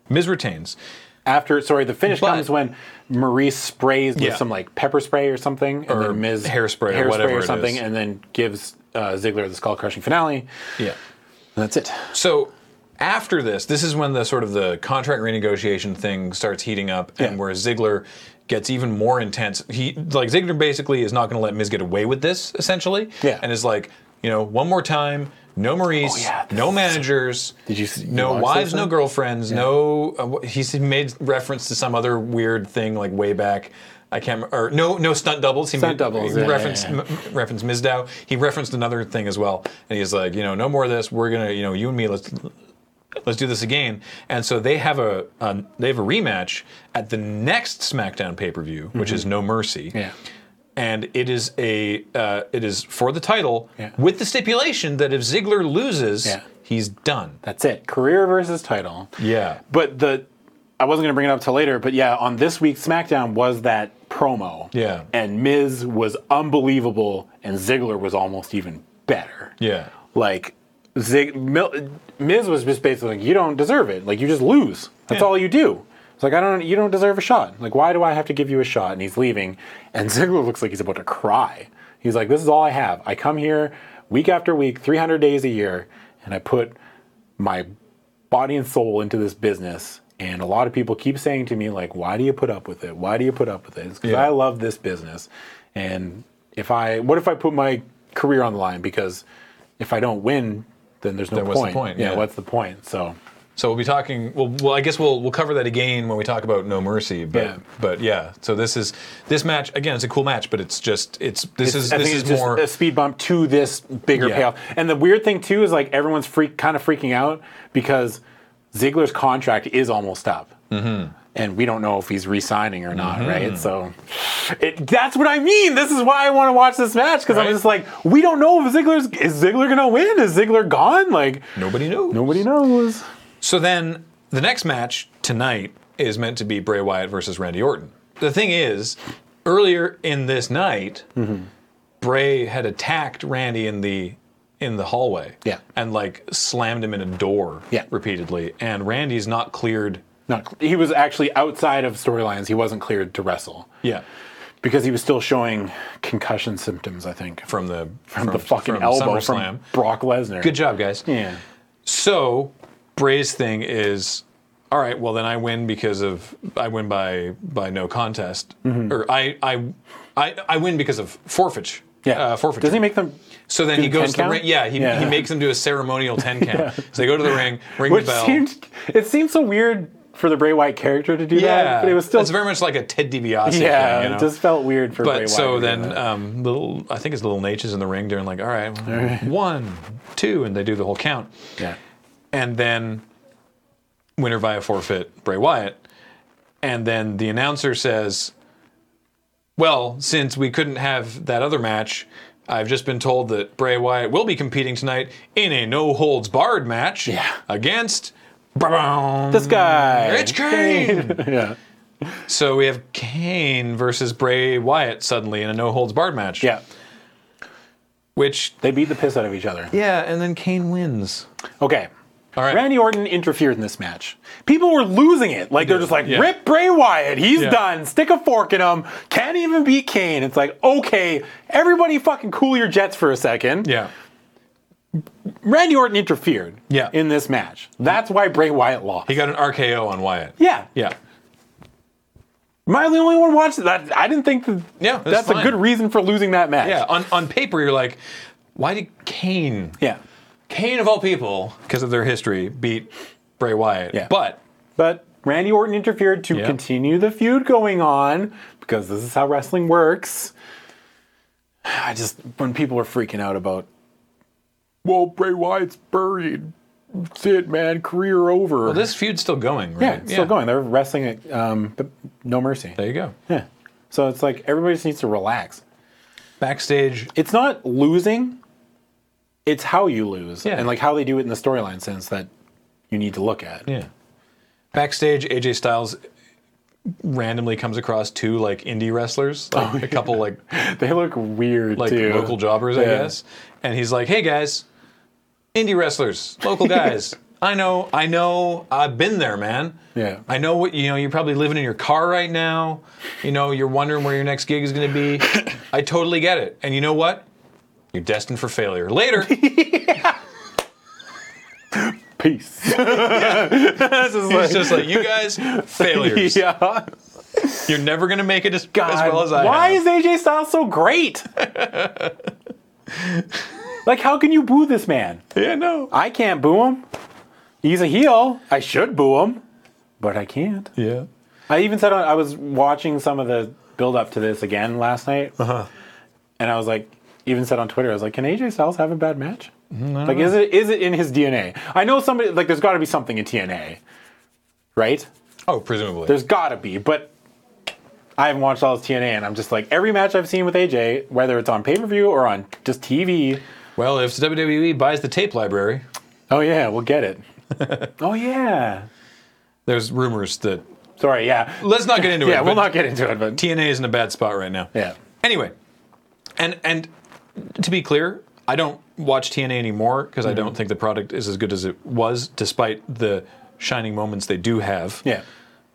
[SPEAKER 1] Miz retains.
[SPEAKER 2] after. Sorry, the finish
[SPEAKER 1] But-
[SPEAKER 2] comes when Maurice sprays
[SPEAKER 1] Yeah.
[SPEAKER 2] with some like pepper spray or something, and
[SPEAKER 1] Or
[SPEAKER 2] then Miz
[SPEAKER 1] hairspray or whatever it
[SPEAKER 2] or something,
[SPEAKER 1] is.
[SPEAKER 2] and then gives uh, Ziggler the skull crushing finale.
[SPEAKER 1] Yeah.
[SPEAKER 2] And that's it.
[SPEAKER 1] So after this, this is when the sort of the contract renegotiation thing starts heating up, and
[SPEAKER 2] Yeah.
[SPEAKER 1] where Ziggler gets even more intense. He like Ziggler basically is not going to let Miz get away with this essentially,
[SPEAKER 2] Yeah. Oh,
[SPEAKER 1] and is like, you know, one more time. No Maurice,
[SPEAKER 2] yeah, this
[SPEAKER 1] no
[SPEAKER 2] is-
[SPEAKER 1] managers,
[SPEAKER 2] Did you see- you
[SPEAKER 1] no
[SPEAKER 2] watched
[SPEAKER 1] wives,
[SPEAKER 2] this
[SPEAKER 1] no
[SPEAKER 2] one?
[SPEAKER 1] girlfriends, no. Uh, wh- he's he made reference to some other weird thing like way back. I can't. rem- Or no, no stunt doubles. He
[SPEAKER 2] Stunt
[SPEAKER 1] made-
[SPEAKER 2] doubles,
[SPEAKER 1] He
[SPEAKER 2] yeah,
[SPEAKER 1] referenced
[SPEAKER 2] yeah, yeah.
[SPEAKER 1] m- referenced Mizdow. He referenced another thing as well, and he's like, you know, no more of this. We're gonna, you know, you and me, let's let's do this again. And so they have a, a they have a rematch at the next SmackDown pay per view, which is No Mercy.
[SPEAKER 2] Mm-hmm. Yeah.
[SPEAKER 1] And it is a uh, it is for the title
[SPEAKER 2] Yeah.
[SPEAKER 1] with the stipulation that if Ziggler loses,
[SPEAKER 2] Yeah.
[SPEAKER 1] he's done.
[SPEAKER 2] That's it. Career versus title.
[SPEAKER 1] Yeah.
[SPEAKER 2] But the I wasn't gonna bring it up till later, but yeah, on this week's SmackDown was that promo.
[SPEAKER 1] Yeah.
[SPEAKER 2] And Miz was unbelievable and Ziggler was almost even better.
[SPEAKER 1] Yeah.
[SPEAKER 2] Like Zig Mil, Miz was just basically like, You don't deserve it. Like you just lose. That's
[SPEAKER 1] Yeah.
[SPEAKER 2] all you do. It's like I don't you don't deserve a shot. Like why do I have to give you a shot? And he's leaving. And Ziggler looks like he's about to cry. He's like, This is all I have. I come here week after week, three hundred days a year, and I put my body and soul into this business. And a lot of people keep saying to me, like, why do you put up with it? Why do you put up with it? It's because
[SPEAKER 1] Yeah.
[SPEAKER 2] I love this business. And if I, what if I put my career on the line? Because if I don't win, then there's no
[SPEAKER 1] Then
[SPEAKER 2] point.
[SPEAKER 1] what's the point?
[SPEAKER 2] Yeah,
[SPEAKER 1] Yeah.
[SPEAKER 2] what's the point? So,
[SPEAKER 1] So we'll be talking. Well, well, I guess we'll we'll cover that again when we talk about No Mercy. But
[SPEAKER 2] Yeah.
[SPEAKER 1] but yeah. So this is this match again. It's a cool match, but it's just it's this
[SPEAKER 2] it's-
[SPEAKER 1] is
[SPEAKER 2] I
[SPEAKER 1] this
[SPEAKER 2] think
[SPEAKER 1] is
[SPEAKER 2] it's just
[SPEAKER 1] more
[SPEAKER 2] a speed bump to this bigger
[SPEAKER 1] Yeah.
[SPEAKER 2] payoff. And the weird thing too is like everyone's freak kind of freaking out because Ziggler's contract is almost up.
[SPEAKER 1] Mm-hmm.
[SPEAKER 2] And we don't know if he's re-signing or not, right? So it, that's what I mean. This is why I want to watch this match because
[SPEAKER 1] Right.
[SPEAKER 2] I'm just like, we don't know if Ziggler's is Ziggler gonna win? Is Ziggler gone? Like
[SPEAKER 1] Nobody knows.
[SPEAKER 2] nobody knows.
[SPEAKER 1] So then the next match tonight is meant to be Bray Wyatt versus Randy Orton. The thing is, earlier in this night,
[SPEAKER 2] Mm-hmm.
[SPEAKER 1] Bray had attacked Randy in the in the hallway.
[SPEAKER 2] Yeah.
[SPEAKER 1] And like slammed him in a door
[SPEAKER 2] Yeah.
[SPEAKER 1] repeatedly. And Randy's not cleared.
[SPEAKER 2] Not he was actually outside of storylines. He wasn't cleared to wrestle
[SPEAKER 1] Yeah.
[SPEAKER 2] because he was still showing concussion symptoms. I think
[SPEAKER 1] From the
[SPEAKER 2] from, the fucking
[SPEAKER 1] from
[SPEAKER 2] elbow
[SPEAKER 1] SummerSlam.
[SPEAKER 2] from Brock Lesnar.
[SPEAKER 1] Good job, guys.
[SPEAKER 2] Yeah.
[SPEAKER 1] So Bray's thing is, all right. Well, then I win because of I win by by no contest,
[SPEAKER 2] Mm-hmm.
[SPEAKER 1] or I I I, I win because of forfeiture.
[SPEAKER 2] Yeah.
[SPEAKER 1] uh, forfeiture.
[SPEAKER 2] Doesn't he make them?
[SPEAKER 1] so then
[SPEAKER 2] do
[SPEAKER 1] he
[SPEAKER 2] the
[SPEAKER 1] goes
[SPEAKER 2] 10
[SPEAKER 1] to the
[SPEAKER 2] count?
[SPEAKER 1] ring. Yeah, he,
[SPEAKER 2] Yeah.
[SPEAKER 1] he makes them do a ceremonial ten count. So they go to the ring, ring
[SPEAKER 2] Which
[SPEAKER 1] the bell.
[SPEAKER 2] seemed it seemed so weird for the Bray White character to do
[SPEAKER 1] yeah,
[SPEAKER 2] that, but it was still
[SPEAKER 1] it's very much like a Ted DiBiase.
[SPEAKER 2] yeah.
[SPEAKER 1] thing, you know?
[SPEAKER 2] It just felt weird for Bray
[SPEAKER 1] But
[SPEAKER 2] Wyatt.
[SPEAKER 1] so
[SPEAKER 2] to do
[SPEAKER 1] then,
[SPEAKER 2] that.
[SPEAKER 1] um, little I think it's little Nate is in the ring doing like, all right, one, two, and they do the whole count.
[SPEAKER 2] yeah,
[SPEAKER 1] and then winner via forfeit Bray Wyatt. And then the announcer says, Well, since we couldn't have that other match, I've just been told that Bray Wyatt will be competing tonight in a no holds barred match
[SPEAKER 2] Yeah.
[SPEAKER 1] against Ba-bum,
[SPEAKER 2] this guy.
[SPEAKER 1] It's Kane.
[SPEAKER 2] yeah,
[SPEAKER 1] so we have Kane versus Bray Wyatt suddenly in a no holds barred match.
[SPEAKER 2] yeah.
[SPEAKER 1] Which,
[SPEAKER 2] They beat the piss out of each other.
[SPEAKER 1] yeah, and then Kane wins.
[SPEAKER 2] Okay.
[SPEAKER 1] All right.
[SPEAKER 2] Randy Orton interfered in this match. People were losing it. Like they're just like,
[SPEAKER 1] Yeah.
[SPEAKER 2] rip Bray Wyatt. He's
[SPEAKER 1] Yeah.
[SPEAKER 2] done. Stick a fork in him. Can't even beat Kane. It's like, okay, everybody fucking cool your jets for a second.
[SPEAKER 1] Yeah.
[SPEAKER 2] Randy Orton interfered
[SPEAKER 1] Yeah.
[SPEAKER 2] in this match. That's why Bray Wyatt lost.
[SPEAKER 1] He got an RKO on Wyatt.
[SPEAKER 2] yeah.
[SPEAKER 1] Yeah.
[SPEAKER 2] Am I the only one watching that? I didn't think that
[SPEAKER 1] Yeah, that's
[SPEAKER 2] that's a
[SPEAKER 1] fine.
[SPEAKER 2] good reason for losing that match.
[SPEAKER 1] Yeah, on, on paper, you're like, why did Kane,
[SPEAKER 2] Yeah.
[SPEAKER 1] Kane of all people, because of their history, beat Bray Wyatt?
[SPEAKER 2] Yeah.
[SPEAKER 1] But
[SPEAKER 2] But Randy Orton interfered to
[SPEAKER 1] Yeah.
[SPEAKER 2] continue the feud going on because this is how wrestling works. I just, when people are freaking out about, well, Bray Wyatt's buried. That's it, man. Career over.
[SPEAKER 1] well, this feud's still going,
[SPEAKER 2] yeah,
[SPEAKER 1] right?
[SPEAKER 2] it's still going. They're wrestling at um, but No Mercy.
[SPEAKER 1] There you go.
[SPEAKER 2] Yeah. So it's like everybody just needs to relax.
[SPEAKER 1] Backstage,
[SPEAKER 2] It's not losing, it's how you lose
[SPEAKER 1] Yeah.
[SPEAKER 2] and like how they do it in the storyline sense that you need to look at.
[SPEAKER 1] yeah. Backstage, AJ Styles randomly comes across two like indie wrestlers, like
[SPEAKER 2] Oh,
[SPEAKER 1] a couple like
[SPEAKER 2] They look weird
[SPEAKER 1] like
[SPEAKER 2] too.
[SPEAKER 1] local jobbers, I
[SPEAKER 2] Yeah.
[SPEAKER 1] guess. And he's like, "Hey guys, indie wrestlers, local guys. I know, I know, I've been there, man.
[SPEAKER 2] Yeah.
[SPEAKER 1] I know what you know. You're probably living in your car right now. You know, you're wondering where your next gig is going to be. I totally get it. And you know what? You're destined for failure. Later,
[SPEAKER 2] Peace. This is like-
[SPEAKER 1] it's just like you guys, failures.
[SPEAKER 2] yeah.
[SPEAKER 1] You're never going to make it as,
[SPEAKER 2] God,
[SPEAKER 1] as well as I.
[SPEAKER 2] why
[SPEAKER 1] have.
[SPEAKER 2] is AJ Styles so great? like, how can you boo this man?
[SPEAKER 1] yeah, no.
[SPEAKER 2] I can't boo him. He's a heel. I should boo him, but I can't.
[SPEAKER 1] Yeah.
[SPEAKER 2] I even said on, I was watching some of the build up to this again last night, and I was like, even said on Twitter, I was like, can AJ Styles have a bad match? like, is it is it in his DNA? I know somebody like there's got to be something in TNA, right?
[SPEAKER 1] Oh, presumably.
[SPEAKER 2] There's got to be, but I haven't watched all his TNA, and I'm just like every match I've seen with AJ, whether it's on pay per view or on just TV.
[SPEAKER 1] well, if WWE buys the tape library,
[SPEAKER 2] Oh yeah, we'll get it. oh yeah.
[SPEAKER 1] there's rumors that.
[SPEAKER 2] Sorry, yeah.
[SPEAKER 1] Let's not get into it.
[SPEAKER 2] Yeah, we'll
[SPEAKER 1] but-
[SPEAKER 2] not get into it, but
[SPEAKER 1] TNA is in a bad spot right now.
[SPEAKER 2] yeah.
[SPEAKER 1] Anyway, and and to be clear, I don't watch TNA anymore because
[SPEAKER 2] Mm-hmm.
[SPEAKER 1] I don't think the product is as good as it was, despite the shining moments they do have.
[SPEAKER 2] Yeah.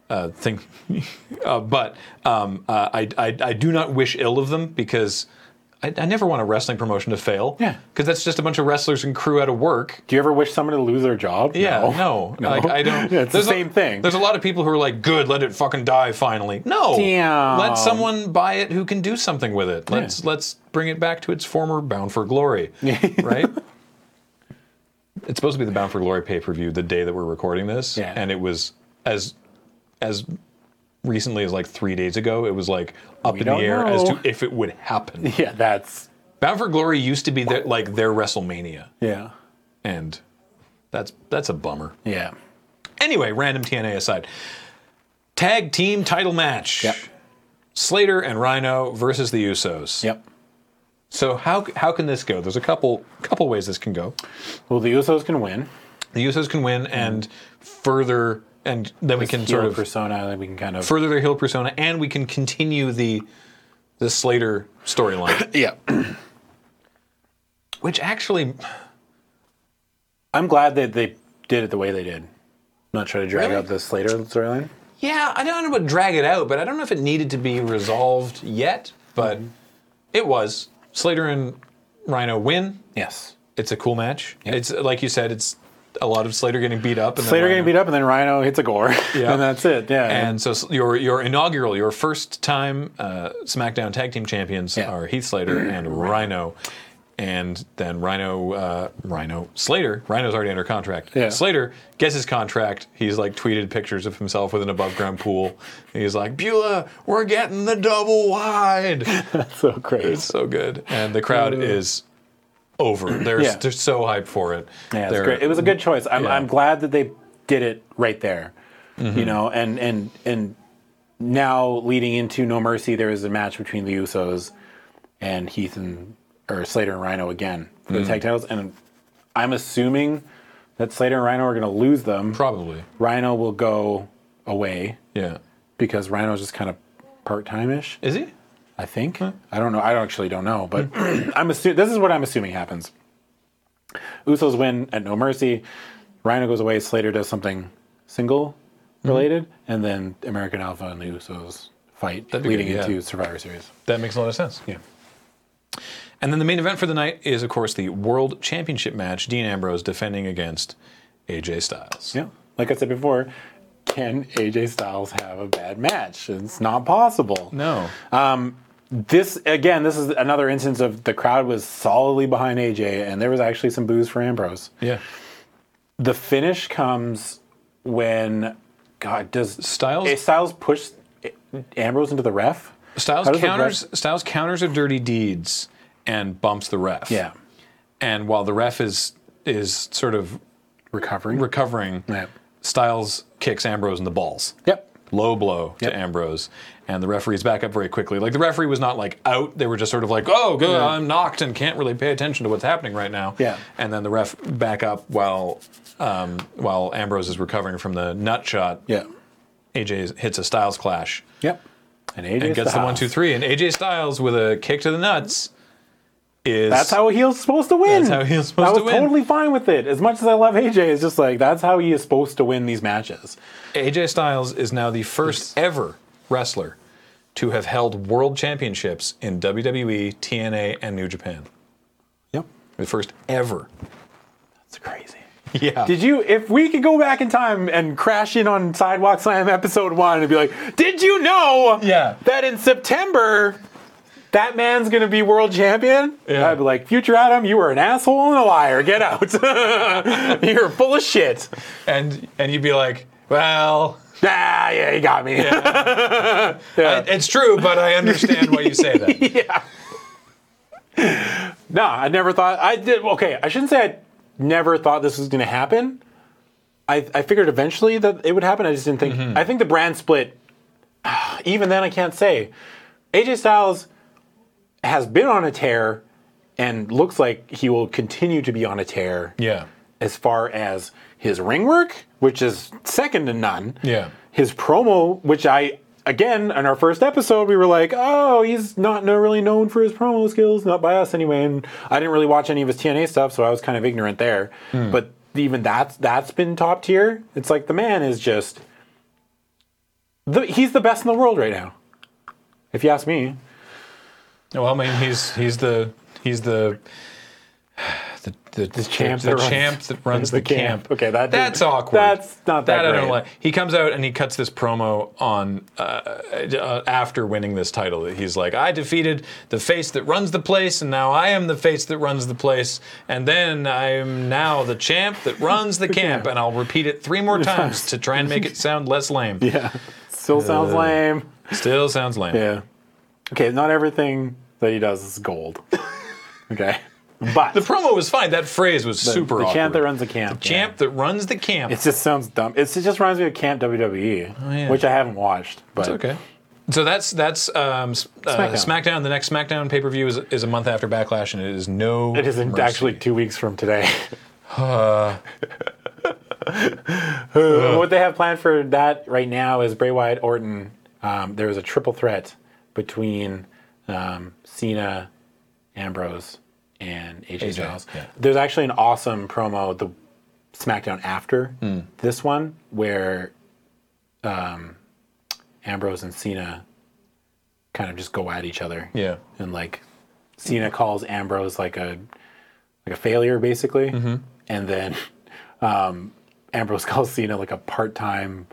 [SPEAKER 1] Uh, think, uh, but um, uh, I, I I do not wish ill of them because. I, I never want a wrestling promotion to fail.
[SPEAKER 2] Yeah.
[SPEAKER 1] Because that's just a bunch of wrestlers and crew out of work.
[SPEAKER 2] Do you ever wish someone to lose their job?
[SPEAKER 1] Yeah, no. Like, I don't.
[SPEAKER 2] Yeah, it's the
[SPEAKER 1] there's a-
[SPEAKER 2] same thing.
[SPEAKER 1] There's a lot of people who are like, "Good, let it fucking die finally." No,
[SPEAKER 2] Damn.
[SPEAKER 1] let someone buy it who can do something with it. Let's let's bring it back to its former Bound for Glory, right? It's supposed to be the Bound for Glory pay per view the day that we're recording this,
[SPEAKER 2] Yeah.
[SPEAKER 1] and it was as as recently as like three days ago. It was like up in the
[SPEAKER 2] don't
[SPEAKER 1] air as to
[SPEAKER 2] know.
[SPEAKER 1] if it would happen.
[SPEAKER 2] Yeah, that's
[SPEAKER 1] Bound for Glory used to be their, like their WrestleMania,
[SPEAKER 2] yeah.
[SPEAKER 1] and that's that's a bummer.
[SPEAKER 2] Yeah.
[SPEAKER 1] Anyway, random TNA aside, Tag team title match.
[SPEAKER 2] Yep.
[SPEAKER 1] Slater and Rhino versus the Usos.
[SPEAKER 2] Yep.
[SPEAKER 1] So how how can this go? There's a couple couple ways this can go.
[SPEAKER 2] Well, the Usos can win.
[SPEAKER 1] The Usos can win and further, and then we can sort
[SPEAKER 2] Heel
[SPEAKER 1] of
[SPEAKER 2] persona. Like we can kind of.
[SPEAKER 1] further their heel persona, and we can continue the the Slater storyline,
[SPEAKER 2] yeah.
[SPEAKER 1] which actually
[SPEAKER 2] I'm glad that they did it the way they did. Not try to drag
[SPEAKER 1] Really?
[SPEAKER 2] out the Slater storyline.
[SPEAKER 1] Yeah, I don't know about drag it out, but I don't know if it needed to be resolved yet, but
[SPEAKER 2] Mm-hmm.
[SPEAKER 1] it was. Slater and Rhino win.
[SPEAKER 2] Yes.
[SPEAKER 1] It's a cool match. It's like you said, it's a lot of Slater getting beat up. And
[SPEAKER 2] Slater getting beat up, and then Rhino hits a gore,
[SPEAKER 1] Yeah.
[SPEAKER 2] and that's it. Yeah.
[SPEAKER 1] And so s- your your inaugural, your first time uh, SmackDown Tag Team Champions
[SPEAKER 2] Yeah.
[SPEAKER 1] are Heath Slater and Rhino. And then Rhino, uh, Rhino Slater. Rhino's already under contract.
[SPEAKER 2] Yeah.
[SPEAKER 1] Slater gets his contract. He's like tweeted pictures of himself with an above ground pool. He's like, Beulah, we're getting the double wide.
[SPEAKER 2] so great.
[SPEAKER 1] It's so good. And the crowd is over. They're,
[SPEAKER 2] Uh. Yeah.
[SPEAKER 1] they're so hyped for it.
[SPEAKER 2] Yeah, it's
[SPEAKER 1] They're-
[SPEAKER 2] great. It was a good choice. I'm,
[SPEAKER 1] yeah. Mm-hmm.
[SPEAKER 2] I'm glad that they did it right there. You know, and and and now leading into No Mercy, there is a match between the Usos and Heath and or Slater and Rhino again for
[SPEAKER 1] Mm-hmm.
[SPEAKER 2] the tag titles, and I'm assuming that Slater and Rhino are going to lose them.
[SPEAKER 1] Probably.
[SPEAKER 2] Rhino will go away
[SPEAKER 1] Yeah.
[SPEAKER 2] because Rhino's just kind of part time ish.
[SPEAKER 1] Is he?
[SPEAKER 2] I think. I don't know. I don't actually don't know, but I'm assuming this is what I'm assuming happens. Usos win at No Mercy. Rhino goes away. Slater does something single
[SPEAKER 1] Mm-hmm.
[SPEAKER 2] related, and then American Alpha and the Usos fight,
[SPEAKER 1] That'd be
[SPEAKER 2] leading
[SPEAKER 1] good, yeah.
[SPEAKER 2] into Survivor Series.
[SPEAKER 1] That makes a lot of sense.
[SPEAKER 2] Yeah.
[SPEAKER 1] And then the main event for the night is, of course, the World Championship match. Dean Ambrose defending against AJ Styles.
[SPEAKER 2] Yeah. Like I said before, can AJ Styles have a bad match? It's not possible. Um,
[SPEAKER 1] No.
[SPEAKER 2] This again, this is another instance of the crowd was solidly behind AJ, and there was actually some booze for Ambrose.
[SPEAKER 1] yeah.
[SPEAKER 2] the finish comes when God does
[SPEAKER 1] Styles-
[SPEAKER 2] eh, Styles push Ambrose into the ref.
[SPEAKER 1] Styles
[SPEAKER 2] How does the
[SPEAKER 1] counters
[SPEAKER 2] ref-
[SPEAKER 1] Styles counters a dirty deeds and bumps the ref.
[SPEAKER 2] yeah,
[SPEAKER 1] And while the ref is is sort of
[SPEAKER 2] recovering.
[SPEAKER 1] recovering,
[SPEAKER 2] Yeah.
[SPEAKER 1] Styles kicks Ambrose in the balls.
[SPEAKER 2] yep.
[SPEAKER 1] Low blow
[SPEAKER 2] Yep.
[SPEAKER 1] to Ambrose, and the referee's back up very quickly. Like the referee was not like out; they were just sort of like, "Oh, good, I'm knocked and can't really pay attention to what's happening right now."
[SPEAKER 2] Yeah.
[SPEAKER 1] And then the ref back up while um, while Ambrose is recovering from the nut shot.
[SPEAKER 2] Yeah.
[SPEAKER 1] AJ hits a Styles clash
[SPEAKER 2] Yep. And AJ
[SPEAKER 1] and gets the
[SPEAKER 2] Styles.
[SPEAKER 1] one, two, three, and AJ Styles with a kick to the nuts is
[SPEAKER 2] That's how a heel's supposed to win.
[SPEAKER 1] That's how a heel's supposed
[SPEAKER 2] I
[SPEAKER 1] to
[SPEAKER 2] was
[SPEAKER 1] win.
[SPEAKER 2] totally fine with it. As much as I love AJ, it's just like that's how he is supposed to win these matches.
[SPEAKER 1] AJ Styles is now the first ever wrestler to have held world championships in E, WWE, TNA, and New Japan.
[SPEAKER 2] Yep.
[SPEAKER 1] The first ever.
[SPEAKER 2] That's crazy.
[SPEAKER 1] Yeah.
[SPEAKER 2] Did you? If we could go back in time and crash in on Sidewalk Slam episode one and be like, "Did you know?
[SPEAKER 1] Yeah.
[SPEAKER 2] that in September, that man's gonna be world champion."
[SPEAKER 1] Yeah.
[SPEAKER 2] I'd be like, "Future Adam, you are an asshole and a liar. Get out. You're full of shit."
[SPEAKER 1] and and you'd be like, well,
[SPEAKER 2] Ah, yeah, you got me.
[SPEAKER 1] I- it's true, but I understand why you say that.
[SPEAKER 2] No, I never thought I did. Okay, I shouldn't say I never thought this was going to happen. I, I figured eventually that it would happen. I just didn't think. I think the brand split. Even then, I can't say. AJ Styles has been on a tear, and looks like he will continue to be on a tear
[SPEAKER 1] Yeah.
[SPEAKER 2] as far as his ring work, which is second to none.
[SPEAKER 1] Yeah.
[SPEAKER 2] His promo, which I again in our first episode we were like, oh, he's not no, really known for his promo skills, not by us anyway. And I didn't really watch any of his TNA stuff, so I was kind of ignorant there. But even that's that's been top tier. It's like the man is just the, he's the best in the world right now. If you ask me,
[SPEAKER 1] Well, I mean, he's he's the he's the the the,
[SPEAKER 2] champ
[SPEAKER 1] the
[SPEAKER 2] that runs-
[SPEAKER 1] champ that runs the,
[SPEAKER 2] the
[SPEAKER 1] camp.
[SPEAKER 2] camp. Okay, that didn't-
[SPEAKER 1] that's awkward.
[SPEAKER 2] that's not that
[SPEAKER 1] I don't
[SPEAKER 2] great.
[SPEAKER 1] like. He comes out and he cuts this promo on uh, uh, after winning this title. He's like, "I defeated the face that runs the place, and now I am the face that runs the place, and then I'm now the champ that runs the camp." And I'll repeat it three more times to try and make it sound less lame.
[SPEAKER 2] yeah, still sounds lame.
[SPEAKER 1] Still sounds lame.
[SPEAKER 2] Yeah. Okay, not everything that he does is gold. okay. But
[SPEAKER 1] The promo was fine. That phrase was super
[SPEAKER 2] the
[SPEAKER 1] awkward.
[SPEAKER 2] champ that runs the camp.
[SPEAKER 1] The champ that runs the camp.
[SPEAKER 2] It just sounds dumb. It's, it just reminds me of Camp WWE,
[SPEAKER 1] Oh, yeah.
[SPEAKER 2] which I haven't watched. But
[SPEAKER 1] It's okay. So that's that's um, s- uh,
[SPEAKER 2] SmackDown.
[SPEAKER 1] SmackDown. The next SmackDown pay per view is, is a month after Backlash, and it is no.
[SPEAKER 2] It isn't
[SPEAKER 1] mercy.
[SPEAKER 2] actually two weeks from today. Uh, what they have planned for that right now is Bray Wyatt, Orton. Um, there was a triple threat between um, Cena, Ambrose, and AJ, Styles.
[SPEAKER 1] yeah.
[SPEAKER 2] There's actually an awesome promo the SmackDown after
[SPEAKER 1] Hmm.
[SPEAKER 2] this one where um, Ambrose and Cena kind of just go at each other
[SPEAKER 1] Yeah.
[SPEAKER 2] and like Cena calls Ambrose like a like a failure basically, and then um, Ambrose calls Cena like a part time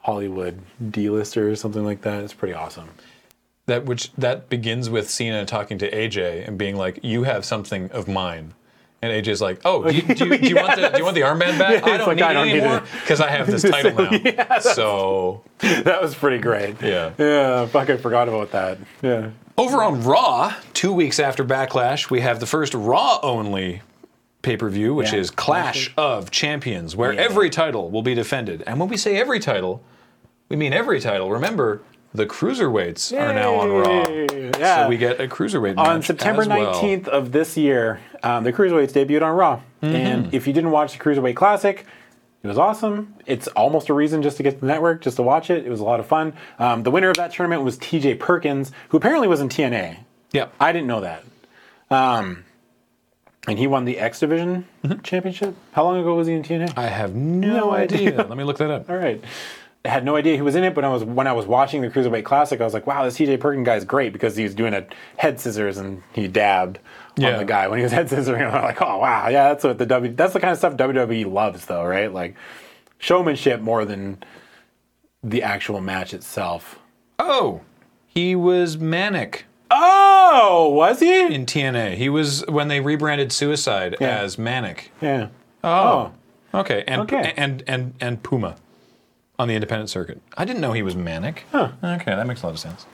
[SPEAKER 2] Hollywood D-lister or something like that. It's pretty awesome.
[SPEAKER 1] That which that begins with Cena talking to AJ and being like, "You have something of mine," and AJ's like, "Oh, do you, do you, do you want the do you want the armband back?
[SPEAKER 2] Yeah,
[SPEAKER 1] I
[SPEAKER 2] it's
[SPEAKER 1] don't
[SPEAKER 2] like,
[SPEAKER 1] need
[SPEAKER 2] I don't
[SPEAKER 1] it
[SPEAKER 2] need
[SPEAKER 1] anymore
[SPEAKER 2] it.
[SPEAKER 1] because I have this title now." so
[SPEAKER 2] that was pretty great.
[SPEAKER 1] Yeah.
[SPEAKER 2] yeah. Fuck, I forgot about that. Yeah,
[SPEAKER 1] Over on Raw, two weeks after Backlash, we have the first Raw only pay per view, which
[SPEAKER 2] Yeah.
[SPEAKER 1] is Clash of Champions, where every title will be defended. And when we say every title, we mean every title. Remember, the cruiserweights are now on Raw.
[SPEAKER 2] Yay. Yeah.
[SPEAKER 1] So we get a cruiserweight match.
[SPEAKER 2] on September
[SPEAKER 1] as well.
[SPEAKER 2] 19th of this year, um, the Cruiserweights debuted on Raw.
[SPEAKER 1] Mm-hmm.
[SPEAKER 2] And if you didn't watch the Cruiserweight Classic, it was awesome. It's almost a reason just to get to the network, just to watch it. It was a lot of fun. Um, the winner of that tournament was TJ Perkins, who apparently was in TNA.
[SPEAKER 1] Yep.
[SPEAKER 2] I didn't know that. Um, and he won the X Division
[SPEAKER 1] Mm-hmm.
[SPEAKER 2] Championship. How long ago was he in TNA?
[SPEAKER 1] I have no,
[SPEAKER 2] No
[SPEAKER 1] idea.
[SPEAKER 2] idea.
[SPEAKER 1] Let me look that up.
[SPEAKER 2] All right. I had no idea who was in it, but I was when I was watching the Cruiserweight Classic, I was like, "Wow, this TJ Perkins guy is great because he was doing a head scissors and he dabbed
[SPEAKER 1] Yeah.
[SPEAKER 2] on the guy when he was head scissoring." I'm like, "Oh wow, yeah, that's what the W that's the kind of stuff WWE loves, though, right? Like showmanship more than the actual match itself."
[SPEAKER 1] Oh, he was Manic
[SPEAKER 2] Oh, was he?
[SPEAKER 1] in TNA. He was when they rebranded Suicide
[SPEAKER 2] Yeah.
[SPEAKER 1] as Manic.
[SPEAKER 2] Yeah.
[SPEAKER 1] Oh. Okay. And,
[SPEAKER 2] Okay.
[SPEAKER 1] and and and Puma on the independent circuit. I didn't know he was manic. Okay, that makes a lot of sense.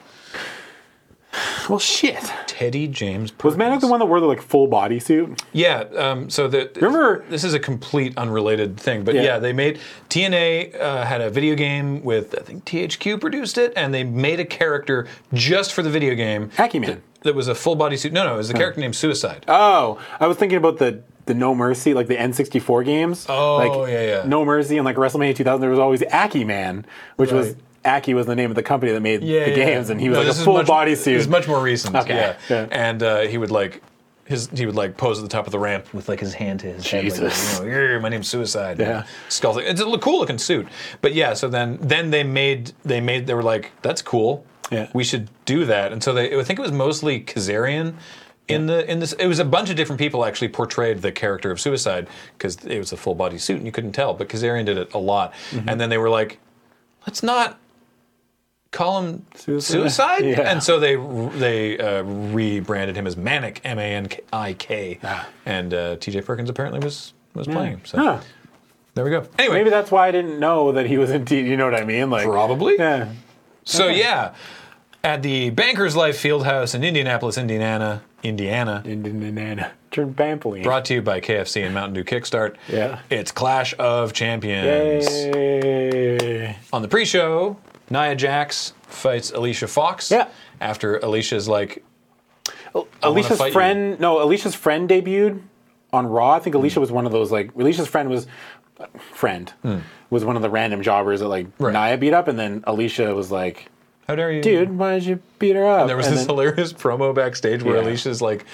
[SPEAKER 2] Well, shit.
[SPEAKER 1] Teddy James Perkins.
[SPEAKER 2] Was Manic the one that wore the like full body suit?
[SPEAKER 1] Yeah. Um, so the
[SPEAKER 2] Remember-
[SPEAKER 1] this is a complete unrelated thing, but yeah,
[SPEAKER 2] Yeah.
[SPEAKER 1] they made TNA uh, had a video game with I think THQ produced it, and they made a character just for the video game.
[SPEAKER 2] Hacky Man.
[SPEAKER 1] That was a full body suit. No, no, it was the character named Suicide.
[SPEAKER 2] Oh, I was thinking about the the No Mercy, like the N64 games.
[SPEAKER 1] Oh,
[SPEAKER 2] like,
[SPEAKER 1] yeah, yeah.
[SPEAKER 2] No Mercy and like WrestleMania 2000, there was always Aki Man, which was
[SPEAKER 1] Right.
[SPEAKER 2] Aki was the name of the company that made
[SPEAKER 1] yeah,
[SPEAKER 2] the
[SPEAKER 1] yeah.
[SPEAKER 2] games, and he was
[SPEAKER 1] No,
[SPEAKER 2] like
[SPEAKER 1] this
[SPEAKER 2] a
[SPEAKER 1] is
[SPEAKER 2] full
[SPEAKER 1] much- This is
[SPEAKER 2] bodysuit.
[SPEAKER 1] much more recent.
[SPEAKER 2] Okay,
[SPEAKER 1] Yeah.
[SPEAKER 2] yeah.
[SPEAKER 1] and uh, he would like his he would like pose at the top of the ramp with like his hand to his
[SPEAKER 2] Jesus.
[SPEAKER 1] head, like, you know, "Grr, my name's Suicide.
[SPEAKER 2] Yeah.
[SPEAKER 1] skull thing. It's a lo- cool looking suit. But yeah, so then then they made they made they were like, that's cool.
[SPEAKER 2] Yeah.
[SPEAKER 1] we should do that. And so they I think it was mostly Kazarian. In the in this, it was a bunch of different people actually portrayed the character of Suicide because it was a full body suit and you couldn't tell. But Kazarian did it a lot,
[SPEAKER 2] Mm-hmm.
[SPEAKER 1] and then they were like, "Let's not call him
[SPEAKER 2] Suicide?
[SPEAKER 1] suicide,
[SPEAKER 2] Yeah.
[SPEAKER 1] and so they they uh, rebranded him as Manic M A N I K, and uh, T.J. Perkins apparently was was playing. So
[SPEAKER 2] Huh.
[SPEAKER 1] there we go. Anyway,
[SPEAKER 2] Maybe that's why I didn't know that he was in. T- you know what I mean? Like
[SPEAKER 1] probably.
[SPEAKER 2] Yeah.
[SPEAKER 1] So yeah, at the Bankers Life Fieldhouse in Indianapolis, Indiana, Indiana.
[SPEAKER 2] Indiana. Turn Bampoline.
[SPEAKER 1] Brought to you by KFC and Mountain Dew Kickstart.
[SPEAKER 2] Yeah.
[SPEAKER 1] It's Clash of Champions.
[SPEAKER 2] Yay.
[SPEAKER 1] On the pre-show, Nia Jax fights Alicia Fox.
[SPEAKER 2] Yeah.
[SPEAKER 1] After Alicia's like, I wanna
[SPEAKER 2] Alicia's
[SPEAKER 1] fight you.
[SPEAKER 2] friend, no, Alicia's friend debuted on Raw. I think Alicia was one of those like Alicia's friend was friend was one of the random jobbers that like
[SPEAKER 1] Hmm. Right.
[SPEAKER 2] Naya beat up, and then Alicia was like,
[SPEAKER 1] "How dare you,
[SPEAKER 2] "Dude, why did you beat her up?"
[SPEAKER 1] There was
[SPEAKER 2] And
[SPEAKER 1] this
[SPEAKER 2] then-
[SPEAKER 1] hilarious promo backstage where
[SPEAKER 2] Yeah.
[SPEAKER 1] Alicia's like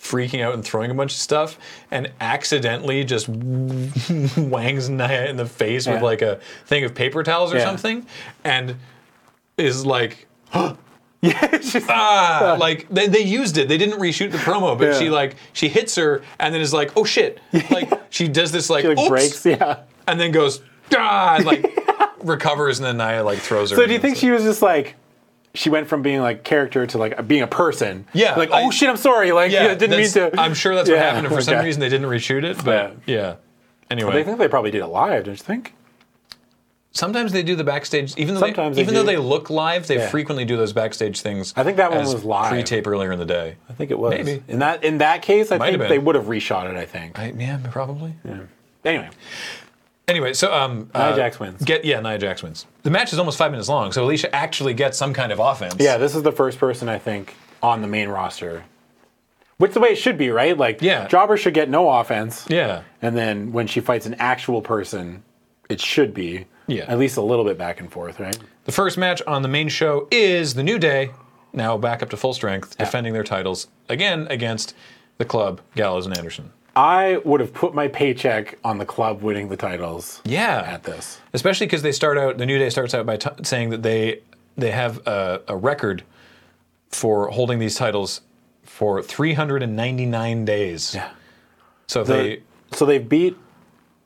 [SPEAKER 1] freaking out and throwing a bunch of stuff and accidentally just wangs Naya in the face with
[SPEAKER 2] Yeah.
[SPEAKER 1] like a thing of paper towels or
[SPEAKER 2] Yeah.
[SPEAKER 1] something and is like
[SPEAKER 2] yeah, she's-
[SPEAKER 1] ah like they, they used it they didn't reshoot the promo but
[SPEAKER 2] Yeah.
[SPEAKER 1] she like she hits her and then is like oh shit like she does this like,
[SPEAKER 2] she like
[SPEAKER 1] "Oops,"
[SPEAKER 2] breaks. Yeah.
[SPEAKER 1] and then goes ah and like recovers and then Naya like throws her
[SPEAKER 2] So
[SPEAKER 1] and
[SPEAKER 2] do you
[SPEAKER 1] it's
[SPEAKER 2] think
[SPEAKER 1] like-
[SPEAKER 2] she was just like? She went from being like character to like being a person.
[SPEAKER 1] Yeah,
[SPEAKER 2] Like,
[SPEAKER 1] I-
[SPEAKER 2] oh shit, I'm sorry. Like, yeah, didn't mean
[SPEAKER 1] that's-
[SPEAKER 2] to.
[SPEAKER 1] I'm sure that's what
[SPEAKER 2] Yeah,
[SPEAKER 1] happened. And for some
[SPEAKER 2] okay.
[SPEAKER 1] reason, they didn't reshoot it. But yeah. Anyway,
[SPEAKER 2] They think they probably did it live, don't you think?
[SPEAKER 1] Sometimes they do the backstage, even though
[SPEAKER 2] Sometimes
[SPEAKER 1] they,
[SPEAKER 2] they
[SPEAKER 1] even though
[SPEAKER 2] do.
[SPEAKER 1] they look live, they
[SPEAKER 2] Yeah.
[SPEAKER 1] frequently do those backstage things.
[SPEAKER 2] I think that one
[SPEAKER 1] as
[SPEAKER 2] was live.
[SPEAKER 1] pre-tape earlier in the day.
[SPEAKER 2] I think it was.
[SPEAKER 1] Maybe.
[SPEAKER 2] In that in that case, I
[SPEAKER 1] Might have
[SPEAKER 2] think
[SPEAKER 1] been.
[SPEAKER 2] they would have reshot it. I think.
[SPEAKER 1] I, yeah, probably.
[SPEAKER 2] Anyway,
[SPEAKER 1] Anyway, so um,
[SPEAKER 2] Nia Jax wins.
[SPEAKER 1] Get yeah, Nia Jax wins. The match is almost five minutes long, so Alicia actually gets some kind of offense.
[SPEAKER 2] yeah, this is the first person I think on the main roster, which the way it should be, right? Like,
[SPEAKER 1] Yeah.
[SPEAKER 2] jobber should get no offense.
[SPEAKER 1] yeah.
[SPEAKER 2] And then when she fights an actual person, it should be
[SPEAKER 1] Yeah.
[SPEAKER 2] at least a little bit back and forth, right?
[SPEAKER 1] The first match on the main show is the New Day, now back up to full strength, defending their titles again against the Club, Gallows and Anderson.
[SPEAKER 2] I would have put my paycheck on the club winning the titles
[SPEAKER 1] Yeah,
[SPEAKER 2] at this.
[SPEAKER 1] especially because they start out the new day starts out by t- saying that they they have a, a record for holding these titles for 399 days
[SPEAKER 2] Yeah.
[SPEAKER 1] so if
[SPEAKER 2] The-
[SPEAKER 1] they
[SPEAKER 2] so they beat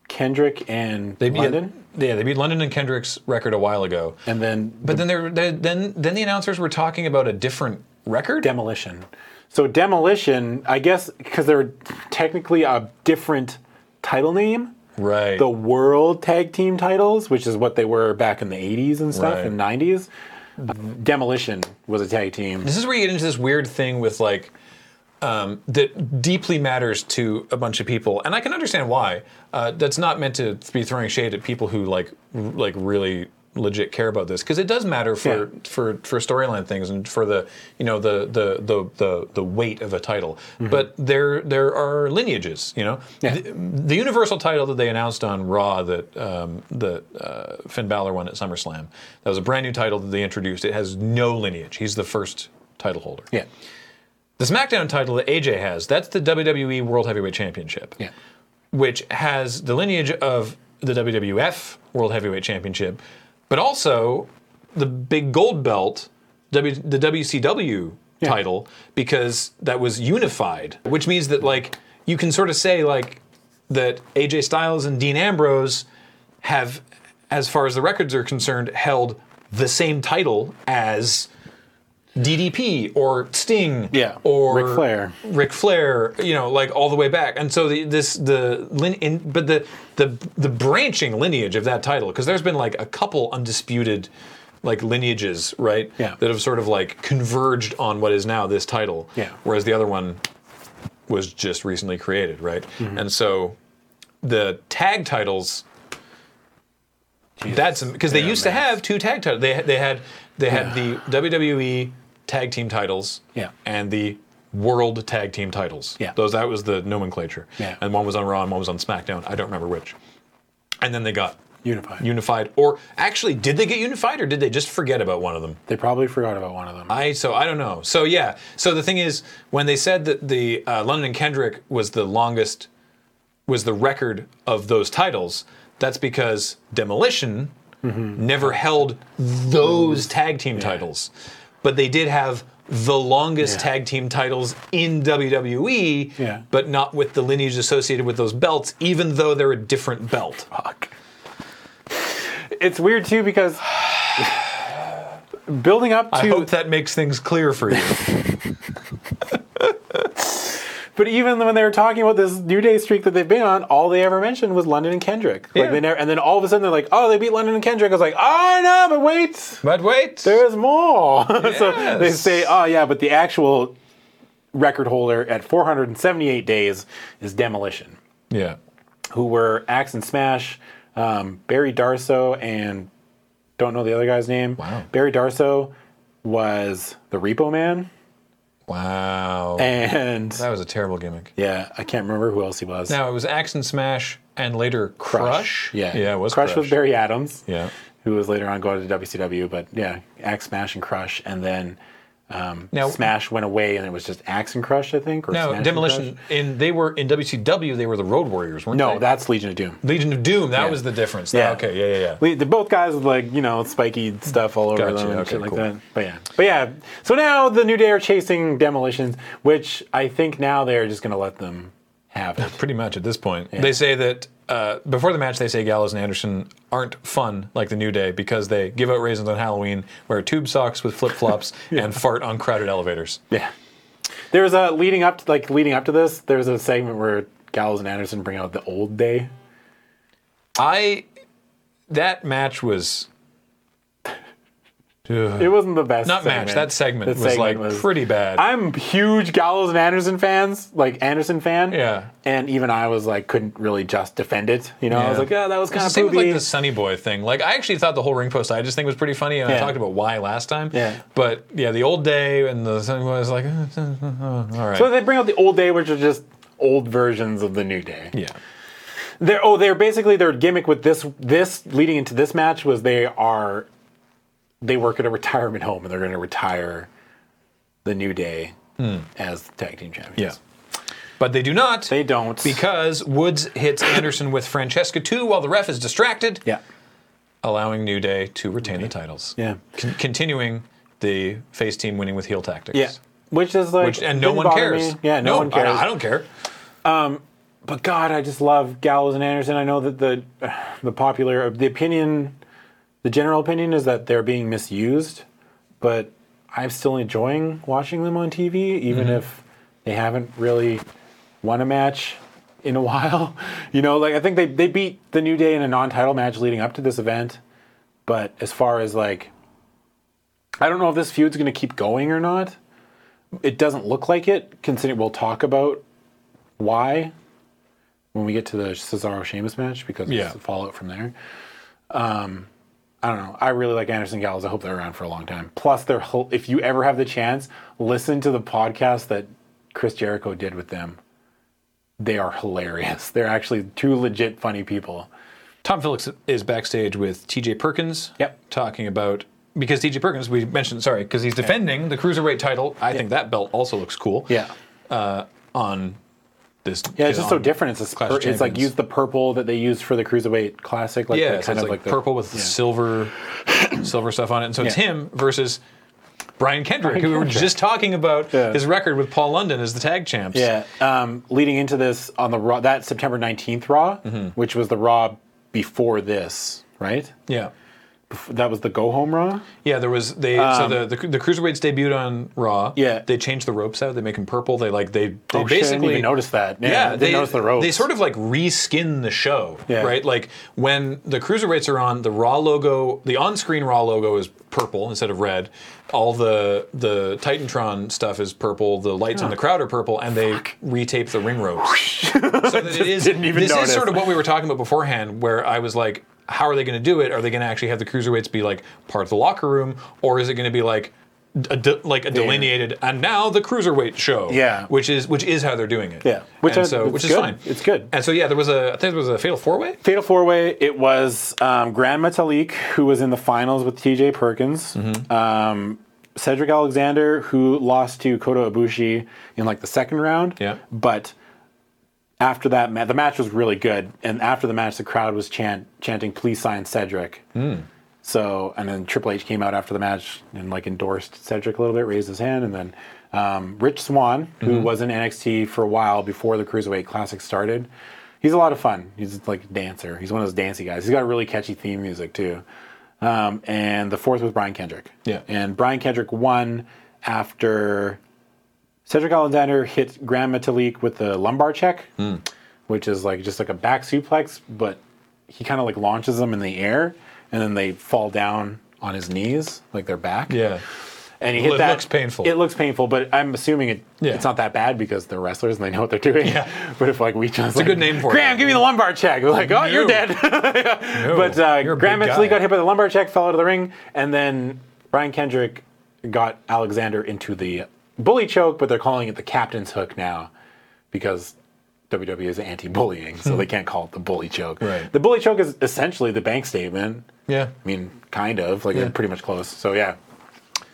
[SPEAKER 2] Kendrick and
[SPEAKER 1] they beat
[SPEAKER 2] London,
[SPEAKER 1] yeah they beat london and kendrick's record a while ago
[SPEAKER 2] and then
[SPEAKER 1] but then they, were- they then then the announcers were talking about a different record
[SPEAKER 2] Demolition. So Demolition, I guess, because they're technically a different title name.
[SPEAKER 1] right
[SPEAKER 2] The World Tag Team titles, which is what they were back in the 80s and stuff,
[SPEAKER 1] Right.
[SPEAKER 2] and 90s. Demolition was a tag team.
[SPEAKER 1] this is where you get into this weird thing with like um, that deeply matters to a bunch of people, and I can understand why. Uh, that's not meant to be throwing shade at people who like r- like really legit care about this because it does matter for
[SPEAKER 2] Yeah.
[SPEAKER 1] for for storyline things and for the you know the the the the, the weight of a title. But there there are lineages, you know.
[SPEAKER 2] Mm-hmm. Yeah.
[SPEAKER 1] The, the universal title that they announced on Raw that um, the uh, Finn Balor won at SummerSlam that was a brand new title that they introduced. It has no lineage. He's the first title holder.
[SPEAKER 2] Yeah.
[SPEAKER 1] The SmackDown title that AJ has, that's the WWE World Heavyweight Championship,
[SPEAKER 2] Yeah.
[SPEAKER 1] which has the lineage of the WWF World Heavyweight Championship, but also the big gold belt, w, the WCW title, because that was unified, which means that, like, you can sort of say, like, that AJ Styles and Dean Ambrose have, as far as the records are concerned, held the same title as DDP or Sting
[SPEAKER 2] Yeah.
[SPEAKER 1] or
[SPEAKER 2] Ric Flair.
[SPEAKER 1] Ric Flair, you know, like all the way back. And so the, this the lin, in, but the the the branching lineage of that title because there's been like a couple undisputed like lineages, right?
[SPEAKER 2] Yeah.
[SPEAKER 1] That have sort of like converged on what is now this title.
[SPEAKER 2] Yeah.
[SPEAKER 1] Whereas the other one was just recently created, right?
[SPEAKER 2] Mm-hmm.
[SPEAKER 1] And so the tag titles that's because they
[SPEAKER 2] Yeah,
[SPEAKER 1] used to
[SPEAKER 2] man.
[SPEAKER 1] have two tag titles. They they had they had the WWE tag team titles
[SPEAKER 2] Yeah.
[SPEAKER 1] and the World Tag Team titles.
[SPEAKER 2] Yeah.
[SPEAKER 1] Those that was the nomenclature.
[SPEAKER 2] Yeah.
[SPEAKER 1] And one was on Raw and one was on SmackDown. I don't remember which. And then they got
[SPEAKER 2] Unified.
[SPEAKER 1] unified or actually did they get unified or did they just forget about one of them?
[SPEAKER 2] they probably forgot about one of them.
[SPEAKER 1] I so I don't know. So yeah. So the thing is, when they said that the uh, London and Kendrick was the longest, was the record of those titles, that's because Demolition never held those tag team titles, but they did have the longest
[SPEAKER 2] Yeah.
[SPEAKER 1] tag team titles in WWE,
[SPEAKER 2] Yeah.
[SPEAKER 1] but not with the lineage associated with those belts, even though they're a different belt.
[SPEAKER 2] Fuck. It's weird too because building up to
[SPEAKER 1] I hope that makes things clear for you.
[SPEAKER 2] But even when they were talking about this New Day streak that they've been on, all they ever mentioned was London and Kendrick. Like
[SPEAKER 1] Yeah.
[SPEAKER 2] they never, and then all of a sudden they're like, "Oh, they beat London and Kendrick." I was like, "Oh no, but wait,
[SPEAKER 1] but wait,
[SPEAKER 2] there's more." so
[SPEAKER 1] Yes.
[SPEAKER 2] they say, "Oh yeah, but the actual record holder at 478 days is Demolition,
[SPEAKER 1] yeah,
[SPEAKER 2] who were Axe and Smash, um, Barry Darso, and don't know the other guy's name.
[SPEAKER 1] Wow.
[SPEAKER 2] Barry Darso was the Repo Man,
[SPEAKER 1] wow,
[SPEAKER 2] and
[SPEAKER 1] that was a terrible gimmick.
[SPEAKER 2] yeah, I can't remember who else he was.
[SPEAKER 1] Now it was Axe and Smash, and later Crush.
[SPEAKER 2] Yeah.
[SPEAKER 1] yeah, it was
[SPEAKER 2] Crush,
[SPEAKER 1] Crush.
[SPEAKER 2] was Barry Adams.
[SPEAKER 1] Yeah,
[SPEAKER 2] Who was later on going to WCW, but yeah, Axe Smash and Crush, and then um,
[SPEAKER 1] Now-
[SPEAKER 2] Smash went away, and it was just Axe and Crush, I think. Or Smash
[SPEAKER 1] no
[SPEAKER 2] and
[SPEAKER 1] Demolition.
[SPEAKER 2] Crush.
[SPEAKER 1] In they were in WCW, they were the Road Warriors, weren't they?
[SPEAKER 2] No, that's Legion of Doom.
[SPEAKER 1] Legion of Doom. That
[SPEAKER 2] Yeah.
[SPEAKER 1] was the difference.
[SPEAKER 2] Yeah.
[SPEAKER 1] Okay. Yeah. Yeah. Yeah.
[SPEAKER 2] Le- They're both guys with like you know spiky stuff all over
[SPEAKER 1] Gotcha,
[SPEAKER 2] them and
[SPEAKER 1] okay,
[SPEAKER 2] shit like
[SPEAKER 1] cool.
[SPEAKER 2] that. But yeah, but yeah. So now the New Day are chasing demolitions, which I think now they're just gonna let them have it.
[SPEAKER 1] Pretty much at this point, they say that uh, before the match, they say Gallows and Anderson aren't fun like the New Day because they give out raisins on Halloween, wear tube socks with flip flops, and fart on crowded elevators.
[SPEAKER 2] Yeah. There was a leading up to like leading up to this. There was a segment where Gallows and Anderson bring out the old day.
[SPEAKER 1] I that match was.
[SPEAKER 2] It wasn't the best.
[SPEAKER 1] Not
[SPEAKER 2] segment.
[SPEAKER 1] match. That segment
[SPEAKER 2] The
[SPEAKER 1] was like pretty bad.
[SPEAKER 2] I'm huge Gallows and Anderson fans, like Anderson fan.
[SPEAKER 1] Yeah.
[SPEAKER 2] And even I was like, couldn't really just defend it. You know, I was like, yeah, that was kind of
[SPEAKER 1] same with
[SPEAKER 2] poopy.
[SPEAKER 1] like the Sunny Boy thing. Like I actually thought the whole ring post I just think was pretty funny, and I
[SPEAKER 2] Yeah.
[SPEAKER 1] talked about why last time.
[SPEAKER 2] Yeah.
[SPEAKER 1] But yeah, the old day and the Sunny Boy was like, "Uh, all right.
[SPEAKER 2] so they bring out the old day, which are just old versions of the new day.
[SPEAKER 1] yeah.
[SPEAKER 2] They're oh, they're basically their gimmick with this this leading into this match was they are they work at a retirement home and they're going to retire the new day as tag team
[SPEAKER 1] Hmm. Yeah.
[SPEAKER 2] champions.
[SPEAKER 1] But they do not.
[SPEAKER 2] They don't
[SPEAKER 1] Because Woods hits Anderson with Francesca 2 while the ref is distracted,
[SPEAKER 2] yeah.
[SPEAKER 1] allowing New Day to retain the titles.
[SPEAKER 2] Yeah.
[SPEAKER 1] Con- continuing the face team winning with heel tactics.
[SPEAKER 2] Yeah. Which is like
[SPEAKER 1] Which, and no
[SPEAKER 2] didn't
[SPEAKER 1] one
[SPEAKER 2] bother
[SPEAKER 1] cares.
[SPEAKER 2] me. Yeah, no, one
[SPEAKER 1] I-
[SPEAKER 2] cares.
[SPEAKER 1] I, don't care.
[SPEAKER 2] but God, I just love Gallows and Anderson. I know that the the popular uh, the opinion, the general opinion is that they're being misused, but I'm still enjoying watching them on TV, even
[SPEAKER 1] Mm-hmm.
[SPEAKER 2] if they haven't really won a match in a while. You know, like I think they they beat the New Day in a non-title match leading up to this event, but as far as like, I don't know if this feud's going to keep going or not. It doesn't look like it. Considering we'll talk about why when we get to the Cesaro Sheamus match because
[SPEAKER 1] Yeah.
[SPEAKER 2] it's the fallout from there. Um, I don't know. I really like Anderson Gallows. I hope they're around for a long time. Plus, they're hel- if you ever have the chance, listen to the podcast that Chris Jericho did with them. They are hilarious. They're actually two legit funny people.
[SPEAKER 1] Tom Phillips is backstage with TJ Perkins.
[SPEAKER 2] Yep.
[SPEAKER 1] Talking about because TJ Perkins, we mentioned, sorry, because he's defending the cruiserweight title. I think that belt also looks cool.
[SPEAKER 2] Yeah.
[SPEAKER 1] Uh, on this.
[SPEAKER 2] Yeah, it's just so
[SPEAKER 1] on
[SPEAKER 2] different. It's a
[SPEAKER 1] Clash
[SPEAKER 2] spur-
[SPEAKER 1] of
[SPEAKER 2] it's like
[SPEAKER 1] Champions.
[SPEAKER 2] use the purple that they use for the cruiserweight classic, like
[SPEAKER 1] yeah,
[SPEAKER 2] the
[SPEAKER 1] so
[SPEAKER 2] kind
[SPEAKER 1] it's
[SPEAKER 2] of
[SPEAKER 1] like,
[SPEAKER 2] like, the
[SPEAKER 1] purple with silver, silver stuff on it. And so it's
[SPEAKER 2] Yeah.
[SPEAKER 1] him versus Brian Kendrick,
[SPEAKER 2] Brian
[SPEAKER 1] who we were
[SPEAKER 2] Kendrick.
[SPEAKER 1] just talking about
[SPEAKER 2] Yeah.
[SPEAKER 1] his record with Paul London as the tag champs.
[SPEAKER 2] Yeah, um, leading into this on the raw that September nineteenth Raw,
[SPEAKER 1] Mm-hmm.
[SPEAKER 2] which was the Raw before this, right?
[SPEAKER 1] yeah,
[SPEAKER 2] That was the go home Raw.
[SPEAKER 1] yeah. There was they. so the, the the cruiserweights debuted on Raw.
[SPEAKER 2] Um, Yeah.
[SPEAKER 1] they changed the ropes out. They make them purple. They like they they
[SPEAKER 2] Oh, shit, I didn't
[SPEAKER 1] basically
[SPEAKER 2] even notice that. Yeah, I didn't
[SPEAKER 1] they
[SPEAKER 2] notice the ropes.
[SPEAKER 1] They sort of like reskin the show,
[SPEAKER 2] Yeah.
[SPEAKER 1] right? Like when the cruiserweights are on, the Raw logo, the on-screen Raw logo is purple instead of red. All the the Titantron stuff is purple. The lights on the crowd are purple, and they retape the ring ropes. so that it is.
[SPEAKER 2] didn't even
[SPEAKER 1] this
[SPEAKER 2] notice.
[SPEAKER 1] is sort of what we were talking about beforehand, where I was like, "How are they going to do it? Are they going to actually have the cruiserweights be like part of the locker room, or is it going to be like?" A de- like a delineated, and now the cruiserweight show,
[SPEAKER 2] Yeah.
[SPEAKER 1] which is which is how they're doing it.
[SPEAKER 2] Yeah. Which
[SPEAKER 1] And
[SPEAKER 2] I-
[SPEAKER 1] so,
[SPEAKER 2] it's
[SPEAKER 1] which is
[SPEAKER 2] good.
[SPEAKER 1] fine.
[SPEAKER 2] It's good.
[SPEAKER 1] And so yeah, there was a I think there was a fatal four way.
[SPEAKER 2] Fatal four way. It was um, Grand Metalik who was in the finals with T.J. Perkins, um, Cedric Alexander who lost to Kota Ibushi in like the second round.
[SPEAKER 1] Yeah.
[SPEAKER 2] but after that, ma- the match was really good, and after the match, the crowd was chant- chanting "Please sign Cedric." So, and then Triple H came out after the match and like endorsed Cedric a little bit, raised his hand, and then um, Rich Swan, who was in NXT for a while before the Cruiserweight Classic started, he's a lot of fun. He's like a dancer. He's one of those dancey guys. He's got really catchy theme music too. Um, and the fourth was Brian Kendrick.
[SPEAKER 1] Yeah.
[SPEAKER 2] And Brian Kendrick won after Cedric Alexander hit Grand Metalik with the lumbar check,
[SPEAKER 1] Hmm.
[SPEAKER 2] which is like just like a back suplex, but he kind of like launches them in the air, and then they fall down on his knees, like their back.
[SPEAKER 1] Yeah.
[SPEAKER 2] and he hit
[SPEAKER 1] It
[SPEAKER 2] that.
[SPEAKER 1] looks painful.
[SPEAKER 2] It looks painful, but I'm assuming it,
[SPEAKER 1] Yeah.
[SPEAKER 2] it's not that bad because they're wrestlers and they know what they're doing.
[SPEAKER 1] Yeah.
[SPEAKER 2] but if like we just it's
[SPEAKER 1] a good name for it.
[SPEAKER 2] Graham, give me the lumbar check. We're like, oh, you're
[SPEAKER 1] No.
[SPEAKER 2] dead. But uh,
[SPEAKER 1] You're a
[SPEAKER 2] Graham
[SPEAKER 1] big
[SPEAKER 2] Metcalfe
[SPEAKER 1] guy.
[SPEAKER 2] got hit by the lumbar check, fell out of the ring, and then Brian Kendrick got Alexander into the bully choke, but they're calling it the captain's hook now because WWE is anti-bullying, so they can't call it the bully choke.
[SPEAKER 1] Right.
[SPEAKER 2] The bully choke is essentially the bank statement.
[SPEAKER 1] Yeah.
[SPEAKER 2] I mean, kind of, like
[SPEAKER 1] Yeah.
[SPEAKER 2] they're pretty much close. So yeah.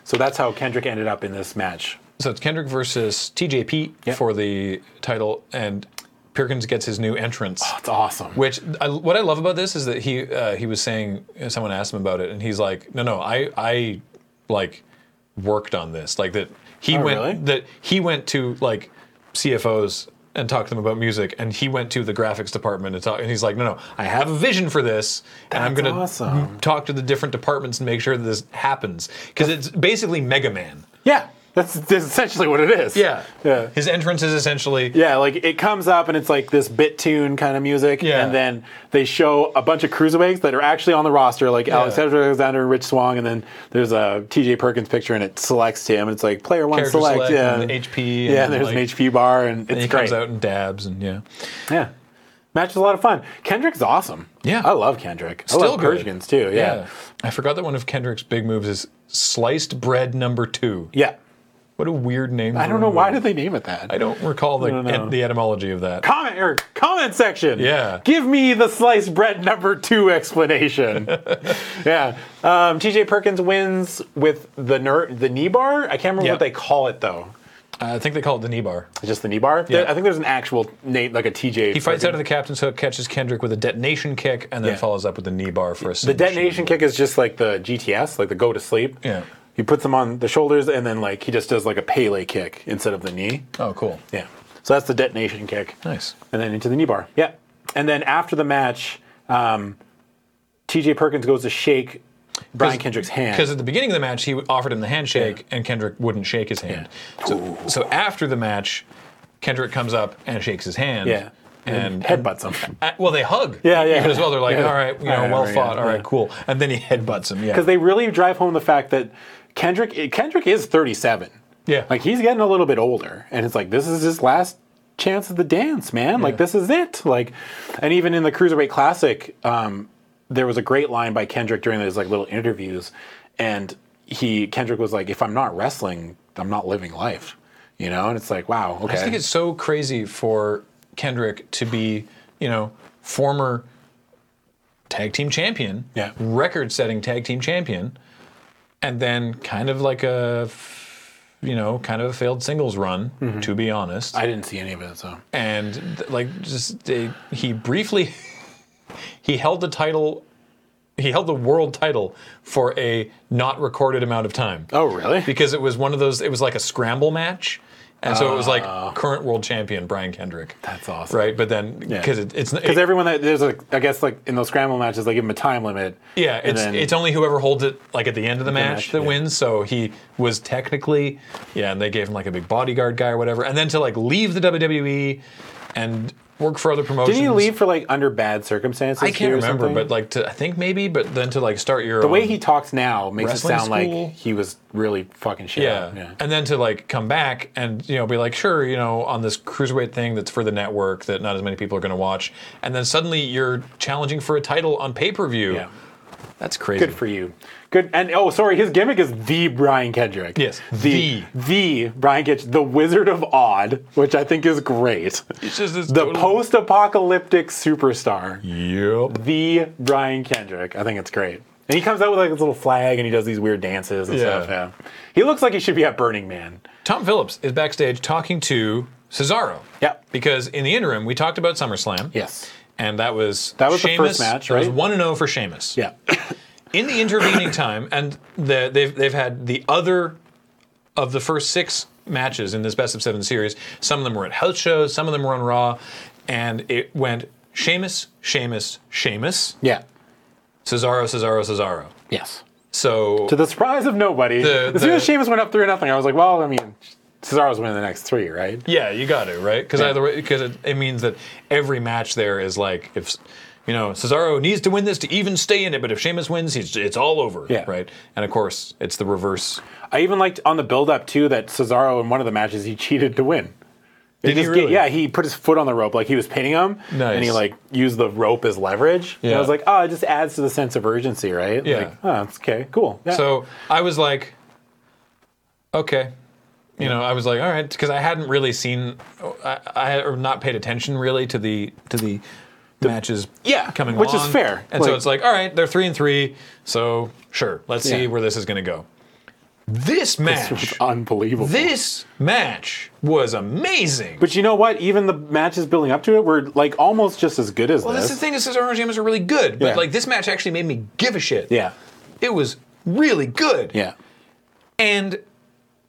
[SPEAKER 2] So that's how Kendrick ended up in this match.
[SPEAKER 1] So it's Kendrick versus TJP
[SPEAKER 2] Yep.
[SPEAKER 1] for the title, and Perkins gets his new entrance.
[SPEAKER 2] That's awesome.
[SPEAKER 1] Which I, what I love about this is that he uh, he was saying someone asked him about it, and he's like, no, no, I I like worked on this, like that he
[SPEAKER 2] Oh,
[SPEAKER 1] went
[SPEAKER 2] really?
[SPEAKER 1] that he went to like CFOs and talked to them about music, and he went to the graphics department and talk, and he's like, no, no, I have a vision for this, and I'm
[SPEAKER 2] That's
[SPEAKER 1] gonna
[SPEAKER 2] awesome.
[SPEAKER 1] talk to the different departments and make sure that this happens because it's basically Mega Man.
[SPEAKER 2] Yeah. That's, that's essentially what it is.
[SPEAKER 1] Yeah.
[SPEAKER 2] Yeah.
[SPEAKER 1] His entrance is essentially
[SPEAKER 2] Yeah, like it comes up and it's like this bit tune kind of music,
[SPEAKER 1] Yeah.
[SPEAKER 2] and then they show a bunch of cruiserweights that are actually on the roster, like Alexander Alexander and Rich Swong, and then there's a T.J. Perkins picture and it selects him. It's like player one
[SPEAKER 1] Character
[SPEAKER 2] select,
[SPEAKER 1] select
[SPEAKER 2] yeah,
[SPEAKER 1] and HP
[SPEAKER 2] yeah.
[SPEAKER 1] and,
[SPEAKER 2] there's
[SPEAKER 1] like-
[SPEAKER 2] an HP bar, and it's
[SPEAKER 1] and he
[SPEAKER 2] great.
[SPEAKER 1] comes out and dabs and yeah.
[SPEAKER 2] Yeah, match is a lot of fun. Kendrick's awesome.
[SPEAKER 1] Yeah.
[SPEAKER 2] I love Kendrick. I love
[SPEAKER 1] good.
[SPEAKER 2] Perkins too. Yeah,
[SPEAKER 1] I forgot that one of Kendrick's big moves is sliced bread number two.
[SPEAKER 2] yeah.
[SPEAKER 1] What a weird name.
[SPEAKER 2] I
[SPEAKER 1] for
[SPEAKER 2] don't
[SPEAKER 1] a
[SPEAKER 2] know why
[SPEAKER 1] move.
[SPEAKER 2] did they name it that.
[SPEAKER 1] I don't recall the e-,
[SPEAKER 2] don't know.
[SPEAKER 1] the etymology of that.
[SPEAKER 2] comment or comment section.
[SPEAKER 1] Yeah.
[SPEAKER 2] Give me the sliced bread number two explanation. yeah. Um, TJ Perkins wins with the ner- the knee bar. I can't remember
[SPEAKER 1] Yeah.
[SPEAKER 2] what they call it though.
[SPEAKER 1] I think they call it the knee bar.
[SPEAKER 2] Just the knee bar.
[SPEAKER 1] Yeah.
[SPEAKER 2] I think there's an actual name like a TJ.
[SPEAKER 1] He fights out of the captain's hook, catches Kendrick with a detonation kick, and then
[SPEAKER 2] Yeah.
[SPEAKER 1] follows up with the knee bar for a
[SPEAKER 2] the detonation kick is just like the GTS, like the go to sleep.
[SPEAKER 1] Yeah.
[SPEAKER 2] He puts him on the shoulders and then like he just does like a Pele kick instead of the knee.
[SPEAKER 1] Oh, cool.
[SPEAKER 2] Yeah. So that's the detonation kick.
[SPEAKER 1] Nice.
[SPEAKER 2] And then into the knee bar. Yeah. And then after the match, um, TJ Perkins goes to shake Brian Kendrick's hand.
[SPEAKER 1] Because at the beginning of the match, he offered him the handshake, and Kendrick wouldn't shake his hand. So, so after the match, Kendrick comes up and shakes his hand.
[SPEAKER 2] yeah.
[SPEAKER 1] And,
[SPEAKER 2] headbutts him.
[SPEAKER 1] uh, well, they hug.
[SPEAKER 2] Yeah, yeah.
[SPEAKER 1] Even as well, they're like,
[SPEAKER 2] Yeah.
[SPEAKER 1] all right, you
[SPEAKER 2] All
[SPEAKER 1] know,
[SPEAKER 2] right,
[SPEAKER 1] well
[SPEAKER 2] all right,
[SPEAKER 1] fought,
[SPEAKER 2] yeah,
[SPEAKER 1] all right,
[SPEAKER 2] yeah.
[SPEAKER 1] cool. And then he headbutts him. Yeah.
[SPEAKER 2] Because they really drive home the fact that Kendrick Kendrick is 37.
[SPEAKER 1] Yeah.
[SPEAKER 2] Like he's getting a little bit older. And it's like, this is his last chance at the dance, man. Like this is it. Like and even in the Cruiserweight Classic, um, there was a great line by Kendrick during those like little interviews. And he Kendrick was like, if I'm not wrestling, I'm not living life. You know? And it's like, wow, okay.
[SPEAKER 1] I just think it's so crazy for Kendrick to be, you know, former tag team champion,
[SPEAKER 2] Yeah.
[SPEAKER 1] record setting tag team champion, and then kind of like a, f- you know, kind of a failed singles run,
[SPEAKER 2] Mm-hmm.
[SPEAKER 1] to be honest.
[SPEAKER 2] I didn't see any of it, so
[SPEAKER 1] and th- like just they, he briefly he held the title he held the world title for a not recorded amount of time
[SPEAKER 2] Oh really?
[SPEAKER 1] because it was one of those. It was like a scramble match, and so it was like current world champion Brian Kendrick.
[SPEAKER 2] Ah. That's awesome.
[SPEAKER 1] right? But then because it, it's
[SPEAKER 2] Because
[SPEAKER 1] it,
[SPEAKER 2] everyone that there's a, I guess like in those scramble matches, they give him a time limit.
[SPEAKER 1] yeah,
[SPEAKER 2] and
[SPEAKER 1] it's
[SPEAKER 2] then-
[SPEAKER 1] it's only whoever holds it like at the end of the match,
[SPEAKER 2] match,
[SPEAKER 1] that
[SPEAKER 2] yeah.
[SPEAKER 1] wins. So he was technically yeah, and they gave him like a big bodyguard guy or whatever, and then to like leave the WWE and work for other promotions.
[SPEAKER 2] Didn't he leave for like under bad circumstances?
[SPEAKER 1] I can't
[SPEAKER 2] too, or
[SPEAKER 1] remember,
[SPEAKER 2] something?
[SPEAKER 1] but like to, I think maybe, but then to like start your
[SPEAKER 2] the way he talks now makes it
[SPEAKER 1] Wrestling
[SPEAKER 2] sound
[SPEAKER 1] school?
[SPEAKER 2] like he was really fucking shit.
[SPEAKER 1] Yeah.
[SPEAKER 2] up. yeah.
[SPEAKER 1] And then to like come back and, you know, be like, sure, you know, on this cruiserweight thing that's for the network that not as many people are going to watch. And then suddenly you're challenging for a title on pay per view.
[SPEAKER 2] Yeah.
[SPEAKER 1] That's crazy.
[SPEAKER 2] Good for you. Good. And oh, sorry, his gimmick is the Brian Kendrick.
[SPEAKER 1] Yes,
[SPEAKER 2] the the, Brian Kendrick, the Wizard of Odd, which I think is great.
[SPEAKER 1] It's just this
[SPEAKER 2] The
[SPEAKER 1] total-
[SPEAKER 2] post-apocalyptic superstar.
[SPEAKER 1] Yep.
[SPEAKER 2] the Brian Kendrick. I think it's great. And he comes out with like his little flag and he does these weird dances and
[SPEAKER 1] Yeah.
[SPEAKER 2] stuff. Yeah. He looks like he should be at Burning Man.
[SPEAKER 1] Tom Phillips is backstage talking to Cesaro.
[SPEAKER 2] Yep.
[SPEAKER 1] Because in the interim, we talked about SummerSlam.
[SPEAKER 2] Yes.
[SPEAKER 1] And that was
[SPEAKER 2] That was the first
[SPEAKER 1] Sheamus.
[SPEAKER 2] match,
[SPEAKER 1] That was
[SPEAKER 2] right?
[SPEAKER 1] 1 0 for Sheamus.
[SPEAKER 2] Yeah.
[SPEAKER 1] in the intervening time, and the, they've they've had the other of the first six matches in this best of seven series. Some of them were at house shows, some of them were on Raw, and it went Sheamus, Sheamus, Sheamus,
[SPEAKER 2] Yeah.
[SPEAKER 1] Cesaro, Cesaro, Cesaro.
[SPEAKER 2] Yes.
[SPEAKER 1] So
[SPEAKER 2] To the surprise of nobody,
[SPEAKER 1] The-
[SPEAKER 2] as soon as
[SPEAKER 1] the-
[SPEAKER 2] Sheamus went up three nothing, I was like, well, I mean, Cesaro's winning the next three, right?
[SPEAKER 1] yeah, you got to right because either way, because it, it means that every match there is like if. You know, Cesaro needs to win this to even stay in it, but if Sheamus wins, he's, it's all over,
[SPEAKER 2] Yeah.
[SPEAKER 1] right? And of course, it's the reverse.
[SPEAKER 2] I even liked on the build up too that Cesaro in one of the matches he cheated to win.
[SPEAKER 1] Did
[SPEAKER 2] It
[SPEAKER 1] he
[SPEAKER 2] just get-
[SPEAKER 1] really?
[SPEAKER 2] yeah, he put his foot on the rope like he was pinning him, and he
[SPEAKER 1] Nice.
[SPEAKER 2] like used the rope as leverage. And
[SPEAKER 1] Yeah.
[SPEAKER 2] I was like, oh, it just adds to the sense of urgency, right?
[SPEAKER 1] Yeah.
[SPEAKER 2] Like, oh, it's okay, cool. Yeah.
[SPEAKER 1] So I was like, okay. You know, I was like, all right, because I hadn't really seen, I, I had or not paid attention really to the to the, matches.
[SPEAKER 2] Yeah,
[SPEAKER 1] coming
[SPEAKER 2] which is
[SPEAKER 1] along.
[SPEAKER 2] fair.
[SPEAKER 1] And so
[SPEAKER 2] Like-
[SPEAKER 1] it's like, all right, they're three and three, so sure, let's see
[SPEAKER 2] Yeah.
[SPEAKER 1] where this is going to go. This match,
[SPEAKER 2] It was
[SPEAKER 1] this,
[SPEAKER 2] unbelievable.
[SPEAKER 1] match was amazing.
[SPEAKER 2] But you know what? Even the matches building up to it were like almost just as good as
[SPEAKER 1] well,
[SPEAKER 2] this.
[SPEAKER 1] that's the thing is, Cesaro and Sheamus are really good, but
[SPEAKER 2] Yeah.
[SPEAKER 1] like this match actually made me give a shit.
[SPEAKER 2] Yeah,
[SPEAKER 1] it was really good.
[SPEAKER 2] yeah,
[SPEAKER 1] And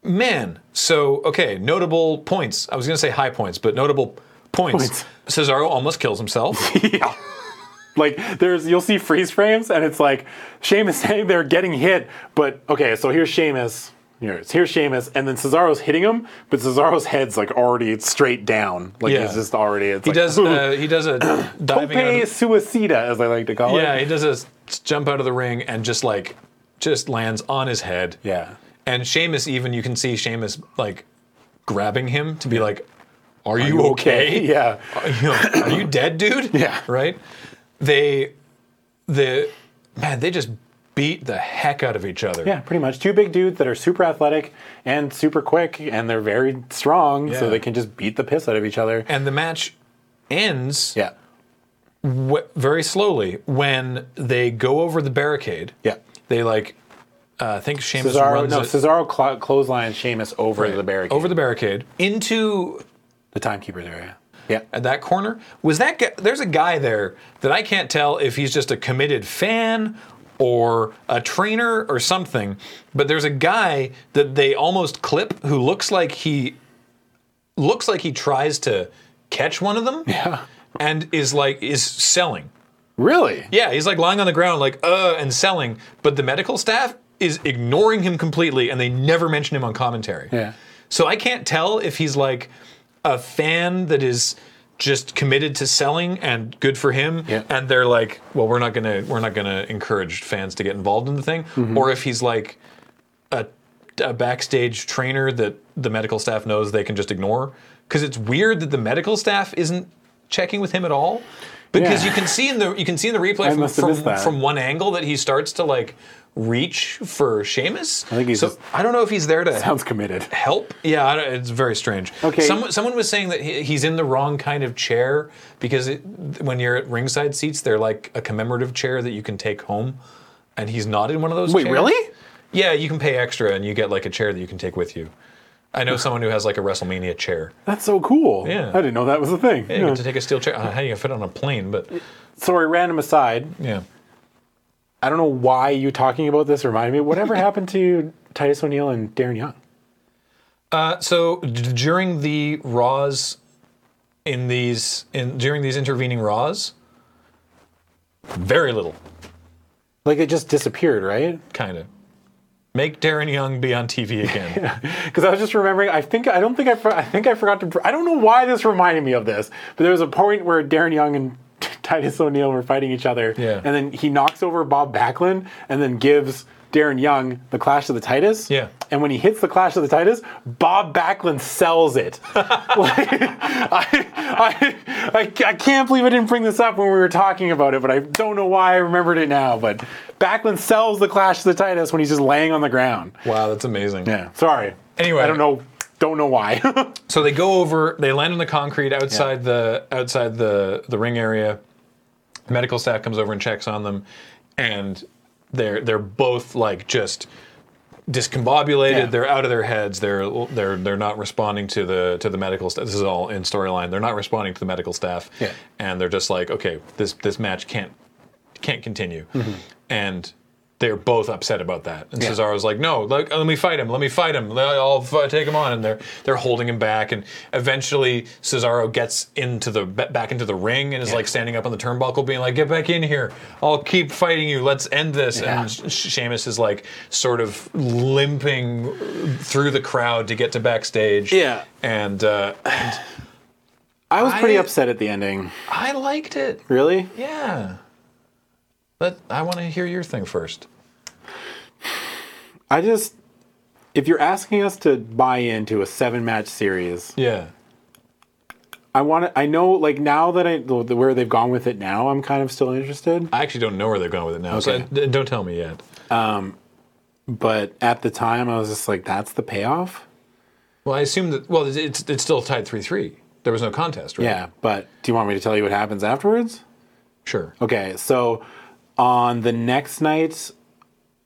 [SPEAKER 1] man, so okay, notable points. I was going to say high points, but notable points.
[SPEAKER 2] Points.
[SPEAKER 1] Cesaro almost kills himself.
[SPEAKER 2] yeah. Like there's, you'll see freeze frames, and it's like Sheamus saying they're getting hit, but okay, so here's Sheamus. you know, it's here's Sheamus, and then Cesaro's hitting him, but Cesaro's head's like already straight down. Like
[SPEAKER 1] Yeah.
[SPEAKER 2] it's just already. It's
[SPEAKER 1] He
[SPEAKER 2] like,
[SPEAKER 1] does. Uh, he does a
[SPEAKER 2] Tope
[SPEAKER 1] diving. Out of,
[SPEAKER 2] suicida, as I like to call
[SPEAKER 1] yeah,
[SPEAKER 2] it.
[SPEAKER 1] he does a s- jump out of the ring and just like just lands on his head.
[SPEAKER 2] Yeah.
[SPEAKER 1] And Seamus, even you can see Seamus like grabbing him to be like, "Are, you,
[SPEAKER 2] You
[SPEAKER 1] okay?
[SPEAKER 2] Yeah.
[SPEAKER 1] Are you, are you dead, dude?
[SPEAKER 2] Yeah.
[SPEAKER 1] Right? They, the man, they just beat the heck out of each other.
[SPEAKER 2] Yeah, pretty much. Two big dudes that are super athletic and super quick, and they're very strong,
[SPEAKER 1] Yeah.
[SPEAKER 2] so they can just beat the piss out of each other.
[SPEAKER 1] And the match ends
[SPEAKER 2] Yeah.
[SPEAKER 1] wh- very slowly when they go over the barricade.
[SPEAKER 2] Yeah.
[SPEAKER 1] They like, uh, I think Seamus
[SPEAKER 2] Cesaro,
[SPEAKER 1] runs
[SPEAKER 2] no,
[SPEAKER 1] it-
[SPEAKER 2] Cesaro cl- clothesline Sheamus over
[SPEAKER 1] right,
[SPEAKER 2] the barricade.
[SPEAKER 1] over the barricade into
[SPEAKER 2] the timekeeper's area. Yeah.
[SPEAKER 1] at that corner. Was that guy, there's a guy there that I can't tell if he's just a committed fan or a trainer or something, but there's a guy that they almost clip who looks like he looks like he tries to catch one of them. Yeah. And is like is selling.
[SPEAKER 2] Really?
[SPEAKER 1] Yeah, he's like lying on the ground like uh and selling, but the medical staff is ignoring him completely and they never mention him on commentary.
[SPEAKER 2] Yeah.
[SPEAKER 1] So I can't tell if he's like a fan that is just committed to selling and good for him
[SPEAKER 2] Yeah.
[SPEAKER 1] and they're like, well, we're not going to we're not going to encourage fans to get involved in the thing
[SPEAKER 2] Mm-hmm.
[SPEAKER 1] or if he's like a a backstage trainer that the medical staff knows they can just ignore cuz it's weird that the medical staff isn't checking with him at all because
[SPEAKER 2] Yeah.
[SPEAKER 1] you can see in the you can see in the replay
[SPEAKER 2] I
[SPEAKER 1] from,
[SPEAKER 2] must have
[SPEAKER 1] from,
[SPEAKER 2] missed that.
[SPEAKER 1] from one angle that he starts to like reach for Sheamus. I
[SPEAKER 2] think he's
[SPEAKER 1] so
[SPEAKER 2] just-
[SPEAKER 1] I don't know if he's there to
[SPEAKER 2] Sounds committed.
[SPEAKER 1] help. Yeah, I don't, it's very strange.
[SPEAKER 2] Okay.
[SPEAKER 1] Someone, someone was saying that he, he's in the wrong kind of chair because it, when you're at ringside seats, they're like a commemorative chair that you can take home, and he's not in one of those.
[SPEAKER 2] Wait,
[SPEAKER 1] chairs.
[SPEAKER 2] really?
[SPEAKER 1] Yeah, you can pay extra and you get like a chair that you can take with you. I know someone who has like a WrestleMania chair.
[SPEAKER 2] That's so cool.
[SPEAKER 1] Yeah.
[SPEAKER 2] I didn't know that was a thing.
[SPEAKER 1] Yeah, you
[SPEAKER 2] Yeah.
[SPEAKER 1] get to take a steel chair. I don't know how you can fit on a plane? But
[SPEAKER 2] Sorry, random aside.
[SPEAKER 1] yeah.
[SPEAKER 2] I don't know why you talking about this reminded me. Whatever happened to Titus O'Neil and Darren Young?
[SPEAKER 1] Uh, so d- during the Raws, in these in during these intervening Raws, very little,
[SPEAKER 2] Like it just disappeared, right?
[SPEAKER 1] kind of. Make Darren Young be on TV again.
[SPEAKER 2] Because I was just remembering. I think I don't think I. For, I think I forgot to. I don't know why this reminded me of this, but there was a point where Darren Young and Titus O'Neil were fighting each other,
[SPEAKER 1] Yeah.
[SPEAKER 2] and then he knocks over Bob Backlund, and then gives Darren Young the Clash of the Titus.
[SPEAKER 1] Yeah.
[SPEAKER 2] And when he hits the Clash of the Titus, Bob Backlund sells it. like, I, I, I, ca- I can't believe I didn't bring this up when we were talking about it, but I don't know why I remembered it now. But Backlund sells the Clash of the Titus when he's just laying on the ground.
[SPEAKER 1] wow, that's amazing.
[SPEAKER 2] Yeah. Sorry.
[SPEAKER 1] Anyway.
[SPEAKER 2] I don't know. Don't know why.
[SPEAKER 1] So they go over. They land on the concrete outside the outside the the ring area. Medical staff comes over and checks on them, and they're they're both like just discombobulated.
[SPEAKER 2] Yeah.
[SPEAKER 1] They're out of their heads. They're they're they're not responding to the to the medical staff. This is all in storyline. They're not responding to the medical staff,
[SPEAKER 2] Yeah.
[SPEAKER 1] and they're just like, okay, this this match can't can't continue, and. They're both upset about that, and
[SPEAKER 2] Mm-hmm. Yeah.
[SPEAKER 1] Cesaro's like, "No, let, let me fight him. Let me fight him. Let- I'll f- uh, take him on." And they're they're holding him back, and eventually Cesaro gets into the ba- back into the ring and is like standing up on the turnbuckle, being like, "Get back in here! I'll keep fighting you. Let's end this."
[SPEAKER 2] Yeah.
[SPEAKER 1] And Sh- Sheamus is like sort of limping through the crowd to get to backstage.
[SPEAKER 2] Yeah.
[SPEAKER 1] And, uh, and
[SPEAKER 2] I was pretty
[SPEAKER 1] I-
[SPEAKER 2] upset at the ending.
[SPEAKER 1] I liked it.
[SPEAKER 2] Really?
[SPEAKER 1] Yeah. But I want to hear your thing first.
[SPEAKER 2] I just, if you're asking us to buy into a seven match series,
[SPEAKER 1] Yeah.
[SPEAKER 2] I want to. I know, like now that I where they've gone with it now, I'm kind of still interested.
[SPEAKER 1] I actually don't know where they've gone with it now, so
[SPEAKER 2] Okay.
[SPEAKER 1] d- don't tell me yet.
[SPEAKER 2] But at the time, I was just like, that's the payoff.
[SPEAKER 1] Well, I assume that. Well, it's- it's it's still tied three three. There was no contest, right?
[SPEAKER 2] Yeah. But do you want me to tell you what happens afterwards?
[SPEAKER 1] Sure.
[SPEAKER 2] Okay, so on the next night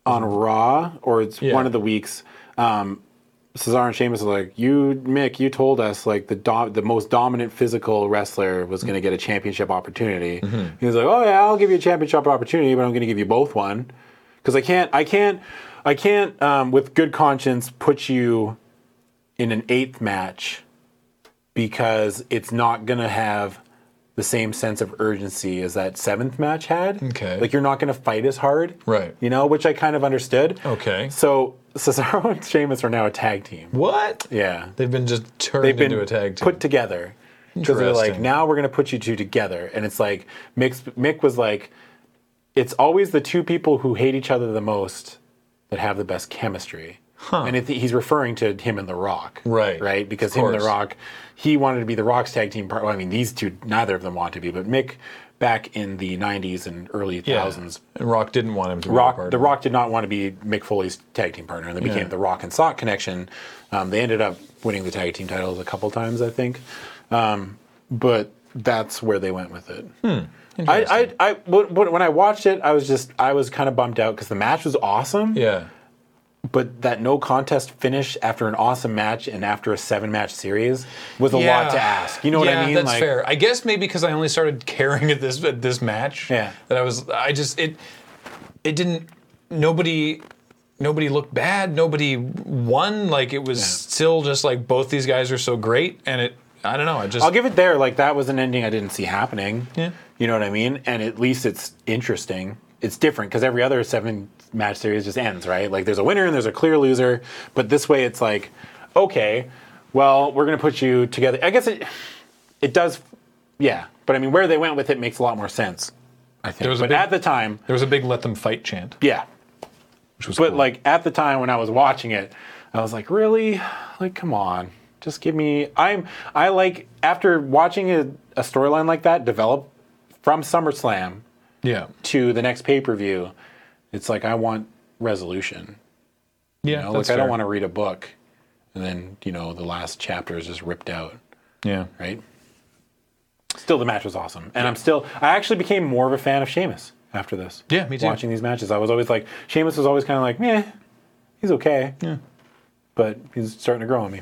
[SPEAKER 2] on Raw, or it's
[SPEAKER 1] Yeah.
[SPEAKER 2] one of the weeks, um, Cesaro and Sheamus are like, "You, Mick, you told us like the dom- the most dominant physical wrestler was going to get a championship opportunity." He's like, "Oh yeah, I'll give you a championship opportunity, but I'm going to give you both one because I can't, I can't, I can't, um, with good conscience, put you in an eighth match because it's not going to have the same sense of urgency as that seventh match had.
[SPEAKER 1] Okay.
[SPEAKER 2] Like you're not going to fight as hard.
[SPEAKER 1] Right.
[SPEAKER 2] You know, which I kind of understood.
[SPEAKER 1] Okay.
[SPEAKER 2] So Cesaro and Sheamus are now a tag team.
[SPEAKER 1] What?
[SPEAKER 2] Yeah.
[SPEAKER 1] They've been just turned
[SPEAKER 2] They've been
[SPEAKER 1] into a tag team.
[SPEAKER 2] put together. Because they're like,
[SPEAKER 1] Interesting.
[SPEAKER 2] now we're going to put you two together. And it's like, Mick's, Mick was like, it's always the two people who hate each other the most that have the best chemistry. And it, he's referring to him and The Rock.
[SPEAKER 1] Right.
[SPEAKER 2] Right? Because
[SPEAKER 1] Of
[SPEAKER 2] him and The
[SPEAKER 1] course.
[SPEAKER 2] Rock, he wanted to be The Rock's tag team partner. Well, I mean, these two, neither of them want to be. But Mick, back in the 90s and early
[SPEAKER 1] Yeah.
[SPEAKER 2] 2000s,
[SPEAKER 1] And Rock didn't want him to be a
[SPEAKER 2] Rock,
[SPEAKER 1] part
[SPEAKER 2] The
[SPEAKER 1] of it.
[SPEAKER 2] Rock did not want to be Mick Foley's tag team partner, and they became
[SPEAKER 1] Yeah.
[SPEAKER 2] the Rock and Sock connection. Um, they ended up winning the tag team titles a couple times, I think. Um, but that's where they went with it.
[SPEAKER 1] Hmm.
[SPEAKER 2] I, I, I, when when- when I watched it, I was just, I was kind of bummed out because the match was awesome,
[SPEAKER 1] Yeah.
[SPEAKER 2] but that no contest finish after an awesome match and after a seven match series was a
[SPEAKER 1] Yeah.
[SPEAKER 2] lot to ask. You know what
[SPEAKER 1] Yeah,
[SPEAKER 2] I mean?
[SPEAKER 1] That's fair. I guess maybe because I only started caring at this at this match.
[SPEAKER 2] Yeah.
[SPEAKER 1] That I was I just it it didn't nobody nobody looked bad, nobody won. Like it was still just like both these guys are so great and it I don't know, I just
[SPEAKER 2] I'll give it there. Like that was an ending I didn't see happening.
[SPEAKER 1] Yeah.
[SPEAKER 2] You know what I mean? And at least it's interesting. It's different because every other seven match series just ends, right? Like there's a winner and there's a clear loser. But this way, it's like, okay, well, we're gonna put you together. I guess it, it does, yeah. But I mean, where they went with it makes a lot more sense. I think.
[SPEAKER 1] There was a
[SPEAKER 2] but
[SPEAKER 1] big-
[SPEAKER 2] at the time,
[SPEAKER 1] there was a big let them fight chant,
[SPEAKER 2] yeah.
[SPEAKER 1] which was
[SPEAKER 2] But
[SPEAKER 1] cool.
[SPEAKER 2] like at the time when I was watching it, I was like, really? Like, come on. Just give me I'm I like after watching a, a storyline like that develop from SummerSlam
[SPEAKER 1] yeah.
[SPEAKER 2] to the next pay-per-view, it's like I want resolution.
[SPEAKER 1] Yeah.
[SPEAKER 2] You know? Like
[SPEAKER 1] that's
[SPEAKER 2] I don't
[SPEAKER 1] fair.
[SPEAKER 2] want to read a book and then, you know, the last chapter is just ripped out
[SPEAKER 1] Yeah.
[SPEAKER 2] right? Still, the match was awesome, and I'm still. I actually became more of a fan of Sheamus after this.
[SPEAKER 1] Yeah, me too.
[SPEAKER 2] Watching these matches, I was always like, Sheamus was always kind of like, meh, he's okay. Yeah. But he's starting to grow on me.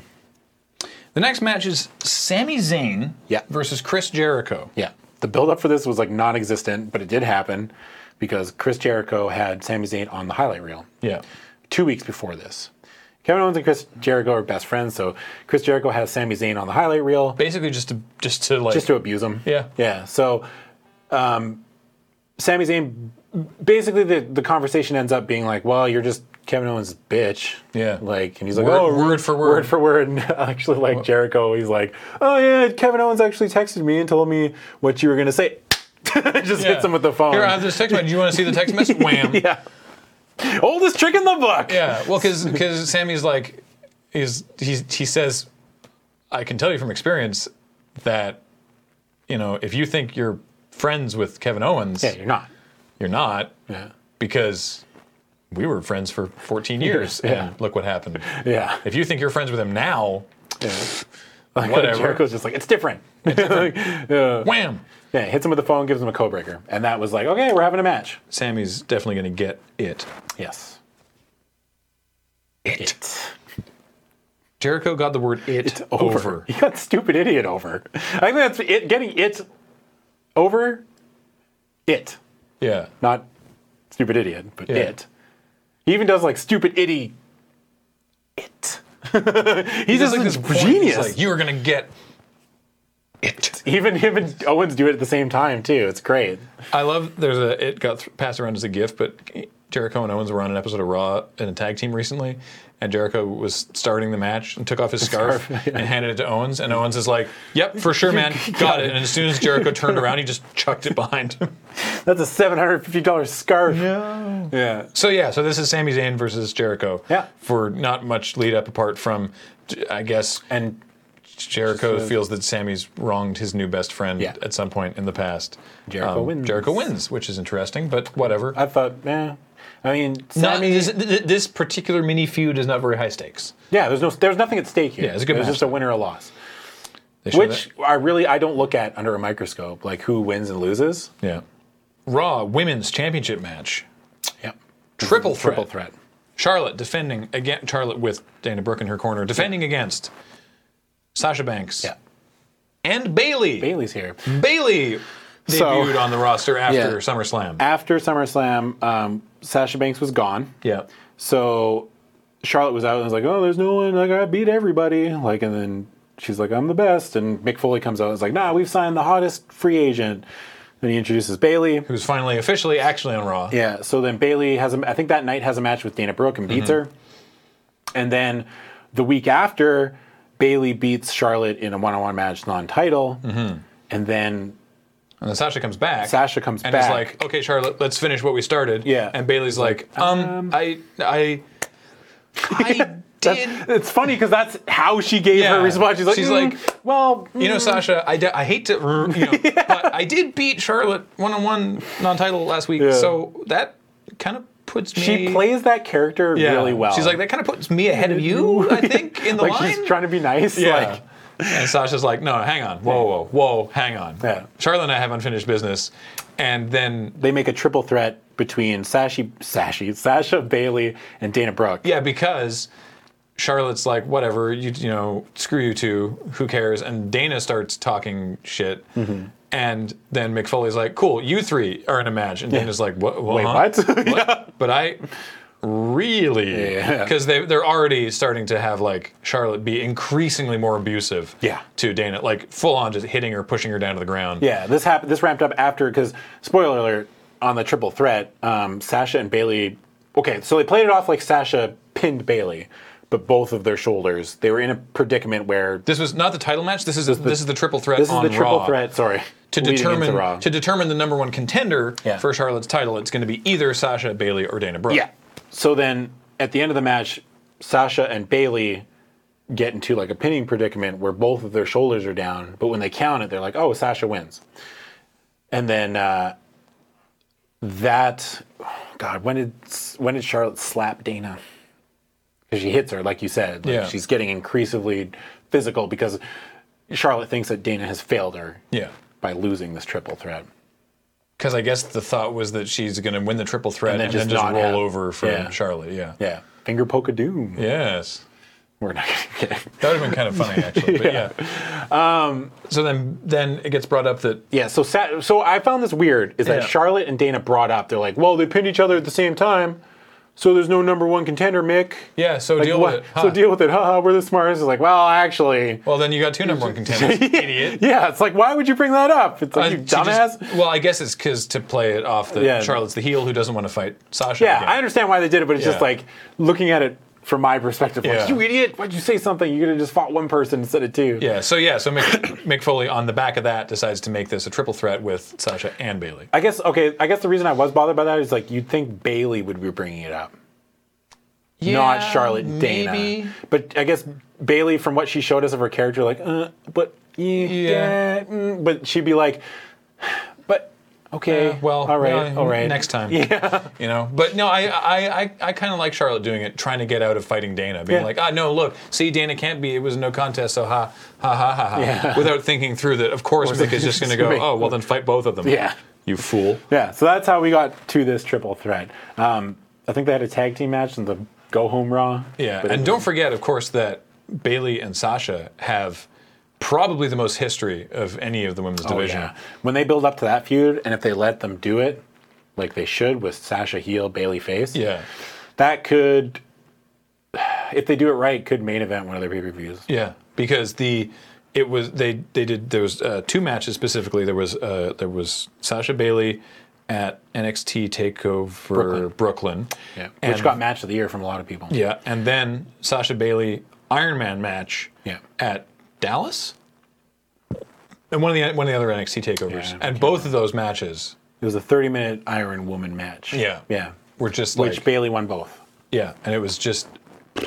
[SPEAKER 1] The next match is Sami Zayn
[SPEAKER 2] Yeah.
[SPEAKER 1] versus Chris Jericho.
[SPEAKER 2] Yeah. The build-up for this was like non-existent, but it did happen because Chris Jericho had Sami Zayn on the highlight reel.
[SPEAKER 1] Yeah.
[SPEAKER 2] two weeks before this. Kevin Owens and Chris Jericho are best friends, so Chris Jericho has Sami Zayn on the highlight reel.
[SPEAKER 1] Basically just to just to like
[SPEAKER 2] just to abuse him.
[SPEAKER 1] Yeah.
[SPEAKER 2] Yeah. So, um, Sami Zayn, basically the, the conversation ends up being like, well, you're just Kevin Owens' bitch.
[SPEAKER 1] Yeah.
[SPEAKER 2] Like, and he's like,
[SPEAKER 1] Word-
[SPEAKER 2] oh,
[SPEAKER 1] word for word."
[SPEAKER 2] Word for word. And actually, like Jericho, he's like, oh, yeah, Kevin Owens actually texted me and told me what you were going to say. just
[SPEAKER 1] Yeah.
[SPEAKER 2] hits him with the phone.
[SPEAKER 1] Here, I have this text message. You want to see the text message? Wham.
[SPEAKER 2] yeah. Oldest trick in the book.
[SPEAKER 1] Yeah, well, because Sammy's like, he's, he's, he says, I can tell you from experience that, you know, if you think you're friends with Kevin Owens,
[SPEAKER 2] Yeah, you're not.
[SPEAKER 1] you're not,
[SPEAKER 2] Yeah.
[SPEAKER 1] because we were friends for 14 years,
[SPEAKER 2] Yeah.
[SPEAKER 1] and look what happened.
[SPEAKER 2] Yeah.
[SPEAKER 1] If you think you're friends with him now,
[SPEAKER 2] Like,
[SPEAKER 1] Whatever.
[SPEAKER 2] Jericho's just like, it's different. yeah.
[SPEAKER 1] wham!
[SPEAKER 2] yeah, hits him with the phone, gives him a code breaker. And that was like, okay, we're having a match.
[SPEAKER 1] Sammy's definitely going to get it.
[SPEAKER 2] Yes.
[SPEAKER 1] It. Jericho got the word it
[SPEAKER 2] Over.
[SPEAKER 1] over.
[SPEAKER 2] He got stupid idiot over. I think that's it. Getting it over. It,
[SPEAKER 1] Yeah.
[SPEAKER 2] not stupid idiot, but
[SPEAKER 1] Yeah.
[SPEAKER 2] it. He even does like stupid itty. It. he's
[SPEAKER 1] There's
[SPEAKER 2] just
[SPEAKER 1] like this
[SPEAKER 2] a
[SPEAKER 1] point, he's
[SPEAKER 2] genius.
[SPEAKER 1] Like, you are going to get it.
[SPEAKER 2] even him and Owens do it at the same time too. It's great.
[SPEAKER 1] I love there's a it got th- passed around as a gift, but Jericho and Owens were on an episode of Raw in a tag team recently, and Jericho was starting the match and took off his scarf,
[SPEAKER 2] scarf,
[SPEAKER 1] and handed it to Owens, and Owens is like, "Yep, for sure, man, got it." And as soon as Jericho turned around, he just chucked it behind him.
[SPEAKER 2] That's a seven hundred fifty dollars scarf. Yeah.
[SPEAKER 1] So yeah, so this is Sami Zayn versus Jericho.
[SPEAKER 2] Yeah.
[SPEAKER 1] For not much lead up apart from, I guess,
[SPEAKER 2] And
[SPEAKER 1] Jericho
[SPEAKER 2] Just, uh,
[SPEAKER 1] feels that Sammy's wronged his new best friend
[SPEAKER 2] Yeah.
[SPEAKER 1] at some point in the past. Um,
[SPEAKER 2] Jericho wins.
[SPEAKER 1] Jericho wins, which is interesting, but whatever.
[SPEAKER 2] I thought, eh. I mean,
[SPEAKER 1] not,
[SPEAKER 2] Sammy-
[SPEAKER 1] this, th- this particular mini feud is not very high stakes.
[SPEAKER 2] yeah. There's no, there's nothing at stake here.
[SPEAKER 1] Yeah, it's a good
[SPEAKER 2] There's
[SPEAKER 1] match,
[SPEAKER 2] just a
[SPEAKER 1] though.
[SPEAKER 2] win or a loss.
[SPEAKER 1] They show
[SPEAKER 2] Which I really I don't look at under a microscope, like who wins and loses.
[SPEAKER 1] that- yeah, Raw Women's Championship match,
[SPEAKER 2] Yep.
[SPEAKER 1] triple threat.
[SPEAKER 2] Triple threat.
[SPEAKER 1] Charlotte defending again. Charlotte with Dana Brooke in her corner, defending against Sasha Banks
[SPEAKER 2] Yeah.
[SPEAKER 1] and Bailey.
[SPEAKER 2] Bailey's here.
[SPEAKER 1] Bailey
[SPEAKER 2] So-
[SPEAKER 1] debuted on the roster after
[SPEAKER 2] Yeah.
[SPEAKER 1] SummerSlam.
[SPEAKER 2] After SummerSlam, um, Sasha Banks was gone.
[SPEAKER 1] yeah,
[SPEAKER 2] So Charlotte was out and was like, "Oh, there's no one. Like I beat everybody." Like, and then she's like, "I'm the best." And Mick Foley comes out and is like, "Nah, we've signed the hottest free agent." Then he introduces Bailey.
[SPEAKER 1] who's finally officially actually on Raw. Mm-hmm.
[SPEAKER 2] Yeah. So then Bailey has a, I think that night has a match with Dana Brooke and beats her. And then the week after, Bailey beats Charlotte in a one-on-one match, non-title,
[SPEAKER 1] Mm-hmm.
[SPEAKER 2] and then
[SPEAKER 1] And then Sasha comes back.
[SPEAKER 2] Sasha comes
[SPEAKER 1] and
[SPEAKER 2] back.
[SPEAKER 1] is like, "Okay, Charlotte, let's finish what we started."
[SPEAKER 2] Yeah.
[SPEAKER 1] And Bailey's like, "Um, I, I, I did."
[SPEAKER 2] It's funny because that's how she gave
[SPEAKER 1] Yeah.
[SPEAKER 2] her response. She's like,
[SPEAKER 1] She's
[SPEAKER 2] "Mm,
[SPEAKER 1] like,
[SPEAKER 2] well,
[SPEAKER 1] You know, Sasha, I, d- I hate to, r- you know, but I did beat Charlotte one on one non title last week,
[SPEAKER 2] Yeah.
[SPEAKER 1] so that kind of puts "Mm, me.
[SPEAKER 2] she plays that character
[SPEAKER 1] Yeah.
[SPEAKER 2] really well.
[SPEAKER 1] She's like, that kind of puts me ahead of you, I think, in the
[SPEAKER 2] like
[SPEAKER 1] line.
[SPEAKER 2] she's trying to be nice.
[SPEAKER 1] Yeah.
[SPEAKER 2] Like,
[SPEAKER 1] and Sasha's like, no, hang on, whoa, whoa, whoa, hang on.
[SPEAKER 2] Yeah.
[SPEAKER 1] Charlotte and I have unfinished business, and then
[SPEAKER 2] they make a triple threat between Sashi, Sashi, Sasha Bailey, and Dana Brooke.
[SPEAKER 1] Yeah, because Charlotte's like, whatever, you you know, screw you two, who cares? And Dana starts talking shit.
[SPEAKER 2] Mm-hmm.
[SPEAKER 1] And then McFoley's like, cool, you three are in a match. And Dana's like, what? what
[SPEAKER 2] Wait,
[SPEAKER 1] huh?
[SPEAKER 2] what?
[SPEAKER 1] But I really,
[SPEAKER 2] Yeah.
[SPEAKER 1] because they, they're already starting to have like Charlotte be increasingly more abusive
[SPEAKER 2] Yeah.
[SPEAKER 1] to Dana, like full on just hitting her, pushing her down to the ground.
[SPEAKER 2] Yeah, this happened. This ramped up after because spoiler alert on the triple threat, um, Sasha and Bailey. Okay, so they played it off like Sasha pinned Bailey, but both of their shoulders. They were in a predicament where
[SPEAKER 1] This was not the title match. This is this, is the triple threat
[SPEAKER 2] this is
[SPEAKER 1] on
[SPEAKER 2] the triple
[SPEAKER 1] Raw.
[SPEAKER 2] threat. Sorry,
[SPEAKER 1] to
[SPEAKER 2] leading into
[SPEAKER 1] determine
[SPEAKER 2] Raw.
[SPEAKER 1] to determine the number one contender
[SPEAKER 2] Yeah.
[SPEAKER 1] for Charlotte's title, it's going to be either Sasha Bailey or Dana Brooke.
[SPEAKER 2] yeah. So then at the end of the match, Sasha and Bailey get into like a pinning predicament where both of their shoulders are down, but when they count it, they're like, "Oh, Sasha wins." And then uh, that, God, when did when did Charlotte slap Dana? Because she hits her, like you said. Like,
[SPEAKER 1] Yeah.
[SPEAKER 2] She's getting increasingly physical because Charlotte thinks that Dana has failed her
[SPEAKER 1] yeah.
[SPEAKER 2] by losing this triple threat.
[SPEAKER 1] Because I guess the thought was that she's going to win the triple threat and
[SPEAKER 2] And
[SPEAKER 1] then
[SPEAKER 2] then
[SPEAKER 1] just,
[SPEAKER 2] just not
[SPEAKER 1] roll
[SPEAKER 2] have-
[SPEAKER 1] over from
[SPEAKER 2] Yeah.
[SPEAKER 1] Charlotte. Yeah.
[SPEAKER 2] Yeah. Finger poke a doom.
[SPEAKER 1] Yes.
[SPEAKER 2] We're not going to
[SPEAKER 1] That would have been kind of funny, actually. But yeah.
[SPEAKER 2] Um,
[SPEAKER 1] so then, then it gets brought up that
[SPEAKER 2] Yeah, so Sa- so I found this weird is that
[SPEAKER 1] Yeah.
[SPEAKER 2] Charlotte and Dana brought up. They're like, "Well, they pinned each other at the same time, so there's no number one contender, Mick."
[SPEAKER 1] yeah, so
[SPEAKER 2] Like,
[SPEAKER 1] deal
[SPEAKER 2] what-
[SPEAKER 1] with it. huh?
[SPEAKER 2] So deal with it. Haha, we're the smartest. It's like, well, actually,
[SPEAKER 1] Well, then you got two number one contenders, idiot.
[SPEAKER 2] yeah. It's like, why would you bring that up? It's
[SPEAKER 1] Uh,
[SPEAKER 2] like you
[SPEAKER 1] she
[SPEAKER 2] dumbass.
[SPEAKER 1] just- well, I guess it's because to play it off that
[SPEAKER 2] Yeah.
[SPEAKER 1] Charlotte's the heel who doesn't want to fight Sasha.
[SPEAKER 2] yeah,
[SPEAKER 1] again.
[SPEAKER 2] I understand why they did it, but it's just
[SPEAKER 1] Yeah.
[SPEAKER 2] like looking at it from my perspective. Like,
[SPEAKER 1] Yeah.
[SPEAKER 2] You idiot! Why'd you say something? You could have just fought one person instead of two.
[SPEAKER 1] Yeah, so yeah, so Mick, Mick Foley on the back of that decides to make this a triple threat with Sasha and Bailey.
[SPEAKER 2] I guess okay. I guess the reason I was bothered by that is like you'd think Bailey would be bringing it up. not Charlotte and Dana.
[SPEAKER 1] maybe.
[SPEAKER 2] But I guess Bailey, from what she showed us of her character, like, uh, but yeah, yeah, mm, but she'd be like, but okay,
[SPEAKER 1] Yeah, well,
[SPEAKER 2] Eh, all right,
[SPEAKER 1] no,
[SPEAKER 2] all right,
[SPEAKER 1] next time.
[SPEAKER 2] Yeah,
[SPEAKER 1] You know, but no, I I, I, I kind of like Charlotte doing it, trying to get out of fighting Dana, being
[SPEAKER 2] Yeah.
[SPEAKER 1] like, ah, no, look, see, Dana can't be. It was no contest, so ha ha ha ha ha.
[SPEAKER 2] Yeah.
[SPEAKER 1] Without thinking through that, of course, Mick is just going to go,
[SPEAKER 2] Right.
[SPEAKER 1] oh, well, then fight both of them.
[SPEAKER 2] Yeah.
[SPEAKER 1] you fool.
[SPEAKER 2] yeah. So that's how we got to this triple threat. Um, I think they had a tag team match in the Go Home Raw.
[SPEAKER 1] Yeah,
[SPEAKER 2] But
[SPEAKER 1] and
[SPEAKER 2] it-
[SPEAKER 1] don't forget, of course, that Bailey and Sasha have probably the most history of any of the women's
[SPEAKER 2] Oh,
[SPEAKER 1] division.
[SPEAKER 2] yeah. When they build up to that feud, and if they let them do it, like they should, with Sasha heel, Bailey face,
[SPEAKER 1] yeah.
[SPEAKER 2] that could, if they do it right, could main event one of their pay per views.
[SPEAKER 1] Yeah, because the it was they they did there was uh, two matches specifically. There was uh, there was Sasha Bailey at NXT Takeover Brooklyn,
[SPEAKER 2] Yeah,
[SPEAKER 1] and,
[SPEAKER 2] which got match of the year from a lot of people.
[SPEAKER 1] yeah, and then Sasha Bailey Iron Man match
[SPEAKER 2] Yeah.
[SPEAKER 1] at Dallas, and one of the one of the other NXT Takeovers,
[SPEAKER 2] Yeah, I
[SPEAKER 1] and both of those matches,
[SPEAKER 2] It was a 30 minute Iron Woman match.
[SPEAKER 1] Yeah.
[SPEAKER 2] Yeah.
[SPEAKER 1] Were just
[SPEAKER 2] Which
[SPEAKER 1] like-
[SPEAKER 2] Bailey won both.
[SPEAKER 1] yeah, and it was just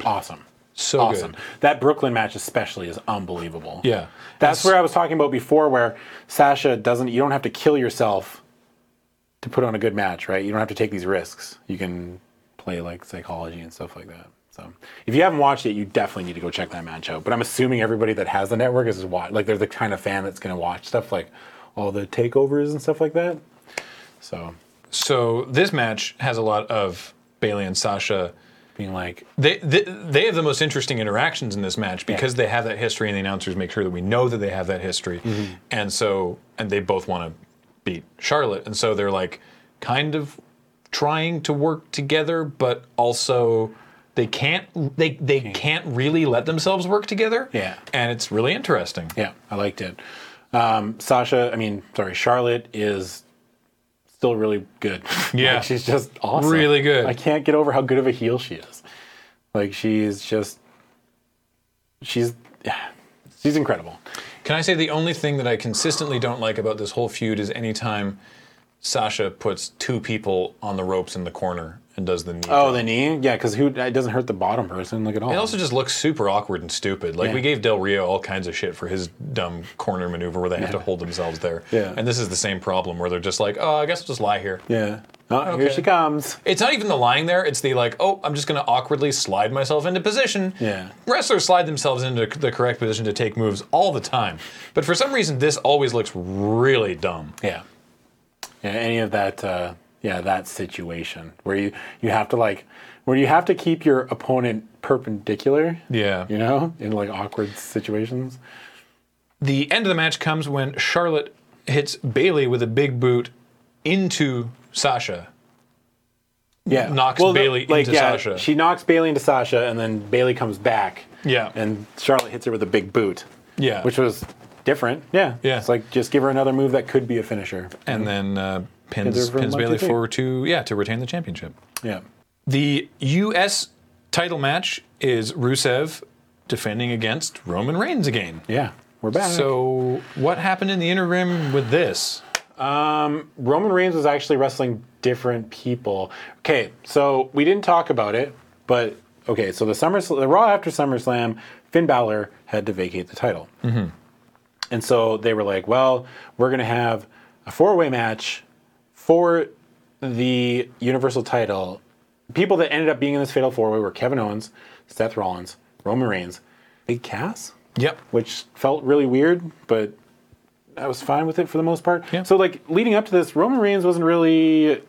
[SPEAKER 2] Awesome.
[SPEAKER 1] so
[SPEAKER 2] awesome.
[SPEAKER 1] good.
[SPEAKER 2] That Brooklyn match, especially, is unbelievable.
[SPEAKER 1] Yeah,
[SPEAKER 2] That's
[SPEAKER 1] And
[SPEAKER 2] where I was talking about before, where Sasha doesn't, you don't have to kill yourself to put on a good match, right? You don't have to take these risks. You can play like psychology and stuff like that. So if you haven't watched it, you definitely need to go check that match out. But I'm assuming everybody that has the network is watch like they're the kind of fan that's going to watch stuff like all the takeovers and stuff like that. So
[SPEAKER 1] so this match has a lot of Bailey and Sasha.
[SPEAKER 2] being like,
[SPEAKER 1] They, they, they have the most interesting interactions in this match because they have that history, and the announcers make sure that we know that they have that history, and so and they both want to beat Charlotte, and so they're like kind of trying to work together, but also they can't they they can't really let themselves work together.
[SPEAKER 2] Yeah.
[SPEAKER 1] and it's really interesting.
[SPEAKER 2] yeah, I liked it. Um, Sasha, I mean, sorry, Charlotte is still really good.
[SPEAKER 1] Yeah.
[SPEAKER 2] Like, she's just awesome.
[SPEAKER 1] Really good.
[SPEAKER 2] I can't get over how good of a heel she is. Like she's just she's she's incredible.
[SPEAKER 1] Can I say the only thing that I consistently don't like about this whole feud is anytime Sasha puts two people on the ropes in the corner and does the knee.
[SPEAKER 2] Oh,
[SPEAKER 1] drop.
[SPEAKER 2] the knee? Yeah, because who it doesn't hurt the bottom person like at all.
[SPEAKER 1] It also just looks super awkward and stupid. Like
[SPEAKER 2] Yeah.
[SPEAKER 1] we gave Del Rio all kinds of shit for his dumb corner maneuver where they have to hold themselves there.
[SPEAKER 2] Yeah.
[SPEAKER 1] And this is the same problem where they're just like, oh, I guess I'll just lie here.
[SPEAKER 2] yeah. Oh, here
[SPEAKER 1] Okay.
[SPEAKER 2] she comes.
[SPEAKER 1] It's not even the lying there. It's the like, oh, I'm just going to awkwardly slide myself into position.
[SPEAKER 2] Yeah.
[SPEAKER 1] Wrestlers slide themselves into the correct position to take moves all the time. But for some reason, this always looks really dumb.
[SPEAKER 2] Yeah. Yeah, any of that uh yeah, that situation where you you have to like where you have to keep your opponent perpendicular.
[SPEAKER 1] Yeah.
[SPEAKER 2] You know, in like awkward situations.
[SPEAKER 1] The end of the match comes when Charlotte hits Bailey with a big boot into Sasha.
[SPEAKER 2] Yeah.
[SPEAKER 1] Knocks
[SPEAKER 2] the-
[SPEAKER 1] Bailey into Sasha.
[SPEAKER 2] She knocks Bailey into Sasha and then Bailey comes back.
[SPEAKER 1] Yeah.
[SPEAKER 2] And Charlotte hits her with a big boot.
[SPEAKER 1] Yeah.
[SPEAKER 2] Which was different. Yeah.
[SPEAKER 1] Yeah.
[SPEAKER 2] It's like just give her another move that could be a finisher.
[SPEAKER 1] and then uh, pins,
[SPEAKER 2] Pins her for
[SPEAKER 1] pins
[SPEAKER 2] one, two,
[SPEAKER 1] Bailey
[SPEAKER 2] three.
[SPEAKER 1] for to yeah to retain the championship.
[SPEAKER 2] Yeah.
[SPEAKER 1] The U.S. title match is Rusev defending against Roman Reigns again.
[SPEAKER 2] Yeah. We're back.
[SPEAKER 1] So what happened in the interim with this?
[SPEAKER 2] Roman Reigns was actually wrestling different people. Okay, so we didn't talk about it, but okay, so the Summer the Raw after SummerSlam, Finn Balor had to vacate the title. And so they were like, well, we're going to have a four way match for the Universal title. People that ended up being in this fatal four way were Kevin Owens, Seth Rollins, Roman Reigns, Big Cass
[SPEAKER 1] Yep.
[SPEAKER 2] which felt really weird, but I was fine with it for the most part.
[SPEAKER 1] Yeah.
[SPEAKER 2] So, like, leading up to this, Roman Reigns wasn't really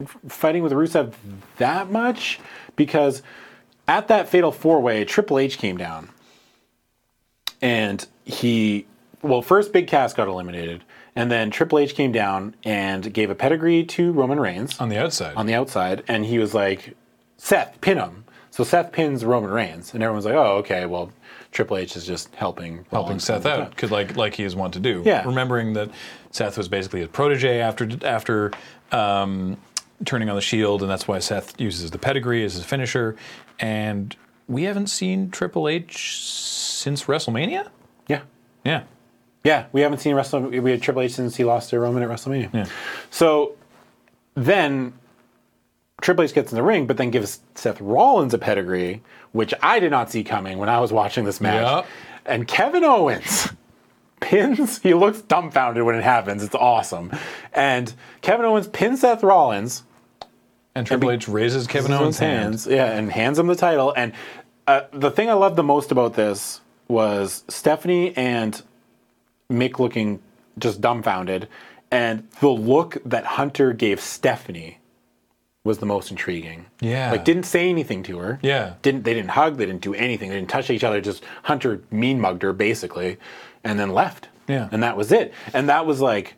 [SPEAKER 2] f- fighting with Rusev that much because at that fatal four way, Triple H came down. And he, well, first Big Cass got eliminated, and then Triple H came down and gave a pedigree to Roman Reigns
[SPEAKER 1] On the outside.
[SPEAKER 2] on the outside, and he was like, Seth, pin him. So Seth pins Roman Reigns, and everyone's like, oh, okay, well, Triple H is just helping
[SPEAKER 1] helping Seth out because like like he is wont to do.
[SPEAKER 2] Yeah.
[SPEAKER 1] Remembering that Seth was basically his protege after after um, turning on the Shield, and that's why Seth uses the pedigree as his finisher. And we haven't seen Triple H since WrestleMania.
[SPEAKER 2] Yeah.
[SPEAKER 1] Yeah.
[SPEAKER 2] Yeah, we haven't seen Wrestle. We had Triple H since he lost to Roman at WrestleMania. So then Triple H gets in the ring, but then gives Seth Rollins a pedigree, which I did not see coming when I was watching this match.
[SPEAKER 1] Yep.
[SPEAKER 2] And Kevin Owens pins. He looks dumbfounded when it happens. It's awesome. And Kevin Owens pins Seth Rollins.
[SPEAKER 1] And Triple H raises Kevin Owens' hand.
[SPEAKER 2] Yeah, and hands him the title. And uh, the thing I loved the most about this was Stephanie and Mick looking just dumbfounded, and the look that Hunter gave Stephanie was the most intriguing.
[SPEAKER 1] Yeah.
[SPEAKER 2] like didn't say anything to her.
[SPEAKER 1] Yeah.
[SPEAKER 2] didn't they didn't hug? They didn't do anything. They didn't touch each other. Just Hunter mean mugged her basically, and then left.
[SPEAKER 1] Yeah.
[SPEAKER 2] and that was it. And that was like,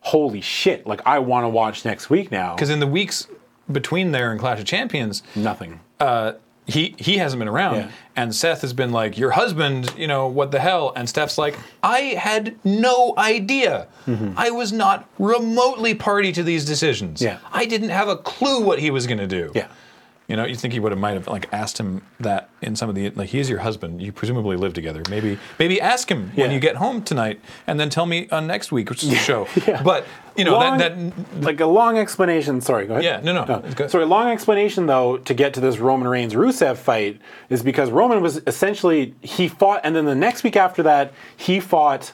[SPEAKER 2] holy shit! Like I want to watch next week now.
[SPEAKER 1] Because in the weeks between there and Clash of Champions,
[SPEAKER 2] nothing.
[SPEAKER 1] Uh, he he hasn't been around,
[SPEAKER 2] Yeah.
[SPEAKER 1] and Seth has been like, "Your husband, you know what the hell?" And Steph's like, "I had no idea.
[SPEAKER 2] Mm-hmm.
[SPEAKER 1] I was not remotely party to these decisions.
[SPEAKER 2] Yeah.
[SPEAKER 1] I didn't have a clue what he was going to do."
[SPEAKER 2] yeah.
[SPEAKER 1] you know, you think he would have might have like asked him that in some of the like he is your husband. You presumably live together. Maybe maybe ask him when
[SPEAKER 2] Yeah.
[SPEAKER 1] you get home tonight, and then tell me on next week's show. But you know
[SPEAKER 2] long,
[SPEAKER 1] that that
[SPEAKER 2] like a long explanation. Sorry, go ahead.
[SPEAKER 1] Yeah, no, no, it's good.
[SPEAKER 2] Sorry, a long explanation though to get to this Roman Reigns Rusev fight is because Roman was essentially he fought, and then the next week after that he fought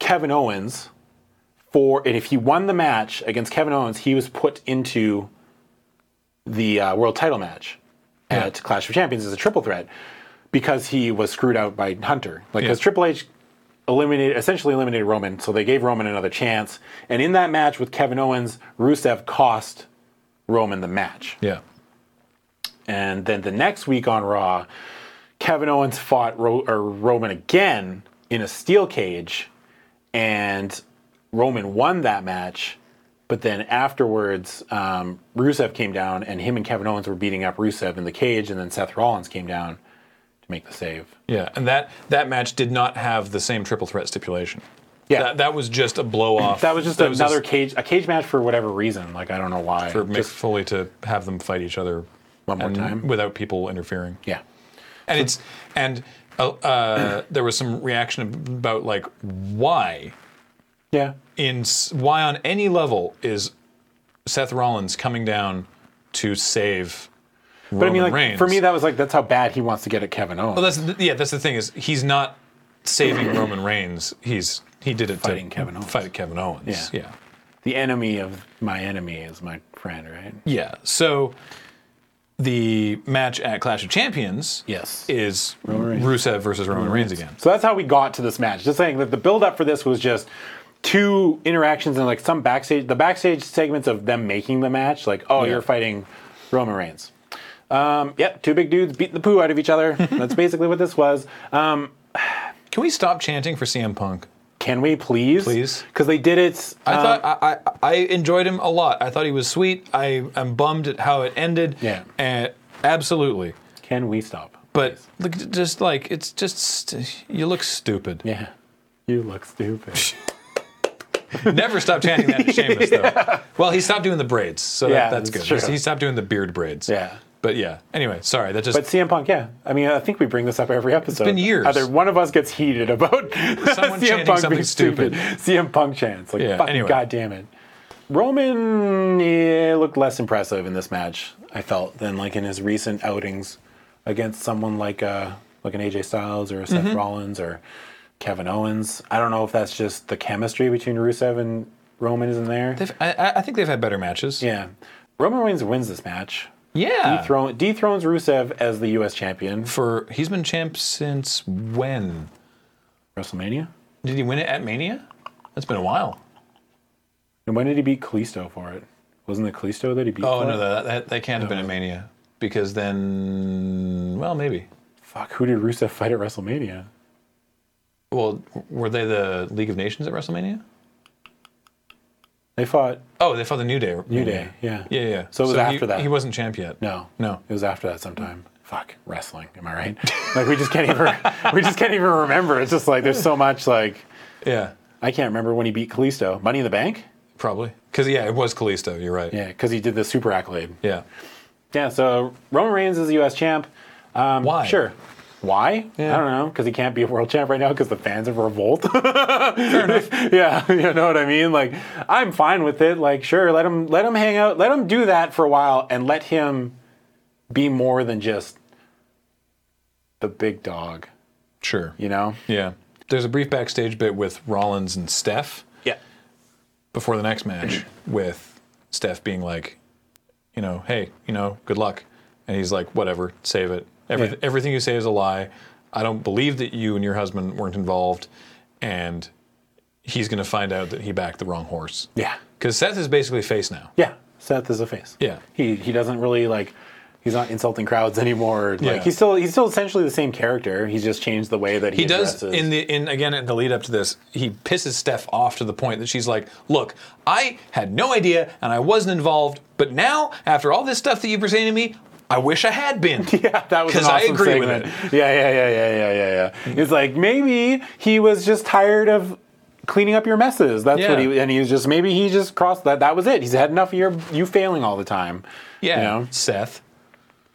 [SPEAKER 2] Kevin Owens for, and if he won the match against Kevin Owens, he was put into the uh, world title match at Clash of Champions as a triple threat because he was screwed out by Hunter. Like, because
[SPEAKER 1] Yeah.
[SPEAKER 2] Triple H eliminated, essentially eliminated Roman, so they gave Roman another chance. And in that match with Kevin Owens, Rusev cost Roman the match.
[SPEAKER 1] yeah
[SPEAKER 2] And then the next week on Raw, Kevin Owens fought Ro- or Roman again in a steel cage, and Roman won that match. But then afterwards, um, Rusev came down, and him and Kevin Owens were beating up Rusev in the cage, and then Seth Rollins came down to make the save.
[SPEAKER 1] yeah, and that that match did not have the same triple threat stipulation.
[SPEAKER 2] Yeah.
[SPEAKER 1] that, that was just a blow off.
[SPEAKER 2] That was just another cage, a cage match for whatever reason. Like I don't know why.
[SPEAKER 1] for Mick
[SPEAKER 2] Just-
[SPEAKER 1] Foley to have them fight each other
[SPEAKER 2] One more
[SPEAKER 1] and
[SPEAKER 2] time.
[SPEAKER 1] without people interfering.
[SPEAKER 2] yeah.
[SPEAKER 1] And it's and uh, uh, there was some reaction about like why
[SPEAKER 2] Yeah.
[SPEAKER 1] in s- why on any level is Seth Rollins coming down to save Roman
[SPEAKER 2] But I mean, like
[SPEAKER 1] Reigns?
[SPEAKER 2] for me, that was like that's how bad he wants to get at Kevin Owens.
[SPEAKER 1] well, that's the, yeah, that's the thing is he's not saving Roman Reigns. He's he did it
[SPEAKER 2] Fighting
[SPEAKER 1] to
[SPEAKER 2] Kevin Owens.
[SPEAKER 1] Fight Kevin Owens.
[SPEAKER 2] Yeah.
[SPEAKER 1] yeah.
[SPEAKER 2] the enemy of my enemy is my friend, right?
[SPEAKER 1] Yeah. So the match at Clash of Champions
[SPEAKER 2] Yes.
[SPEAKER 1] is
[SPEAKER 2] Reigns.
[SPEAKER 1] Rusev versus Roman Reigns again.
[SPEAKER 2] So that's how we got to this match. Just saying that the build up for this was just two interactions and like some backstage, the backstage segments of them making the match. Like, oh,
[SPEAKER 1] Yeah.
[SPEAKER 2] you're fighting Roman Reigns. Um, yep, two big dudes beating the poo out of each other. that's basically what this was. Um,
[SPEAKER 1] Can we stop chanting for CM Punk?
[SPEAKER 2] can we please?
[SPEAKER 1] Please.
[SPEAKER 2] Because they did it.
[SPEAKER 1] I
[SPEAKER 2] um,
[SPEAKER 1] thought I, I I enjoyed him a lot. I thought he was sweet. I am bummed at how it ended.
[SPEAKER 2] Yeah.
[SPEAKER 1] Uh, absolutely.
[SPEAKER 2] can we stop?
[SPEAKER 1] But look, just like it's just st- you look stupid.
[SPEAKER 2] Yeah. You look stupid.
[SPEAKER 1] Never stop chanting that to Sheamus though. Well, he stopped doing the braids, so
[SPEAKER 2] Yeah,
[SPEAKER 1] that, that's good.
[SPEAKER 2] that's true.
[SPEAKER 1] He stopped doing the beard braids.
[SPEAKER 2] Yeah.
[SPEAKER 1] But yeah. Anyway, sorry. That just
[SPEAKER 2] But CM Punk, yeah. I mean, I think we bring this up every episode.
[SPEAKER 1] been years.
[SPEAKER 2] Either one of us gets heated about
[SPEAKER 1] Someone
[SPEAKER 2] CM
[SPEAKER 1] chanting
[SPEAKER 2] Punk
[SPEAKER 1] something
[SPEAKER 2] being stupid.
[SPEAKER 1] stupid.
[SPEAKER 2] CM Punk chants. Like,
[SPEAKER 1] Yeah,
[SPEAKER 2] fucking
[SPEAKER 1] anyway.
[SPEAKER 2] goddamn it. Roman yeah, looked less impressive in this match, I felt, than like in his recent outings against someone like uh, like an AJ Styles or a
[SPEAKER 1] Mm-hmm.
[SPEAKER 2] Seth Rollins or Kevin Owens. I don't know if that's just the chemistry between Rusev and Roman isn't there.
[SPEAKER 1] they've, I- I, I think they've had better matches.
[SPEAKER 2] yeah. Roman Reigns wins this match.
[SPEAKER 1] Yeah.
[SPEAKER 2] Dethrone, dethrones Rusev as the U.S. champion.
[SPEAKER 1] for he's been champ since when?
[SPEAKER 2] WrestleMania?
[SPEAKER 1] Did he win it at Mania? That's been a while.
[SPEAKER 2] And when did he beat Kalisto for it? Wasn't it Kalisto that he beat?
[SPEAKER 1] Oh
[SPEAKER 2] for
[SPEAKER 1] no,
[SPEAKER 2] it?
[SPEAKER 1] that that, that can't have been at Mania because then, well, maybe.
[SPEAKER 2] Fuck, who did Rusev fight at WrestleMania?
[SPEAKER 1] Well, were they the League of Nations at WrestleMania?
[SPEAKER 2] They fought.
[SPEAKER 1] Oh, they fought the New Day.
[SPEAKER 2] New Day, yeah.
[SPEAKER 1] Yeah, yeah.
[SPEAKER 2] So it was
[SPEAKER 1] he-
[SPEAKER 2] after that.
[SPEAKER 1] He wasn't champ yet.
[SPEAKER 2] No,
[SPEAKER 1] No.
[SPEAKER 2] It was after that sometime. Fuck, wrestling. Am I right? like we just can't even. we just can't even remember. It's just like there's so much. Like
[SPEAKER 1] Yeah,
[SPEAKER 2] I can't remember when he beat Kalisto. Money in the Bank.
[SPEAKER 1] probably. Because yeah, it was Kalisto. You're right.
[SPEAKER 2] Yeah, because he did the super accolade.
[SPEAKER 1] Yeah.
[SPEAKER 2] Yeah. So Roman Reigns is the U.S. champ. Um,
[SPEAKER 1] Why?
[SPEAKER 2] Sure. Why?
[SPEAKER 1] Yeah.
[SPEAKER 2] I don't know. Because he can't be a world champ right now because the fans have revolt. yeah, you know what I mean. Like, I'm fine with it. Like, sure, let him let him hang out, let him do that for a while, and let him be more than just the big dog.
[SPEAKER 1] Sure.
[SPEAKER 2] You know?
[SPEAKER 1] Yeah. There's a brief backstage bit with Rollins and Steph.
[SPEAKER 2] Yeah.
[SPEAKER 1] before the next match with Steph being like, you know, hey, you know, good luck. And he's like, whatever, save it. Every,
[SPEAKER 2] Yeah.
[SPEAKER 1] Everything you say is a lie. I don't believe that you and your husband weren't involved. And he's going to find out that he backed the wrong horse.
[SPEAKER 2] Yeah.
[SPEAKER 1] Because Seth is basically face now.
[SPEAKER 2] Yeah. Seth is a face.
[SPEAKER 1] Yeah.
[SPEAKER 2] He he doesn't really like. He's not insulting crowds anymore. Like
[SPEAKER 1] Yeah.
[SPEAKER 2] he's still he's still essentially the same character. He's just changed the way that he,
[SPEAKER 1] He does
[SPEAKER 2] addresses-
[SPEAKER 1] in the in again in the lead up to this. He pisses Steph off to the point that she's like, "Look, I had no idea and I wasn't involved, but now after all this stuff that you were saying to me, I wish I had been."
[SPEAKER 2] Yeah, that was an
[SPEAKER 1] 'Cause I
[SPEAKER 2] awesome
[SPEAKER 1] agree with
[SPEAKER 2] segment. Yeah, yeah, yeah, yeah, yeah, yeah, yeah. It's like maybe he was just tired of cleaning up your messes. That's what
[SPEAKER 1] Yeah.
[SPEAKER 2] he and he was just maybe he just crossed that. That was it. He's had enough of your you failing all the time.
[SPEAKER 1] Yeah,
[SPEAKER 2] You know?
[SPEAKER 1] Seth.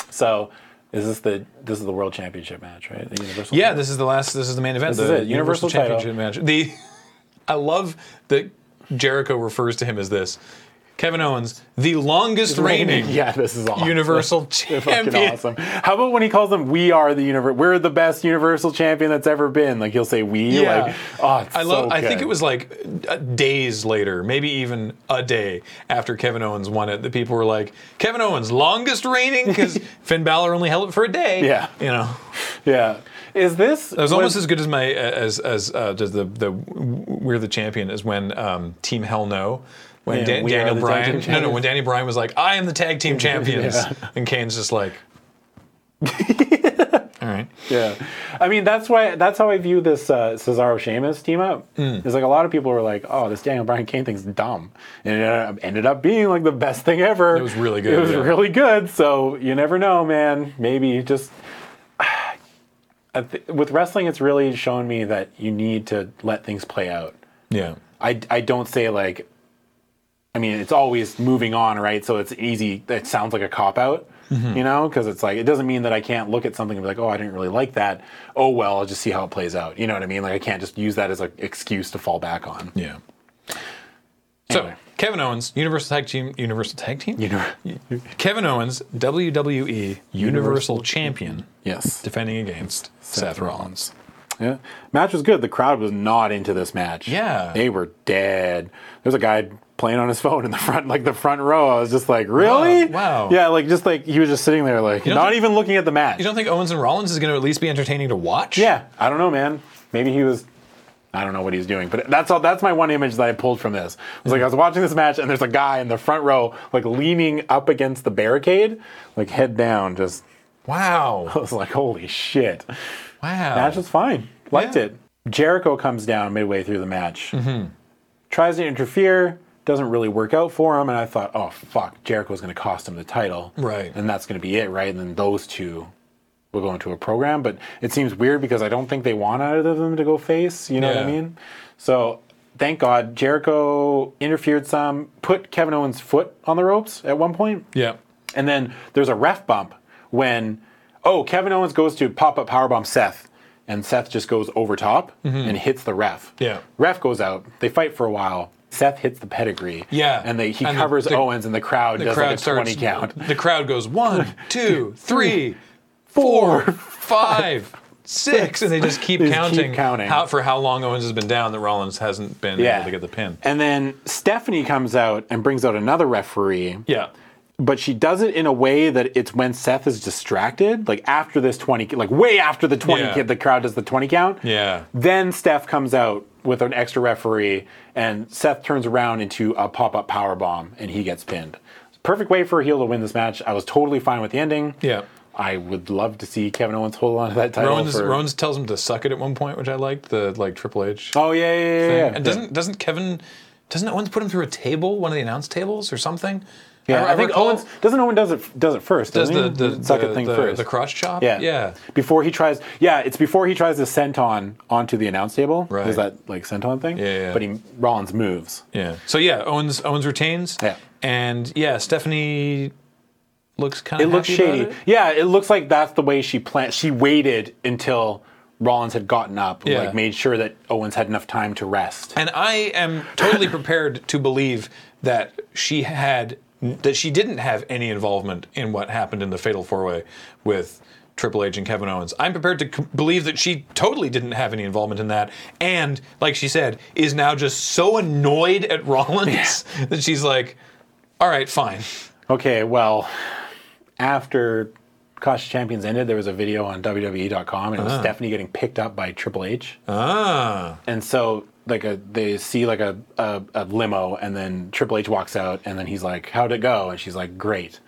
[SPEAKER 2] So is this the this is the world championship match, right? The universal.
[SPEAKER 1] Yeah, this is the last. This is the main event.
[SPEAKER 2] This
[SPEAKER 1] the
[SPEAKER 2] is it, Universal title.
[SPEAKER 1] Championship match. The I love that Jericho refers to him as this. Kevin Owens, the longest reigning
[SPEAKER 2] Yeah, this is awesome.
[SPEAKER 1] Universal
[SPEAKER 2] They're fucking
[SPEAKER 1] Champion.
[SPEAKER 2] awesome. How about when he calls them "We are the universe. We're the best Universal Champion that's ever been." Like he'll say "We."
[SPEAKER 1] Yeah.
[SPEAKER 2] Like, oh, it's
[SPEAKER 1] I love.
[SPEAKER 2] so
[SPEAKER 1] I think
[SPEAKER 2] good.
[SPEAKER 1] it was like uh, days later, maybe even a day after Kevin Owens won it, that people were like, "Kevin Owens, longest reigning," because Finn Balor only held it for a day.
[SPEAKER 2] Yeah.
[SPEAKER 1] you know.
[SPEAKER 2] Yeah. Is this?
[SPEAKER 1] That was almost as good as my as as uh, does the the we're the champion is when um, Team Hell No. When
[SPEAKER 2] Yeah,
[SPEAKER 1] Dan-
[SPEAKER 2] we are
[SPEAKER 1] Daniel
[SPEAKER 2] the tag
[SPEAKER 1] Bryan,
[SPEAKER 2] team
[SPEAKER 1] no, no,
[SPEAKER 2] champions.
[SPEAKER 1] when Danny Bryan was like, "I am the tag team champions,"
[SPEAKER 2] Yeah.
[SPEAKER 1] and Kane's just like, "All right,
[SPEAKER 2] yeah. I mean, that's why that's how I view this uh, Cesaro Sheamus team up.
[SPEAKER 1] Hmm.
[SPEAKER 2] It's like a lot of people were like, "Oh, this Daniel Bryan Kane thing's dumb," and it ended up- ended up being like the best thing ever.
[SPEAKER 1] It was really good,
[SPEAKER 2] It was
[SPEAKER 1] yeah.
[SPEAKER 2] really good. So you never know, man. Maybe just. I th- With wrestling, it's really shown me that you need to let things play out.
[SPEAKER 1] yeah,
[SPEAKER 2] I, I don't say like I mean it's always moving on, right? So it's easy. It sounds like a cop out,
[SPEAKER 1] Mm-hmm.
[SPEAKER 2] you know, because it's like it doesn't mean that I can't look at something and be like, oh, I didn't really like that. Oh well, I'll just see how it plays out. You know what I mean? Like I can't just use that as an excuse to fall back on.
[SPEAKER 1] Yeah.
[SPEAKER 2] Anyway.
[SPEAKER 1] So Kevin Owens, Universal Tag Team, Universal Tag Team.
[SPEAKER 2] You know?
[SPEAKER 1] Kevin Owens, WWE Universal, Champion,
[SPEAKER 2] Yes.
[SPEAKER 1] defending against Seth Rollins.
[SPEAKER 2] Yeah. Match was good. The crowd was not into this match.
[SPEAKER 1] Yeah.
[SPEAKER 2] They were dead. There's a guy playing on his phone in the front, like the front row. I was just like, really?
[SPEAKER 1] Oh, Wow.
[SPEAKER 2] Yeah, like just like he was just sitting there, like
[SPEAKER 1] don't
[SPEAKER 2] not
[SPEAKER 1] think-
[SPEAKER 2] even looking at the match.
[SPEAKER 1] You don't think Owens and Rollins is going to at least be entertaining to watch?
[SPEAKER 2] Yeah, I don't know, man. Maybe he was. I don't know what he's doing, but that's all. That's my one image that I pulled from this. It was like I was watching this match, and there's a guy in the front row, like leaning up against the barricade, like head down. Just I
[SPEAKER 1] Wow.
[SPEAKER 2] was like, holy shit.
[SPEAKER 1] Wow.
[SPEAKER 2] Match was fine. Liked
[SPEAKER 1] Yeah. Mm-hmm.
[SPEAKER 2] it. Jericho comes down midway through the match, tries to interfere. Doesn't really work out for him, and I thought, oh fuck, Jericho's going to cost him the title,
[SPEAKER 1] Right.
[SPEAKER 2] And that's going to be it, right? And then those two will go into a program, but it seems weird because I don't think they want either of them to go face. You know what I
[SPEAKER 1] Yeah.
[SPEAKER 2] mean? So thank God Jericho interfered some, put Kevin Owens' foot on the ropes at one point.
[SPEAKER 1] yeah.
[SPEAKER 2] And then there's a ref bump when, oh, Kevin Owens goes to pop up power bomb Seth, and Seth just goes over top and hits the ref.
[SPEAKER 1] Mm-hmm. Yeah.
[SPEAKER 2] Ref goes out. They fight for a while. Seth hits the pedigree.
[SPEAKER 1] Yeah.
[SPEAKER 2] And they, he
[SPEAKER 1] And the-
[SPEAKER 2] covers
[SPEAKER 1] the-
[SPEAKER 2] Owens, and the crowd
[SPEAKER 1] The
[SPEAKER 2] does
[SPEAKER 1] crowd
[SPEAKER 2] like a
[SPEAKER 1] starts.
[SPEAKER 2] 20 count.
[SPEAKER 1] The crowd goes one, two, three, four, five, six, and they just keep
[SPEAKER 2] They just keep
[SPEAKER 1] counting,
[SPEAKER 2] counting.
[SPEAKER 1] How, for how long Owens has been down that Rollins hasn't been able to get the pin.
[SPEAKER 2] And then Stephanie comes out and brings out another referee.
[SPEAKER 1] Yeah.
[SPEAKER 2] but she does it in a way that it's when Seth is distracted, like after this 20, like way after the 20,
[SPEAKER 1] Yeah.
[SPEAKER 2] kid, the crowd does the 20 count.
[SPEAKER 1] Yeah.
[SPEAKER 2] Then Steph comes out with an extra referee, and Seth turns around into a pop up power bomb, and he gets pinned. Perfect way for a heel to win this match. I was totally fine with the ending.
[SPEAKER 1] Yeah.
[SPEAKER 2] I would love to see Kevin Owens hold on to that title.
[SPEAKER 1] Rollins,
[SPEAKER 2] for-
[SPEAKER 1] Rollins tells him to suck it at one point, which I liked. The like Triple H.
[SPEAKER 2] Oh, yeah, yeah, yeah. yeah.
[SPEAKER 1] And doesn't doesn't Kevin doesn't Owens put him through a table, one of the announce tables or something?
[SPEAKER 2] Yeah, I, think
[SPEAKER 1] recall-
[SPEAKER 2] Owens doesn't Owen does it does it first.
[SPEAKER 1] does the,
[SPEAKER 2] doesn't he?
[SPEAKER 1] the
[SPEAKER 2] suck
[SPEAKER 1] the,
[SPEAKER 2] it thing
[SPEAKER 1] the,
[SPEAKER 2] first.
[SPEAKER 1] the cross chop.
[SPEAKER 2] Yeah.
[SPEAKER 1] yeah.
[SPEAKER 2] Before he tries, yeah, it's before he tries the senton onto the announce table.
[SPEAKER 1] Right.
[SPEAKER 2] There's that like senton thing.
[SPEAKER 1] Yeah, yeah.
[SPEAKER 2] But he Rollins moves.
[SPEAKER 1] Yeah. So yeah, Owens Owens retains.
[SPEAKER 2] Yeah.
[SPEAKER 1] And yeah, Stephanie looks kind
[SPEAKER 2] It
[SPEAKER 1] of.
[SPEAKER 2] looks shady. Yeah, it looks like that's the way she planned. She waited until Rollins had gotten up,
[SPEAKER 1] Yeah.
[SPEAKER 2] like made sure that Owens had enough time to rest.
[SPEAKER 1] And I am totally prepared to believe that she had that she didn't have any involvement in what happened in the fatal four way with Triple H and Kevin Owens. I'm prepared to c- believe that she totally didn't have any involvement in that and like she said is now just so annoyed at Rollins that she's like all right, fine.
[SPEAKER 2] Okay, well, after Clash of Champions ended, there was a video on WWE.com, and
[SPEAKER 1] Uh-huh.
[SPEAKER 2] it was Stephanie getting picked up by Triple H.
[SPEAKER 1] Ah.
[SPEAKER 2] and so like a they see like a, a, a limo and then triple h walks out and then he's like how'd it go and she's like great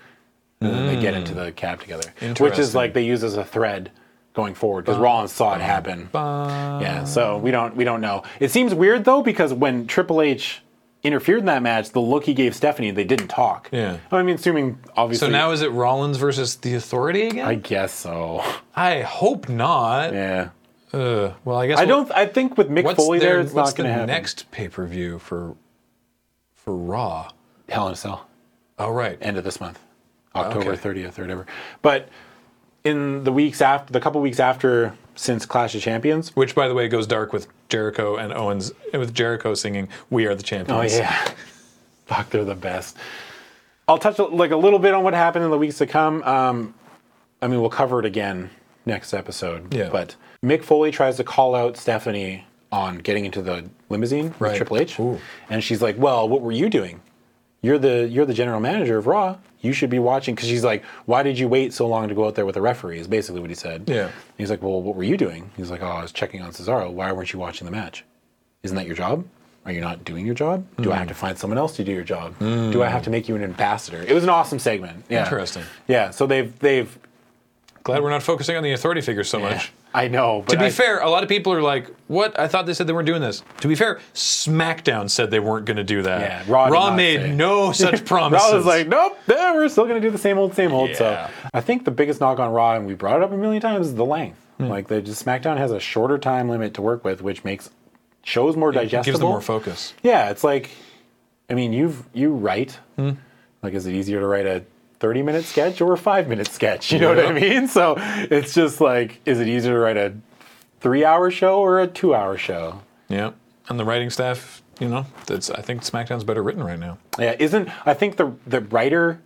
[SPEAKER 2] and then they get into the cab together which is
[SPEAKER 1] Interesting.
[SPEAKER 2] like they use as a thread going forward because rollins saw it happen yeah so we don't we don't know it seems weird though because when triple h interfered in that match the look he gave stephanie they didn't talk
[SPEAKER 1] Yeah.
[SPEAKER 2] i mean assuming obviously
[SPEAKER 1] So now is it Rollins versus the Authority again?
[SPEAKER 2] i guess so
[SPEAKER 1] I hope not.
[SPEAKER 2] yeah
[SPEAKER 1] Uh, well, I guess
[SPEAKER 2] i
[SPEAKER 1] we'll-
[SPEAKER 2] don't i think with mick
[SPEAKER 1] What's
[SPEAKER 2] foley
[SPEAKER 1] their-
[SPEAKER 2] there it's
[SPEAKER 1] what's
[SPEAKER 2] not going
[SPEAKER 1] the
[SPEAKER 2] to happen
[SPEAKER 1] next pay per view for for Raw?
[SPEAKER 2] hell in a cell
[SPEAKER 1] Oh right, Oh,
[SPEAKER 2] end of this month, October
[SPEAKER 1] Okay.
[SPEAKER 2] 30th or whatever. But in the weeks after, the couple weeks after since Clash of Champions,
[SPEAKER 1] which by the way goes dark with Jericho and Owens with Jericho singing "We Are the Champions."
[SPEAKER 2] Oh yeah, fuck, they're the best. I'll touch like a little bit on what happened in the weeks to come. Um, I mean, we'll cover it again next episode.
[SPEAKER 1] Yeah.
[SPEAKER 2] But Mick Foley tries to call out Stephanie on getting into the limousine
[SPEAKER 1] Right.
[SPEAKER 2] with Triple H,
[SPEAKER 1] Ooh.
[SPEAKER 2] and she's like, "Well, what were you doing? You're the you're the general manager of Raw. You should be watching." Because she's like, "Why did you wait so long to go out there with the referee?" Is basically what he said.
[SPEAKER 1] Yeah.
[SPEAKER 2] He's like, "Well, what were you doing?" He's like, "Oh, I was checking on Cesaro. Why weren't you watching the match?" isn't that your job? Are you not doing your job? Do I have to
[SPEAKER 1] Hmm.
[SPEAKER 2] find someone else to do your job? Do I have to make you an ambassador? It was an awesome segment. Yeah.
[SPEAKER 1] Interesting.
[SPEAKER 2] Yeah. So they've they've.
[SPEAKER 1] Glad we're not focusing on the Authority figures so much.
[SPEAKER 2] I know. But
[SPEAKER 1] To be
[SPEAKER 2] I-
[SPEAKER 1] fair, a lot of people are like, "What? I thought they said they weren't doing this." To be fair, SmackDown said they weren't going to do that.
[SPEAKER 2] Yeah, Raw did not
[SPEAKER 1] made
[SPEAKER 2] say.
[SPEAKER 1] no such promises.
[SPEAKER 2] Raw was like, nope, yeah, we're still going to do the same old, same old.
[SPEAKER 1] Yeah.
[SPEAKER 2] So I think the biggest knock on Raw, and we brought it up a million times, is the length.
[SPEAKER 1] Hmm.
[SPEAKER 2] Like, they just SmackDown has a shorter time limit to work with, which makes shows more digestible.
[SPEAKER 1] gives them more focus.
[SPEAKER 2] Yeah, it's like, I mean, you've you write. Like, is it easier to write a 30 minute sketch or a five minute sketch. You know what I mean? So it's just like, is it easier to write a three hour show or a two hour show?
[SPEAKER 1] Yeah, and the writing staff, you know, that's I think SmackDown's better written right now.
[SPEAKER 2] Yeah, isn't I think the the writer,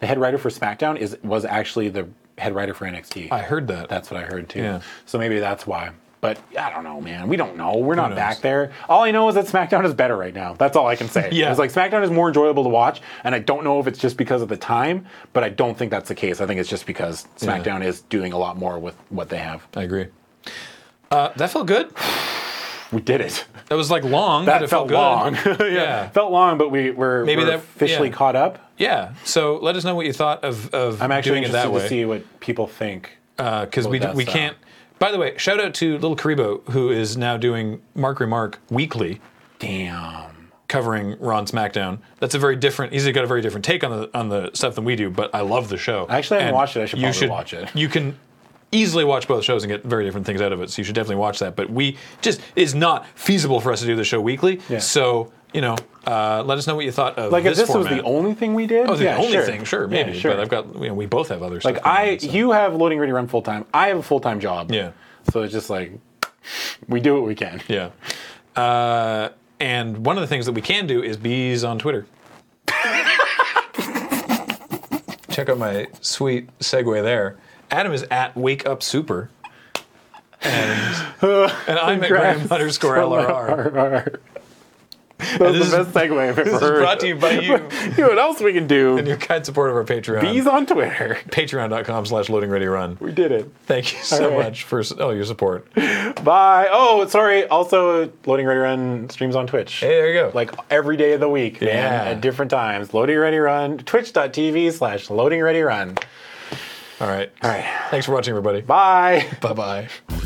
[SPEAKER 2] the head writer for SmackDown is was actually the head writer for NXT.
[SPEAKER 1] I heard that.
[SPEAKER 2] That's what I heard too.
[SPEAKER 1] Yeah.
[SPEAKER 2] So maybe that's why. But I don't know, man. We don't know. We're not
[SPEAKER 1] knows?
[SPEAKER 2] back there. All I know is that SmackDown is better right now. That's all I can say.
[SPEAKER 1] Yeah.
[SPEAKER 2] It's like SmackDown is more enjoyable to watch, and I don't know if it's just because of the time, but I don't think that's the case. I think it's just because SmackDown is doing a lot more with what they have.
[SPEAKER 1] I agree. Uh, that felt good.
[SPEAKER 2] We did it.
[SPEAKER 1] That was like long.
[SPEAKER 2] That
[SPEAKER 1] but it
[SPEAKER 2] felt,
[SPEAKER 1] good.
[SPEAKER 2] long. yeah.
[SPEAKER 1] Yeah.
[SPEAKER 2] Felt long, but we were,
[SPEAKER 1] Maybe
[SPEAKER 2] we're
[SPEAKER 1] that-
[SPEAKER 2] officially
[SPEAKER 1] yeah.
[SPEAKER 2] caught up.
[SPEAKER 1] Yeah. So let us know what you thought of of
[SPEAKER 2] I'm actually
[SPEAKER 1] doing it
[SPEAKER 2] interested
[SPEAKER 1] that way.
[SPEAKER 2] to see what people think.
[SPEAKER 1] because we,
[SPEAKER 2] Well,
[SPEAKER 1] d- we
[SPEAKER 2] that's, uh,
[SPEAKER 1] can't. By the way, shout out to Little Karibo, who is now doing Mark Remark weekly, Oh,
[SPEAKER 2] Damn.
[SPEAKER 1] covering Ron SmackDown. That's a very different. He's got a very different take on the on the stuff than we do. But I love the show.
[SPEAKER 2] I actually haven't
[SPEAKER 1] And
[SPEAKER 2] watched it. I should
[SPEAKER 1] you
[SPEAKER 2] probably watch it.
[SPEAKER 1] You can easily watch both shows and get very different things out of it. So you should definitely watch that. But we just it is not feasible for us to do the show weekly.
[SPEAKER 2] Yeah.
[SPEAKER 1] So you know, uh, let us know what you thought of
[SPEAKER 2] Like
[SPEAKER 1] this
[SPEAKER 2] if this
[SPEAKER 1] format.
[SPEAKER 2] was the only thing we did,
[SPEAKER 1] Oh, the
[SPEAKER 2] yeah,
[SPEAKER 1] only
[SPEAKER 2] sure.
[SPEAKER 1] thing, sure,
[SPEAKER 2] Yeah,
[SPEAKER 1] maybe.
[SPEAKER 2] sure.
[SPEAKER 1] But I've got, you know, we both have other stuff.
[SPEAKER 2] Like
[SPEAKER 1] going on,
[SPEAKER 2] I,
[SPEAKER 1] so.
[SPEAKER 2] you have loading ready run full time. I have a full time job.
[SPEAKER 1] Yeah.
[SPEAKER 2] So it's just like we do what we can.
[SPEAKER 1] Yeah. Uh, and one of the things that we can do is bees on Twitter. Check out my sweet segue there. Adam is at Wake Up Super. And, and I'm at Graham underscore LRR.
[SPEAKER 2] That's
[SPEAKER 1] This
[SPEAKER 2] the
[SPEAKER 1] is-
[SPEAKER 2] best segue I've ever
[SPEAKER 1] This is
[SPEAKER 2] heard.
[SPEAKER 1] brought to you by you
[SPEAKER 2] You know what else we can
[SPEAKER 1] and
[SPEAKER 2] do?
[SPEAKER 1] your kind support of our Patreon.
[SPEAKER 2] Bees on Twitter.
[SPEAKER 1] Patreon.com slash loading ready run.
[SPEAKER 2] We did it.
[SPEAKER 1] Thank you so
[SPEAKER 2] All right.
[SPEAKER 1] much for s- all your support.
[SPEAKER 2] Bye. Oh, sorry. Also, Loading Ready Run streams on Twitch.
[SPEAKER 1] Hey, there you go.
[SPEAKER 2] Like every day of the week, man,
[SPEAKER 1] Yeah.
[SPEAKER 2] at different times. Loading Ready Run, twitch.tv slash Loading Ready Run.
[SPEAKER 1] All right.
[SPEAKER 2] All right.
[SPEAKER 1] Thanks for watching, everybody.
[SPEAKER 2] Bye.
[SPEAKER 1] Bye bye.